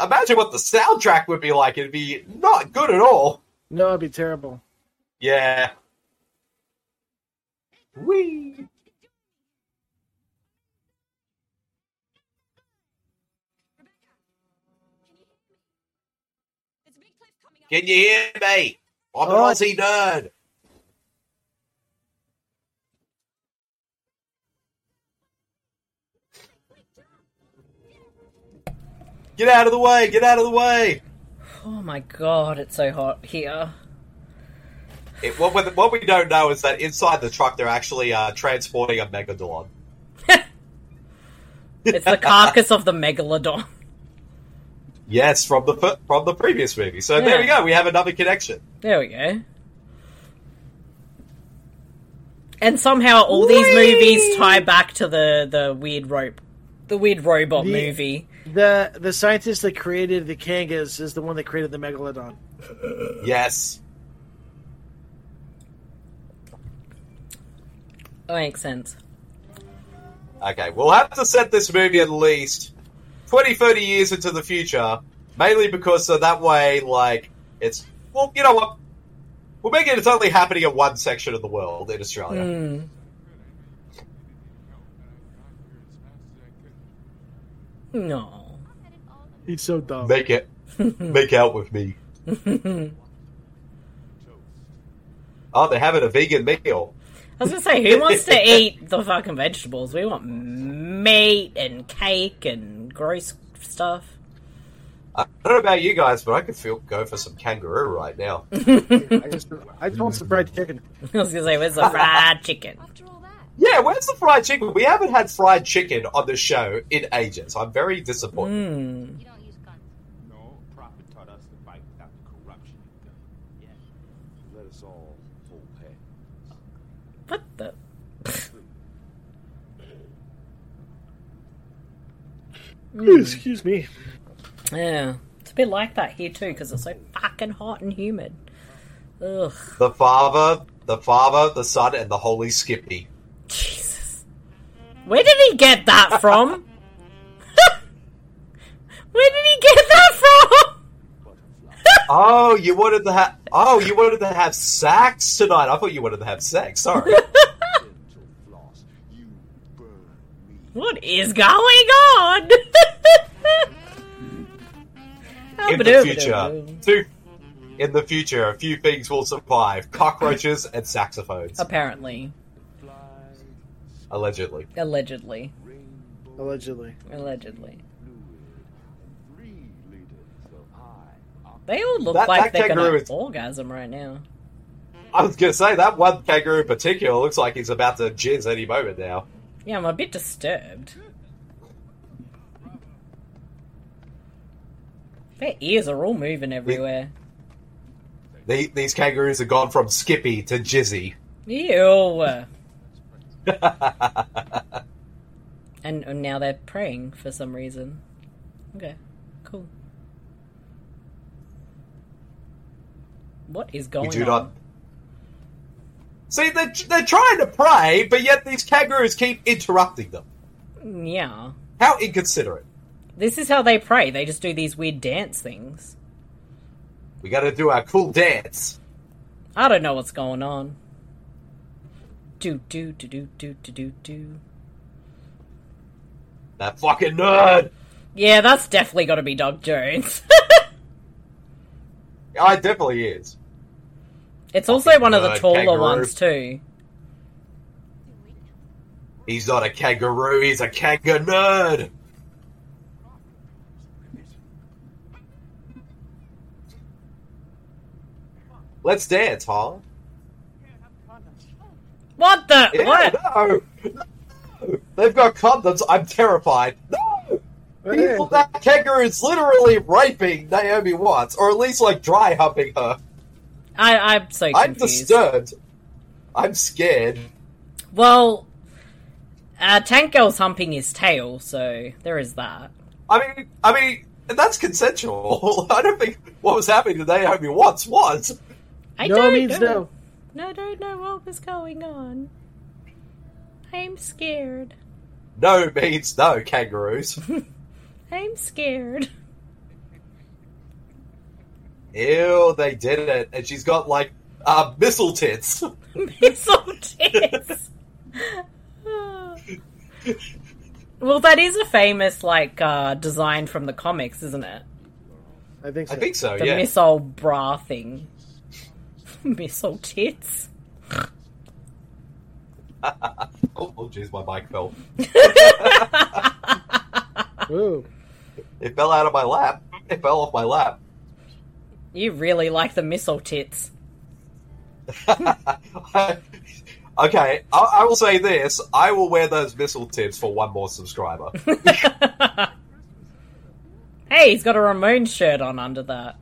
[SPEAKER 8] imagine what the soundtrack would be like. It'd be not good at all.
[SPEAKER 4] No, it'd be terrible.
[SPEAKER 8] Yeah. Wee.
[SPEAKER 9] Can you hear me? I'm an
[SPEAKER 4] Oh, I-
[SPEAKER 9] Aussie nerd. Get out of the way! Get out of the way!
[SPEAKER 2] Oh my god, it's so hot here.
[SPEAKER 8] It, what, we- what we don't know is that inside the truck they're actually uh, transporting a megalodon.
[SPEAKER 2] It's the carcass of the megalodon.
[SPEAKER 8] Yes, from the fir- from the previous movie. So there we
[SPEAKER 2] Yeah.
[SPEAKER 8] go. We have another connection.
[SPEAKER 2] There we go. And somehow all these movies tie back to the the weird rope, the weird robot
[SPEAKER 4] The-
[SPEAKER 2] movie.
[SPEAKER 4] The the scientist that created the Kangas is the one that created the Megalodon.
[SPEAKER 8] Yes.
[SPEAKER 2] That makes sense.
[SPEAKER 8] Okay, we'll have to set this movie at least 20, 30 years into the future, mainly because so that way, like, it's well, you know what? We'll make it. It's only happening in one section of the world in Australia.
[SPEAKER 2] Mm. No.
[SPEAKER 4] He's so dumb.
[SPEAKER 8] Make it. make out with me.
[SPEAKER 2] I
[SPEAKER 8] Oh, they're having a vegan meal.
[SPEAKER 2] was gonna say, who wants to eat the fucking vegetables? We want meat and cake and gross stuff.
[SPEAKER 8] I don't know about you guys, but I could feel go for some kangaroo right now.
[SPEAKER 4] I just I just want some fried chicken.
[SPEAKER 2] I was gonna say, where's the fried chicken?
[SPEAKER 8] Yeah, where's the fried chicken? We haven't had fried chicken on the show in ages. I'm very disappointed.
[SPEAKER 2] Mm.
[SPEAKER 14] No, Prophet taught us to fight without the corruption you've done. Yeah. Let us all hold hands.
[SPEAKER 2] What the?
[SPEAKER 4] Excuse me.
[SPEAKER 2] Yeah, it's a bit like that here too because it's so fucking hot and humid. Ugh.
[SPEAKER 8] The Father, the Father, the Son, and the Holy Skippy.
[SPEAKER 2] Where did he get that from? Where did he get that from?
[SPEAKER 8] Oh, you wanted to have. Oh, you wanted to have sex tonight. I thought you wanted to have sex. Sorry.
[SPEAKER 2] What is going on?
[SPEAKER 8] in the future, two. In the future, a few things will survive: cockroaches and saxophones,
[SPEAKER 2] Apparently,
[SPEAKER 8] allegedly.
[SPEAKER 2] allegedly,
[SPEAKER 4] Allegedly.
[SPEAKER 2] allegedly. They all look
[SPEAKER 8] That-
[SPEAKER 2] like
[SPEAKER 8] that
[SPEAKER 2] they're gonna
[SPEAKER 8] kangaroo is-
[SPEAKER 2] orgasm right now.
[SPEAKER 8] I was going to say that one kangaroo in particular looks like he's about to jizz any moment now.
[SPEAKER 2] Yeah, I'm a bit disturbed. Their ears are all moving everywhere.
[SPEAKER 8] The, these kangaroos have gone from Skippy to Jizzy.
[SPEAKER 2] Ew. and, and now they're praying for some reason. Okay, cool. What is going
[SPEAKER 8] You do
[SPEAKER 2] on?
[SPEAKER 8] not. See, they're, they're trying to pray, but yet these kangaroos keep interrupting them.
[SPEAKER 2] Yeah.
[SPEAKER 8] How inconsiderate.
[SPEAKER 2] This is how they pray. They just do these weird dance things.
[SPEAKER 8] We gotta do our cool dance.
[SPEAKER 2] I don't know what's going on. Do, do, do, do, do, do, do, do.
[SPEAKER 8] That fucking nerd!
[SPEAKER 2] Yeah, that's definitely got to be Doug Jones.
[SPEAKER 8] Oh, it definitely is.
[SPEAKER 2] it's also one of the
[SPEAKER 8] nerd
[SPEAKER 2] taller
[SPEAKER 8] kangaroo.
[SPEAKER 2] ones, too.
[SPEAKER 8] He's not a kangaroo, he's a kanga nerd! Let's dance, huh?
[SPEAKER 2] What the?
[SPEAKER 8] Ew,
[SPEAKER 2] what?
[SPEAKER 8] No! No! They've got condoms, I'm terrified. No! People, that kangaroo is literally raping Naomi Watts, or at least like dry humping her.
[SPEAKER 2] I, I'm so confused.
[SPEAKER 8] I'm disturbed. I'm scared.
[SPEAKER 2] Well, uh, Tank Girl's humping his tail, so there is that.
[SPEAKER 8] I mean, I mean, that's consensual. I don't think what was happening to Naomi Watts was.
[SPEAKER 2] I
[SPEAKER 4] no
[SPEAKER 2] don't
[SPEAKER 4] means
[SPEAKER 2] know.
[SPEAKER 4] no.
[SPEAKER 2] I don't know what was going on. I'm scared.
[SPEAKER 8] No means no, kangaroos.
[SPEAKER 2] I'm scared.
[SPEAKER 8] Ew, they did it, and she's got like uh, missile tits.
[SPEAKER 2] Missile tits. well, that is a famous like uh, design from the comics, isn't it?
[SPEAKER 4] I think so.
[SPEAKER 8] I think so.
[SPEAKER 2] The
[SPEAKER 8] yeah.
[SPEAKER 2] missile bra thing. missile tits.
[SPEAKER 8] oh, oh, jeez, my mic fell. It fell out of my lap. It fell off my lap.
[SPEAKER 2] You really like the missile tits.
[SPEAKER 8] Okay, I, I will say this: I will wear those missile tips for one more subscriber.
[SPEAKER 2] Hey, he's got a Ramon shirt on under that.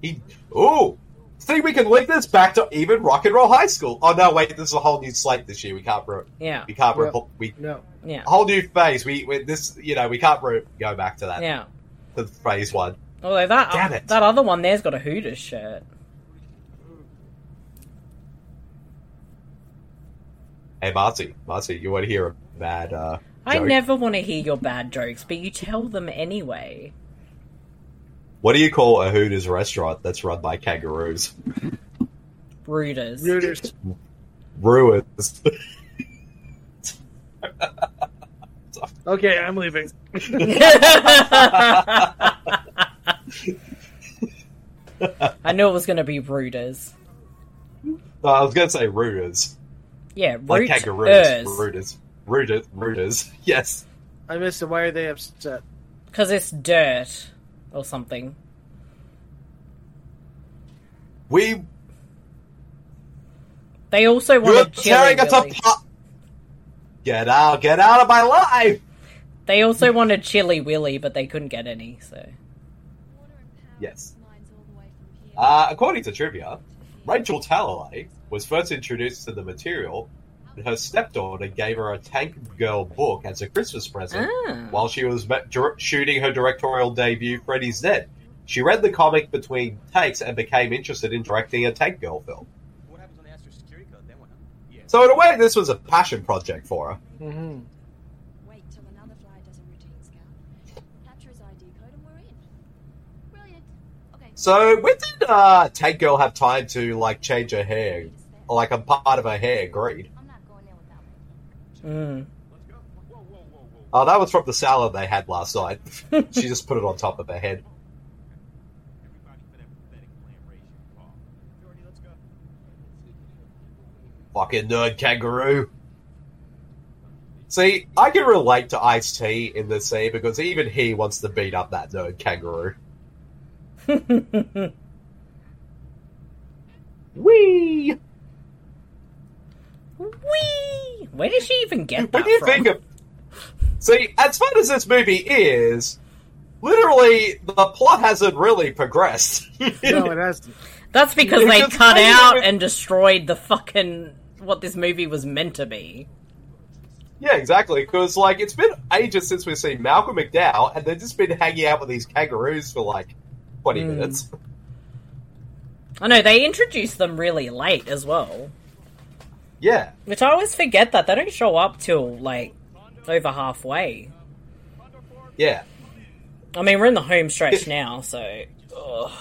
[SPEAKER 8] He, ooh, see, we can link this back to even Rock and Roll High School. Oh no, wait, this is a whole new slate this year. We can't, re-
[SPEAKER 2] Yeah.
[SPEAKER 8] we can't, re-
[SPEAKER 2] No.
[SPEAKER 8] we
[SPEAKER 4] no,
[SPEAKER 2] yeah,
[SPEAKER 8] a whole new phase. We, we this, you know, we can't re- go back to that.
[SPEAKER 2] Yeah.
[SPEAKER 8] to phase one.
[SPEAKER 2] Although that
[SPEAKER 8] Damn it.
[SPEAKER 2] that other one there's got a Hooters shirt.
[SPEAKER 8] Hey, Marcy, Marcy, you want to hear a bad? Uh,
[SPEAKER 2] I
[SPEAKER 8] joke?
[SPEAKER 2] never want to hear your bad jokes, but you tell them anyway.
[SPEAKER 8] What do you call a Hooters restaurant that's run by kangaroos?
[SPEAKER 2] Rooters.
[SPEAKER 4] Rooters.
[SPEAKER 8] Brewers.
[SPEAKER 4] Okay, I'm leaving.
[SPEAKER 2] I knew it was going to be Rooters.
[SPEAKER 8] No, Uh, I was going to say rooters.
[SPEAKER 2] Yeah,
[SPEAKER 8] Like
[SPEAKER 2] rooters.
[SPEAKER 8] kangaroos. Rooters. Rooters. Rooters. Yes.
[SPEAKER 4] I missed it. Why are they upset?
[SPEAKER 2] Because it's dirt or something.
[SPEAKER 8] We.
[SPEAKER 2] They also want
[SPEAKER 8] You're
[SPEAKER 2] a chili
[SPEAKER 8] tearing us
[SPEAKER 2] willy.
[SPEAKER 8] apart! Get out! Get out of my life!
[SPEAKER 2] They also want a chili willy, but they couldn't get any. So
[SPEAKER 8] Yes. Uh, according to trivia, Rachel Talalay was first introduced to the material, and her stepdaughter gave her a Tank Girl book as a Christmas present
[SPEAKER 2] Ah.
[SPEAKER 8] while she was ma- dir- shooting her directorial debut, Freddy's Dead. She read the comic between takes and became interested in directing a Tank Girl film.
[SPEAKER 6] What happens when they ask your security code? They want to
[SPEAKER 8] So, in a way, this was a passion project for her.
[SPEAKER 4] Mm-hmm.
[SPEAKER 7] Wait till another flyer does a routine scout. Capture his ID code and we're in. Brilliant. Okay.
[SPEAKER 8] So, when did uh, Tank Girl have time to like change her hair? Like a part of her hair green.
[SPEAKER 2] Mm.
[SPEAKER 8] Oh, that was from the salad they had last night. she just put it on top of her head. Fucking nerd kangaroo. See, I can relate to Ice T in this scene because even he wants to beat up that nerd kangaroo. Wee.
[SPEAKER 2] Wee. Where did she even get that
[SPEAKER 8] When you
[SPEAKER 2] from?
[SPEAKER 8] think of see, as fun as this movie is, literally the plot hasn't really progressed.
[SPEAKER 4] No, it hasn't.
[SPEAKER 2] That's because
[SPEAKER 8] It's
[SPEAKER 2] they
[SPEAKER 8] just
[SPEAKER 2] cut
[SPEAKER 8] kind of
[SPEAKER 2] out
[SPEAKER 8] with-
[SPEAKER 2] and destroyed the fucking what this movie was meant to be.
[SPEAKER 8] Yeah, exactly. Because like it's been ages since we've seen Malcolm McDowell, and they've just been hanging out with these kangaroos for like twenty
[SPEAKER 2] Mm.
[SPEAKER 8] minutes.
[SPEAKER 2] I know they introduced them really late as well,
[SPEAKER 8] Yeah,
[SPEAKER 2] which I always forget that they don't show up till like over halfway.
[SPEAKER 8] yeah.
[SPEAKER 2] I mean, we're in the home stretch now, so ugh.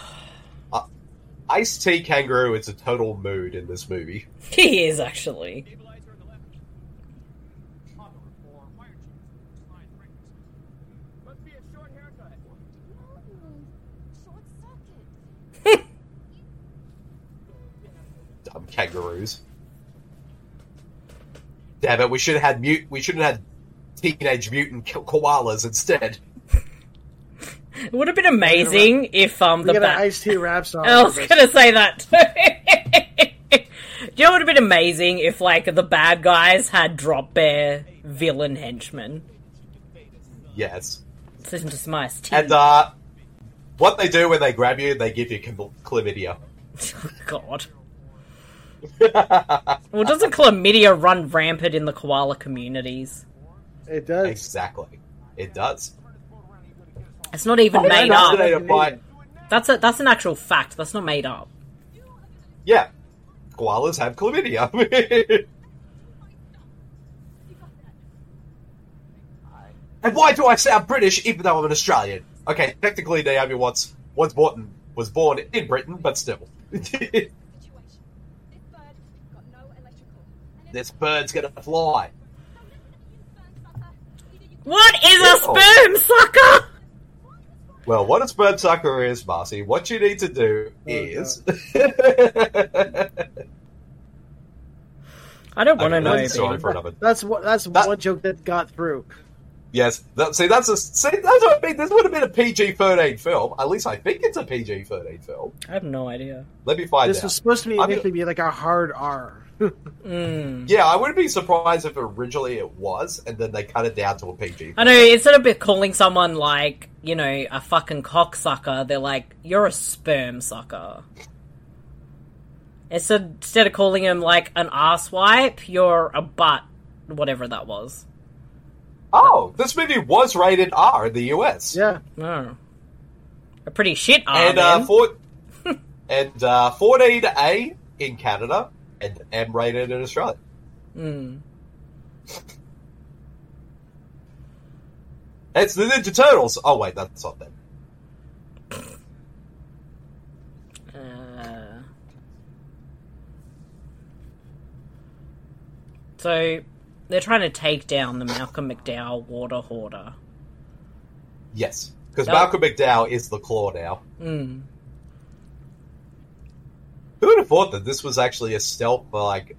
[SPEAKER 8] Ice T Kangaroo is a total mood in this movie.
[SPEAKER 2] he is actually.
[SPEAKER 7] Mm,
[SPEAKER 8] Dumb kangaroos. Damn it! We should have had mute. We should have had teenage mutant ko- koalas instead.
[SPEAKER 2] It would have been amazing if um
[SPEAKER 4] We
[SPEAKER 2] the
[SPEAKER 4] got an
[SPEAKER 2] bat. Oh,
[SPEAKER 4] iced tea rap song.
[SPEAKER 2] I was gonna say that. too. Do you know what would have been amazing if like the bad guys had drop bear villain henchmen?
[SPEAKER 8] Yes.
[SPEAKER 2] Listen to Smice T.
[SPEAKER 8] And uh, what they do when they grab you, they give you chlam- chlamydia.
[SPEAKER 2] Oh, God. well, doesn't chlamydia run rampant in the koala communities?
[SPEAKER 4] It does.
[SPEAKER 8] Exactly. It does.
[SPEAKER 2] It's not even made
[SPEAKER 8] Fascinated
[SPEAKER 2] up.
[SPEAKER 8] by-
[SPEAKER 2] That's a, that's an actual fact. That's not made up.
[SPEAKER 8] Yeah. Koalas have chlamydia. and why do I sound British even though I'm an Australian? Okay, technically Naomi Watts was born was born in Britain, but still. this bird's gonna fly.
[SPEAKER 2] What is a
[SPEAKER 8] Oh.
[SPEAKER 2] sperm sucker?
[SPEAKER 8] Well, what its bird sucker is, Marcy, what you need to do is.
[SPEAKER 2] I don't want to
[SPEAKER 8] Okay,
[SPEAKER 2] know.
[SPEAKER 8] that's sorry
[SPEAKER 2] babe.
[SPEAKER 8] for another-
[SPEAKER 4] That's what. That's one joke that got through.
[SPEAKER 8] Yes, that, see, that's a see, that's what I mean. This would have been a PG thirteen film. At least I think it's a PG thirteen film.
[SPEAKER 2] I have no idea.
[SPEAKER 8] Let me find
[SPEAKER 4] this
[SPEAKER 8] out.
[SPEAKER 4] was supposed to be
[SPEAKER 8] I'm
[SPEAKER 4] initially be like a hard R.
[SPEAKER 8] Yeah, I wouldn't be surprised if originally it was, and then they cut it down to a PG.
[SPEAKER 2] I know instead of be- calling someone like you know a fucking cocksucker, they're like you're a sperm sucker. Instead, instead of calling him like an ass wipe, you're a butt, whatever that was.
[SPEAKER 8] Oh, this movie was rated R in the US.
[SPEAKER 4] Yeah.
[SPEAKER 2] Oh. A pretty shit R.
[SPEAKER 8] and
[SPEAKER 2] man.
[SPEAKER 8] uh, four, and uh, fourteen A in Canada, and M rated in Australia.
[SPEAKER 2] Mm.
[SPEAKER 8] It's the Ninja Turtles. Oh wait, that's not them.
[SPEAKER 2] Uh. So they're trying to take down the Malcolm McDowell water hoarder.
[SPEAKER 8] Yes, because
[SPEAKER 2] No.
[SPEAKER 8] Malcolm McDowell is the Claw now.
[SPEAKER 2] Mm.
[SPEAKER 8] Who would have thought that this was actually a stealth like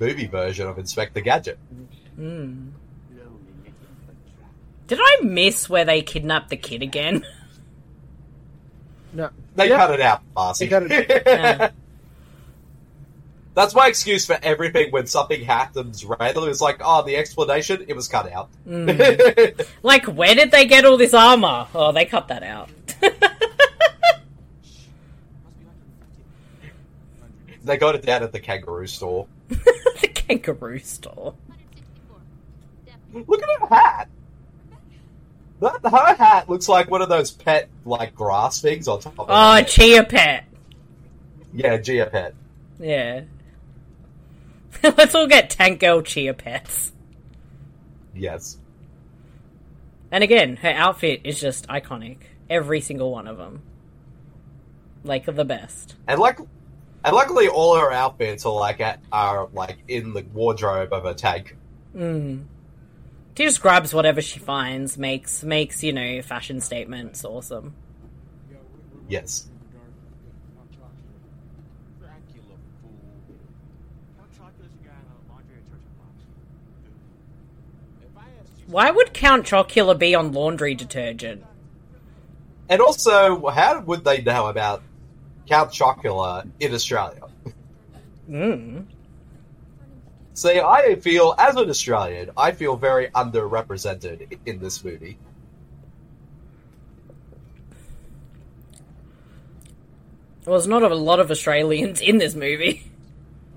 [SPEAKER 8] movie version of Inspector Gadget?
[SPEAKER 2] Mm. Did I miss where they kidnapped the kid again?
[SPEAKER 4] No.
[SPEAKER 8] They cut it out, Marcy.
[SPEAKER 4] They cut it-
[SPEAKER 2] Yeah.
[SPEAKER 8] That's my excuse for everything when something happens randomly. It's like, oh, the explanation, it was cut out. Mm.
[SPEAKER 2] like, where did they get all this armor? Oh, they cut that out.
[SPEAKER 8] They got it down at the kangaroo store.
[SPEAKER 2] the kangaroo store.
[SPEAKER 8] Look at her hat. That, her hat looks like one of those pet, like, grass things on top of
[SPEAKER 2] Oh,
[SPEAKER 8] it.
[SPEAKER 2] Chia Pet.
[SPEAKER 8] Yeah, Gia pet.
[SPEAKER 2] Yeah. Let's all get Tank Girl Chia Pets.
[SPEAKER 8] Yes.
[SPEAKER 2] And again, her outfit is just iconic. Every single one of them. Like, the best.
[SPEAKER 8] And like, and luckily, all her outfits are like at, are like in the wardrobe of a tank.
[SPEAKER 2] Mm. She just grabs whatever she finds, makes, makes you know, fashion statements. Awesome.
[SPEAKER 8] Yes.
[SPEAKER 6] Dracula fool. Count Chocula's a guy in a laundry detergent box. If I asked you
[SPEAKER 2] Why would Count Chocula be on laundry detergent?
[SPEAKER 8] And also, how would they know about Count Chocula in Australia?
[SPEAKER 2] Mm.
[SPEAKER 8] See, I feel as an Australian, I feel very underrepresented in this movie.
[SPEAKER 2] Well, there's not a lot of Australians in this movie,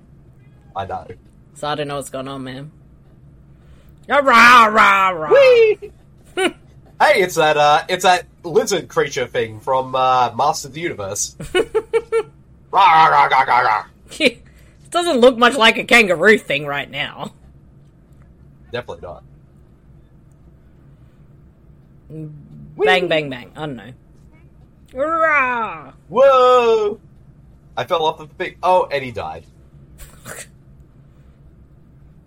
[SPEAKER 8] I know.
[SPEAKER 2] so I don't know what's going on, man. Yeah, Rah, rah, rah.
[SPEAKER 8] Whee! hey, it's that uh, it's that lizard creature thing from uh, Master of the Universe. rah, rah, rah, rah, rah, rah.
[SPEAKER 2] it doesn't look much like a kangaroo thing right now.
[SPEAKER 8] Definitely not.
[SPEAKER 2] Bang, bang, bang. I don't know. Rah.
[SPEAKER 8] Whoa! I fell off the thing. Oh, and he died.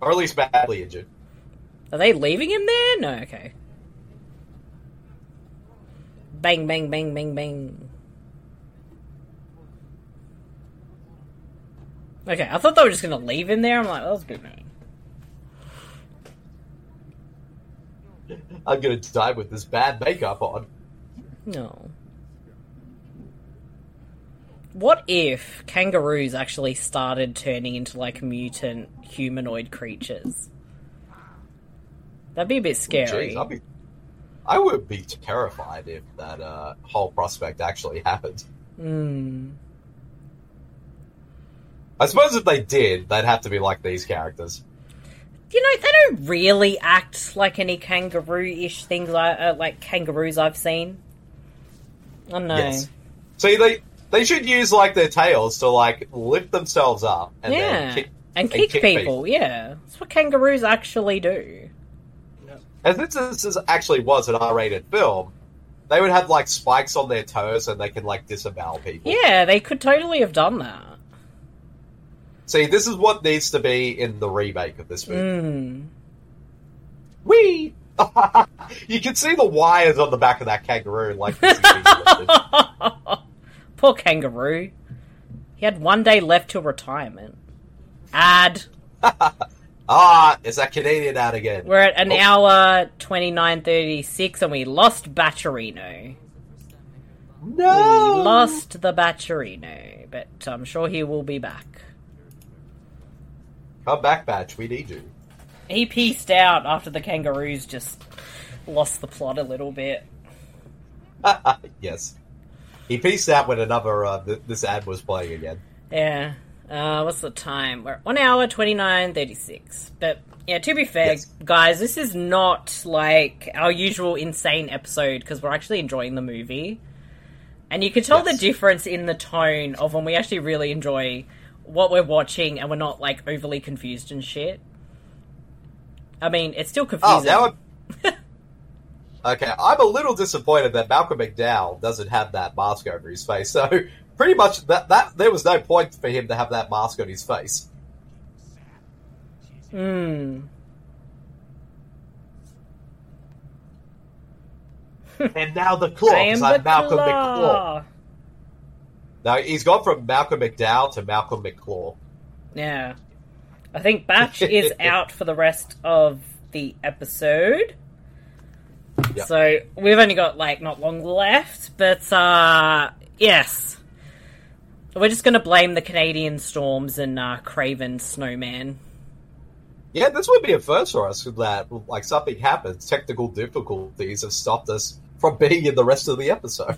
[SPEAKER 8] or at least badly injured.
[SPEAKER 2] Are they leaving him there? No, okay. Bang, bang, bang, bang, bang. Okay, I thought they were just gonna leave him there. I'm like, that was good, man.
[SPEAKER 8] I'm gonna die with this bad makeup on.
[SPEAKER 2] No. What if kangaroos actually started turning into like mutant humanoid creatures? That'd be a bit scary.
[SPEAKER 8] Jeez, I'd be, I would be terrified if that uh, whole prospect actually happened.
[SPEAKER 2] Mm.
[SPEAKER 8] I suppose if they did, they'd have to be like these characters.
[SPEAKER 2] You know, they don't really act like any kangaroo-ish things. I uh, like kangaroos I've seen. I don't know.
[SPEAKER 8] See, they they should use like their tails to like lift themselves up and
[SPEAKER 2] yeah,
[SPEAKER 8] then kick
[SPEAKER 2] and kick, people. Yeah, that's what kangaroos actually do.
[SPEAKER 8] And since this is, actually was an R-rated film, they would have like spikes on their toes and they can like disembowel people.
[SPEAKER 2] Yeah, they could totally have done that.
[SPEAKER 8] See,
[SPEAKER 2] Hmm.
[SPEAKER 8] this is what needs to be in the remake of this movie.
[SPEAKER 2] Mm.
[SPEAKER 8] Wee. You can see the wires on the back of that kangaroo. Like,
[SPEAKER 2] Poor kangaroo. He had one day left till retirement. Ad.
[SPEAKER 8] ah, is that Canadian ad again?
[SPEAKER 2] We're at an
[SPEAKER 8] Oh.
[SPEAKER 2] hour twenty nine thirty six, and we lost Batcherino.
[SPEAKER 8] No,
[SPEAKER 2] we lost the Batcherino, but I'm sure he will be back.
[SPEAKER 8] Come back, Batch. We need you.
[SPEAKER 2] He pieced out after the kangaroos just lost the plot a little bit.
[SPEAKER 8] yes. He pieced out when another uh, th- this ad was playing again.
[SPEAKER 2] Yeah. Uh, what's the time? We're at 1 hour 29.36. But, yeah, to be fair, guys, this is not like our usual insane episode because we're actually enjoying the movie. And you can tell the difference in the tone of when we actually really enjoy what we're watching and we're not, like, overly confused and shit. I mean, it's still confusing.
[SPEAKER 8] Oh, now I'm. okay, I'm a little disappointed that Malcolm McDowell doesn't have that mask over his face. So pretty much that that there was no point for him to have that mask on his face.
[SPEAKER 2] Mm.
[SPEAKER 8] and now the claw.
[SPEAKER 2] I am
[SPEAKER 8] 'cause I'm
[SPEAKER 2] the
[SPEAKER 8] Malcolm
[SPEAKER 2] claw.
[SPEAKER 8] McClaw. Now he's gone from Malcolm McDowell to Malcolm McClaw.
[SPEAKER 2] Yeah. I think Batch is out for the rest of the episode.
[SPEAKER 8] Yep.
[SPEAKER 2] So we've only got like not long left, but uh yes. We're just gonna blame the Canadian storms and uh Craven Snowman.
[SPEAKER 8] Yeah, this would be a first for us that like something happens, technical difficulties have stopped us from being in the rest of the episode.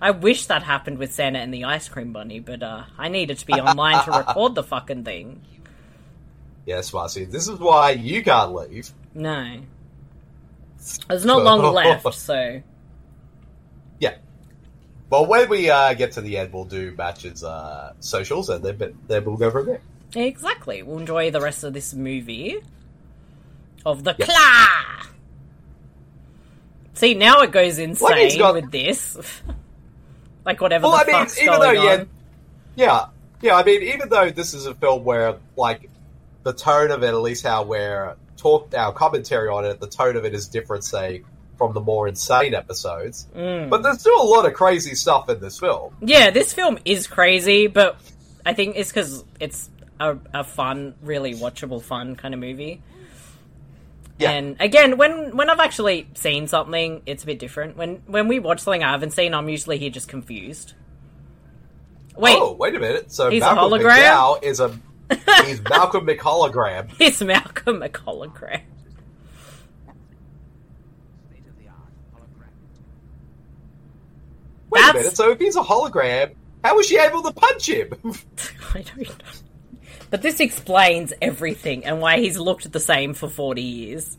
[SPEAKER 2] I wish that happened with Santa and the Ice Cream Bunny, but uh I needed to be online to record the fucking thing.
[SPEAKER 8] yes, Marcy, this is why you can't leave.
[SPEAKER 2] No. There's not long left, so
[SPEAKER 8] Yeah. Well, when we uh, get to the end, we'll do matches uh, socials, and then but then we'll go from there.
[SPEAKER 2] Exactly. We'll enjoy the rest of this movie of the
[SPEAKER 8] Yep.
[SPEAKER 2] claw. See, now it goes
[SPEAKER 8] he's
[SPEAKER 2] insane
[SPEAKER 8] got-
[SPEAKER 2] with this. like whatever
[SPEAKER 8] Well, I
[SPEAKER 2] the
[SPEAKER 8] mean,
[SPEAKER 2] fuck's
[SPEAKER 8] even though
[SPEAKER 2] going
[SPEAKER 8] yeah,
[SPEAKER 2] on.
[SPEAKER 8] yeah, yeah. I mean, even though this is a film where like the tone of it, at least how we're talk our commentary on it, the tone of it is different, say, from the more insane episodes.
[SPEAKER 2] Mm.
[SPEAKER 8] But there's still a lot of crazy stuff in this film.
[SPEAKER 2] Yeah, this film is crazy, but I think it's because it's a, a fun, really watchable, fun kind of movie. And again, when when I've actually seen something, it's a bit different. When when we watch something I haven't seen, I'm usually here just confused. Wait,
[SPEAKER 8] oh, wait a minute. So
[SPEAKER 2] he's a
[SPEAKER 8] Malcolm
[SPEAKER 2] hologram?
[SPEAKER 8] McDowell is a he's Malcolm McHologram.
[SPEAKER 2] it's Malcolm McCollagram.
[SPEAKER 8] Wait a minute. So if he's a hologram, how was she able to punch him?
[SPEAKER 2] I don't know. But this explains everything and why he's looked the same for 40 years.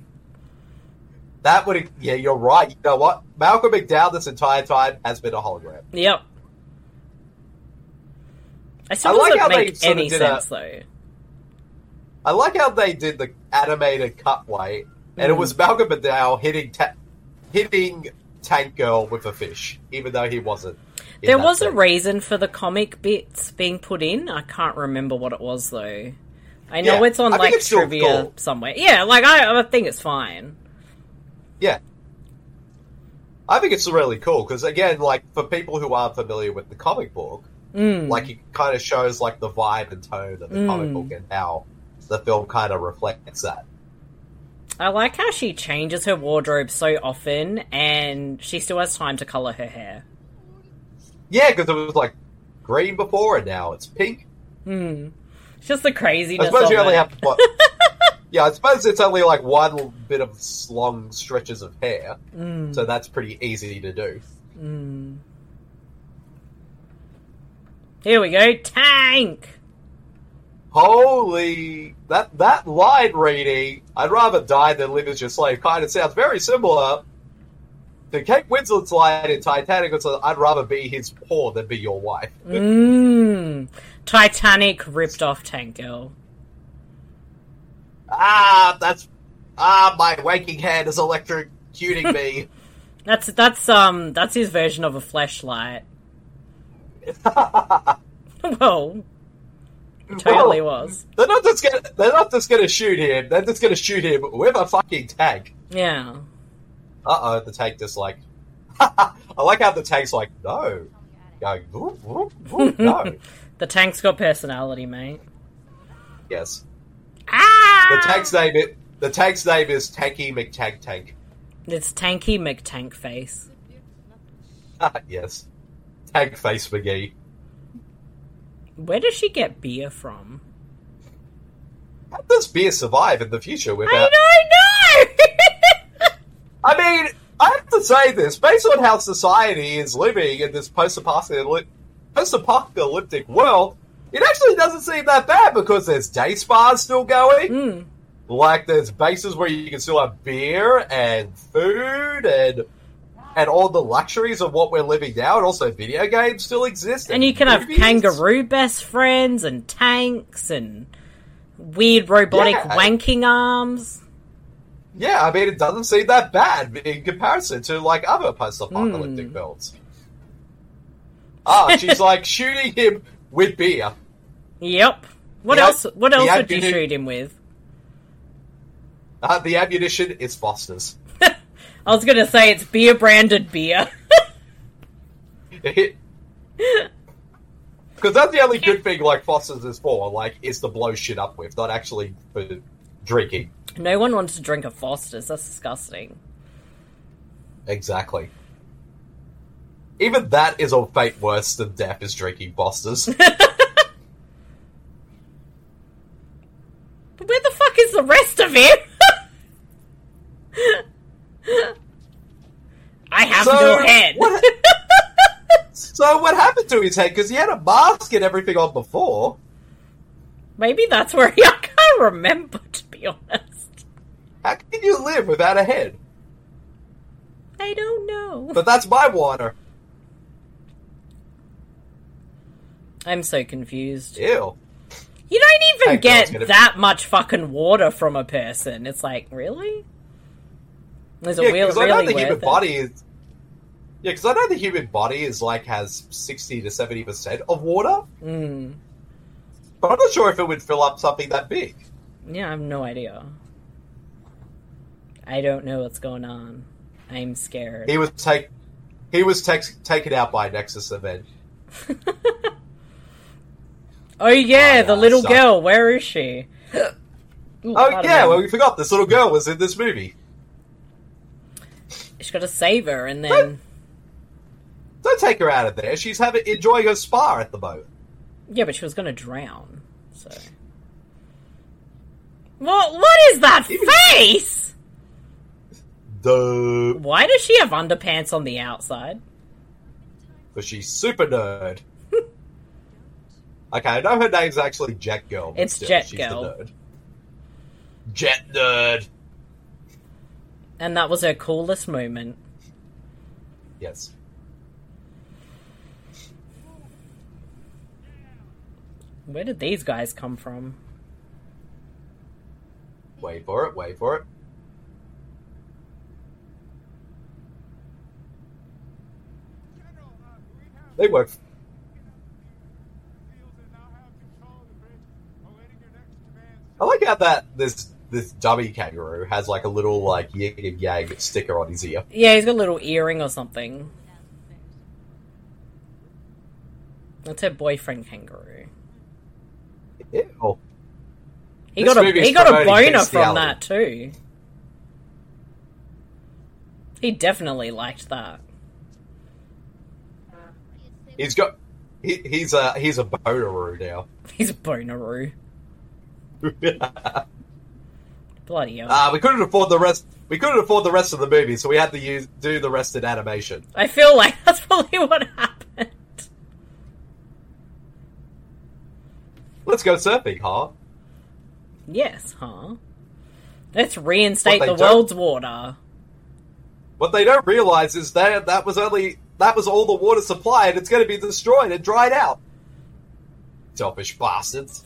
[SPEAKER 8] That would, yeah, you're right. You know what? Malcolm McDowell this entire time has been a hologram.
[SPEAKER 2] Yep. I still
[SPEAKER 8] I like how
[SPEAKER 2] doesn't
[SPEAKER 8] they
[SPEAKER 2] make
[SPEAKER 8] sort of
[SPEAKER 2] any
[SPEAKER 8] did a-
[SPEAKER 2] sense, though.
[SPEAKER 8] I like how they did the animated cutaway, and it
[SPEAKER 2] Mm.
[SPEAKER 8] was Malcolm McDowell hitting ta- hitting Tank Girl with a fish, even though he wasn't. in
[SPEAKER 2] There
[SPEAKER 8] that
[SPEAKER 2] was a
[SPEAKER 8] scene.
[SPEAKER 2] reason for the comic bits being put in. I can't remember what it was, though. I know
[SPEAKER 8] Yeah,
[SPEAKER 2] it's on,
[SPEAKER 8] I think
[SPEAKER 2] like,
[SPEAKER 8] it's still
[SPEAKER 2] trivia
[SPEAKER 8] cool.
[SPEAKER 2] somewhere. Yeah, like, I, I think it's fine.
[SPEAKER 8] Yeah. I think it's really cool because, again, like for people who aren't familiar with the comic book,
[SPEAKER 2] Mm.
[SPEAKER 8] like it kind of shows like the vibe and tone of the comic
[SPEAKER 2] Mm.
[SPEAKER 8] book and how the film kind of reflects that.
[SPEAKER 2] I like how she changes her wardrobe so often and she still has time to colour her hair.
[SPEAKER 8] Yeah, because it was like green before, and now it's pink.
[SPEAKER 2] Hmm. It's just the craziness
[SPEAKER 8] I suppose
[SPEAKER 2] of
[SPEAKER 8] you only
[SPEAKER 2] it.
[SPEAKER 8] have what? yeah, I suppose it's only like one bit of s- long stretches of hair,
[SPEAKER 2] Mm.
[SPEAKER 8] so that's pretty easy to do.
[SPEAKER 2] Mm. Here we go, tank.
[SPEAKER 8] Holy, that that line reading, "I'd rather die than live as your slave," kind of sounds very similar to Kate Winslet's line in Titanic. It's like, "I'd rather be his paw than be your wife."
[SPEAKER 2] Mm. Titanic ripped off Tank Girl.
[SPEAKER 8] Ah, that's ah, my waking hand is electrocuting me.
[SPEAKER 2] That's that's um that's his version of a flashlight. Whoa. It totally
[SPEAKER 8] Well,
[SPEAKER 2] was.
[SPEAKER 8] They're not just gonna. They're not just gonna shoot him. They're just gonna shoot him with a fucking tank.
[SPEAKER 2] Yeah.
[SPEAKER 8] Uh oh, the tank just like. I like how the tank's like no, going whoop, whoop, whoop, no.
[SPEAKER 2] the tank's got personality, mate.
[SPEAKER 8] yes. The tank's name it. The tank's name is Tanky McTank Tank.
[SPEAKER 2] It's tanky McTank face.
[SPEAKER 8] Ah, yes. Tank face McGee.
[SPEAKER 2] Where does she get beer from?
[SPEAKER 8] How does beer survive in the future without?
[SPEAKER 2] I don't know.
[SPEAKER 8] I mean, I have to say this based on how society is living in this post-apocalyptic, post-apocalyptic world. It actually doesn't seem that bad because there's day spas still going.
[SPEAKER 2] Hmm.
[SPEAKER 8] Like there's bases where you can still have beer and food and and all the luxuries of what we're living now, and also video games still exist.
[SPEAKER 2] And you can have
[SPEAKER 8] movies.
[SPEAKER 2] kangaroo best friends and tanks and weird robotic
[SPEAKER 8] Yeah.
[SPEAKER 2] wanking arms.
[SPEAKER 8] Yeah, I mean, it doesn't seem that bad in comparison to like other post-apocalyptic worlds. Ah, she's like shooting him with beer.
[SPEAKER 2] Yep. What
[SPEAKER 8] Yeah,
[SPEAKER 2] else? What
[SPEAKER 8] the
[SPEAKER 2] else would you
[SPEAKER 8] amputated-
[SPEAKER 2] shoot him with?
[SPEAKER 8] Uh, the ammunition is Foster's.
[SPEAKER 2] I was gonna say it's beer branded beer.
[SPEAKER 8] Because that's the only good thing like Foster's is for, like, is to blow shit up with, not actually for drinking.
[SPEAKER 2] no one wants to drink a Foster's. That's disgusting.
[SPEAKER 8] Exactly. Even that is a fate worse than death is drinking Foster's.
[SPEAKER 2] But where the fuck is the rest of him? I have no head.
[SPEAKER 8] What, so what happened to his head? Because he had a mask and everything on before.
[SPEAKER 2] Maybe that's where he. I can't remember to be honest.
[SPEAKER 8] How can you live without a head?
[SPEAKER 2] I don't know.
[SPEAKER 8] But that's my water.
[SPEAKER 2] I'm so confused.
[SPEAKER 8] Ew.
[SPEAKER 2] You don't even
[SPEAKER 8] Thank God
[SPEAKER 2] get
[SPEAKER 8] it's gonna be-
[SPEAKER 2] that much fucking water from a person. It's like, really? Is it wheel
[SPEAKER 8] 'cause
[SPEAKER 2] really
[SPEAKER 8] I know the
[SPEAKER 2] worth
[SPEAKER 8] human
[SPEAKER 2] it?
[SPEAKER 8] body is. Yeah, because I know the human body is like has sixty to seventy percent of water,
[SPEAKER 2] Mm.
[SPEAKER 8] but I'm not sure if it would fill up something that big.
[SPEAKER 2] Yeah, I have no idea. I don't know what's going on. I'm scared.
[SPEAKER 8] He was take, he was tex taken out by Nexus event.
[SPEAKER 2] oh yeah, the little
[SPEAKER 8] suck.
[SPEAKER 2] girl. Where is she? Ooh,
[SPEAKER 8] Oh
[SPEAKER 2] pardon
[SPEAKER 8] yeah,
[SPEAKER 2] me.
[SPEAKER 8] well we forgot this little girl was in this movie.
[SPEAKER 2] She's got to save her, and then
[SPEAKER 8] Don't take her out of there. She's having enjoying her spa at the moment.
[SPEAKER 2] yeah, but she was going to drown. So what? What is that face?
[SPEAKER 8] Duh.
[SPEAKER 2] Why does she have underpants on the outside?
[SPEAKER 8] Because she's super nerd. okay, I know her name's actually Jet Girl. but
[SPEAKER 2] It's
[SPEAKER 8] still,
[SPEAKER 2] Jet
[SPEAKER 8] she's
[SPEAKER 2] Girl.
[SPEAKER 8] The nerd. Jet nerd.
[SPEAKER 2] And that was her coolest moment.
[SPEAKER 8] Yes.
[SPEAKER 2] Where did these guys come from?
[SPEAKER 8] Wait for it. Wait for it. They work. I like how that this this dummy kangaroo has like a little like yin and yang sticker on his ear.
[SPEAKER 2] Yeah, he's got a little earring or something. That's her boyfriend kangaroo.
[SPEAKER 8] Ew.
[SPEAKER 2] He
[SPEAKER 8] This
[SPEAKER 2] got a
[SPEAKER 8] movie's
[SPEAKER 2] he got a
[SPEAKER 8] promoting
[SPEAKER 2] boner from
[SPEAKER 8] bestiality.
[SPEAKER 2] that too. He definitely liked that.
[SPEAKER 8] He's got he, he's a he's a boneroo now.
[SPEAKER 2] He's a boneroo. Bloody hell.
[SPEAKER 8] Uh, we couldn't afford the rest. We couldn't afford the rest of the movie, so we had to use, do the rest in animation.
[SPEAKER 2] I feel like that's probably what happened.
[SPEAKER 8] Let's go surfing, huh?
[SPEAKER 2] Yes, huh? Let's reinstate
[SPEAKER 8] What
[SPEAKER 2] the
[SPEAKER 8] they do-
[SPEAKER 2] world's water.
[SPEAKER 8] What they don't realize is that that was only that was all the water supply, and it's going to be destroyed and dried out. Selfish bastards.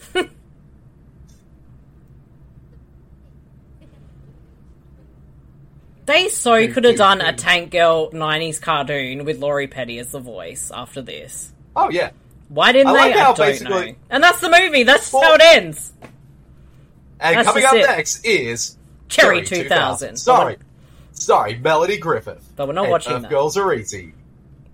[SPEAKER 2] They so
[SPEAKER 8] Dude,
[SPEAKER 2] could have
[SPEAKER 8] dude,
[SPEAKER 2] done a
[SPEAKER 8] dude.
[SPEAKER 2] Tank Girl 90s cartoon with Laurie Petty as the voice after this.
[SPEAKER 8] Oh yeah,
[SPEAKER 2] Why didn't
[SPEAKER 8] I like
[SPEAKER 2] they?
[SPEAKER 8] how
[SPEAKER 2] I don't
[SPEAKER 8] basically-
[SPEAKER 2] know. And that's the movie. That's how it ends.
[SPEAKER 8] And
[SPEAKER 2] That's
[SPEAKER 8] coming
[SPEAKER 2] just
[SPEAKER 8] up
[SPEAKER 2] it.
[SPEAKER 8] next is
[SPEAKER 2] Cherry 2000.
[SPEAKER 8] Sorry, sorry, Melody Griffith.
[SPEAKER 2] But we're not
[SPEAKER 8] And
[SPEAKER 2] watching
[SPEAKER 8] Earth
[SPEAKER 2] that.
[SPEAKER 8] Girls Are Easy.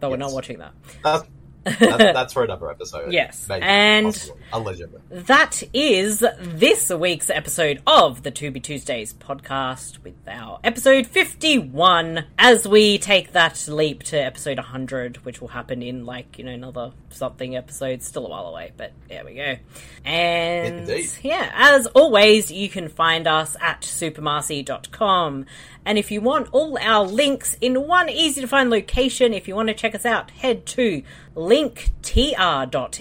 [SPEAKER 2] But we're not watching that.
[SPEAKER 8] That's, that's, that's for another episode.
[SPEAKER 2] Yes,
[SPEAKER 8] Maybe,
[SPEAKER 2] and-
[SPEAKER 8] possibly, allegedly.
[SPEAKER 2] That is this week's episode of the To Be Tuesdays podcast with our episode 51 as we take that leap to episode 100, which will happen in like, you know, another something episode. Still a while away, but there we go. And
[SPEAKER 15] Indeed.
[SPEAKER 2] yeah, as always, you can find us at supermarcy.com. And if you want all our links in one easy to find location, if you want to check us out, head to linktr.ee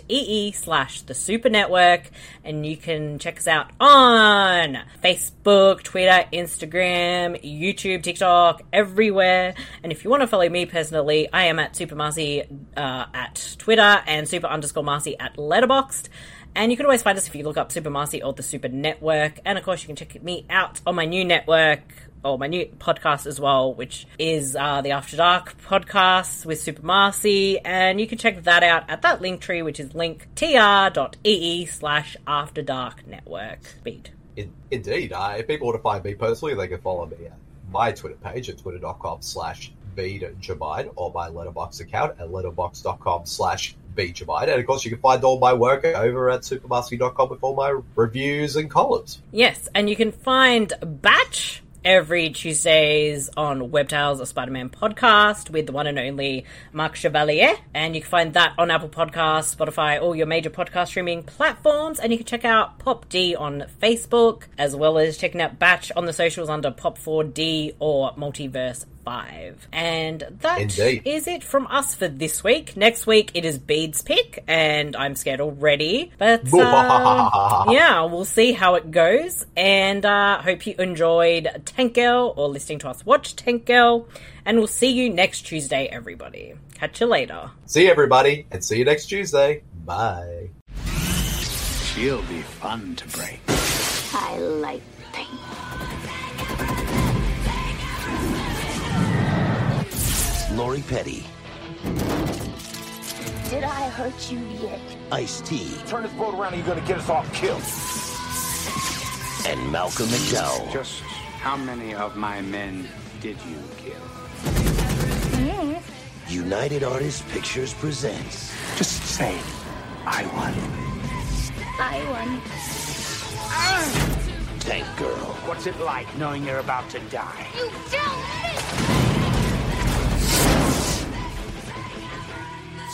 [SPEAKER 2] E slash the super network and you can check us out on Facebook, Twitter, Instagram, YouTube, TikTok, everywhere. And if you want to follow me personally, I am at Super Marcy, uh, at Twitter and super underscore Marcy at Letterboxd. And you can always find us if you look up Super Marcy or the Super Network. And of course, you can check me out on my new network or my new podcast as well, which is uh, the After Dark podcast with Super Marcy. And you can check that out at that link tree, which is linktr.ee E slash After Dark Network. Speed.
[SPEAKER 8] In, indeed, I, if people want to find me personally, they can follow me at my Twitter page at twitter.com slash bjabide or my letterbox account at letterbox.com slash bjabide. And of course, you can find all my work over at supermastery.com with all my reviews and columns.
[SPEAKER 2] Yes, and you can find Batch every Tuesdays on WebTales or Spider Man podcast with the one and only Mark Chevalier. And you can find that on Apple Podcasts, Spotify, all your major podcast streaming platforms. And you can check out Pop D on Facebook, as well as checking out Batch on the socials under Pop4D or Multiverse 5. And that is
[SPEAKER 8] Indeed.
[SPEAKER 2] it from us for this week. Next week it is Bede's pick, and I'm scared already. But uh,
[SPEAKER 1] Ah.
[SPEAKER 2] yeah, we'll see how it goes. And uh, hope you enjoyed Tank Girl or listening to us watch Tank Girl. And we'll see you next Tuesday, everybody. Catch you later.
[SPEAKER 8] See you, everybody, and see you next Tuesday. Bye.
[SPEAKER 6] She'll be fun to break.
[SPEAKER 16] I like pink.
[SPEAKER 5] Lori Petty,
[SPEAKER 16] Did I hurt you yet?
[SPEAKER 5] Ice T,
[SPEAKER 14] Turn this boat around or you're gonna get us all killed.
[SPEAKER 5] and Malcolm McDowell.
[SPEAKER 6] Just how many of my men did you kill?
[SPEAKER 5] United Artists Pictures presents. Just say, I won.
[SPEAKER 16] I won.
[SPEAKER 5] Tank Girl.
[SPEAKER 6] What's it like knowing you're about to die?
[SPEAKER 16] You don't!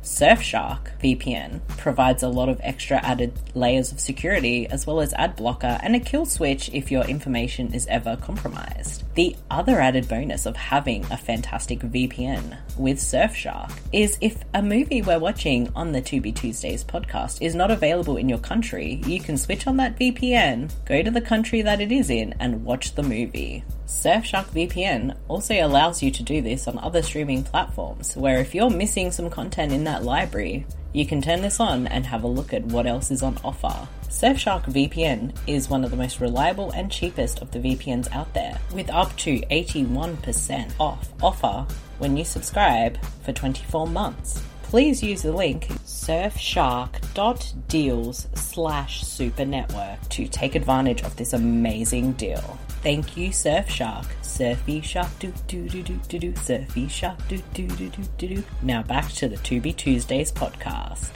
[SPEAKER 1] Surfshark VPN provides a lot of extra added layers of security as well as ad blocker and a kill switch if your information is ever compromised. The other added bonus of having a fantastic VPN with Surfshark is if a movie we're watching on the To Be Tuesdays podcast is not available in your country, you can switch on that VPN, go to the country that it is in, and watch the movie. Surfshark VPN also allows you to do this on other streaming platforms, where if you're missing some content in that library, you can turn this on and have a look at what else is on offer. Surfshark VPN is one of the most reliable and cheapest of the VPNs out there, with up to 81% off offer when you subscribe for 24 months. Please use the link surfshark.deals slash supernetwork to take advantage of this amazing deal. Thank you, Surfshark. Surfy shark do do do do do do. Surfy shark do do do do do do. Now back to the To Be Tuesdays podcast.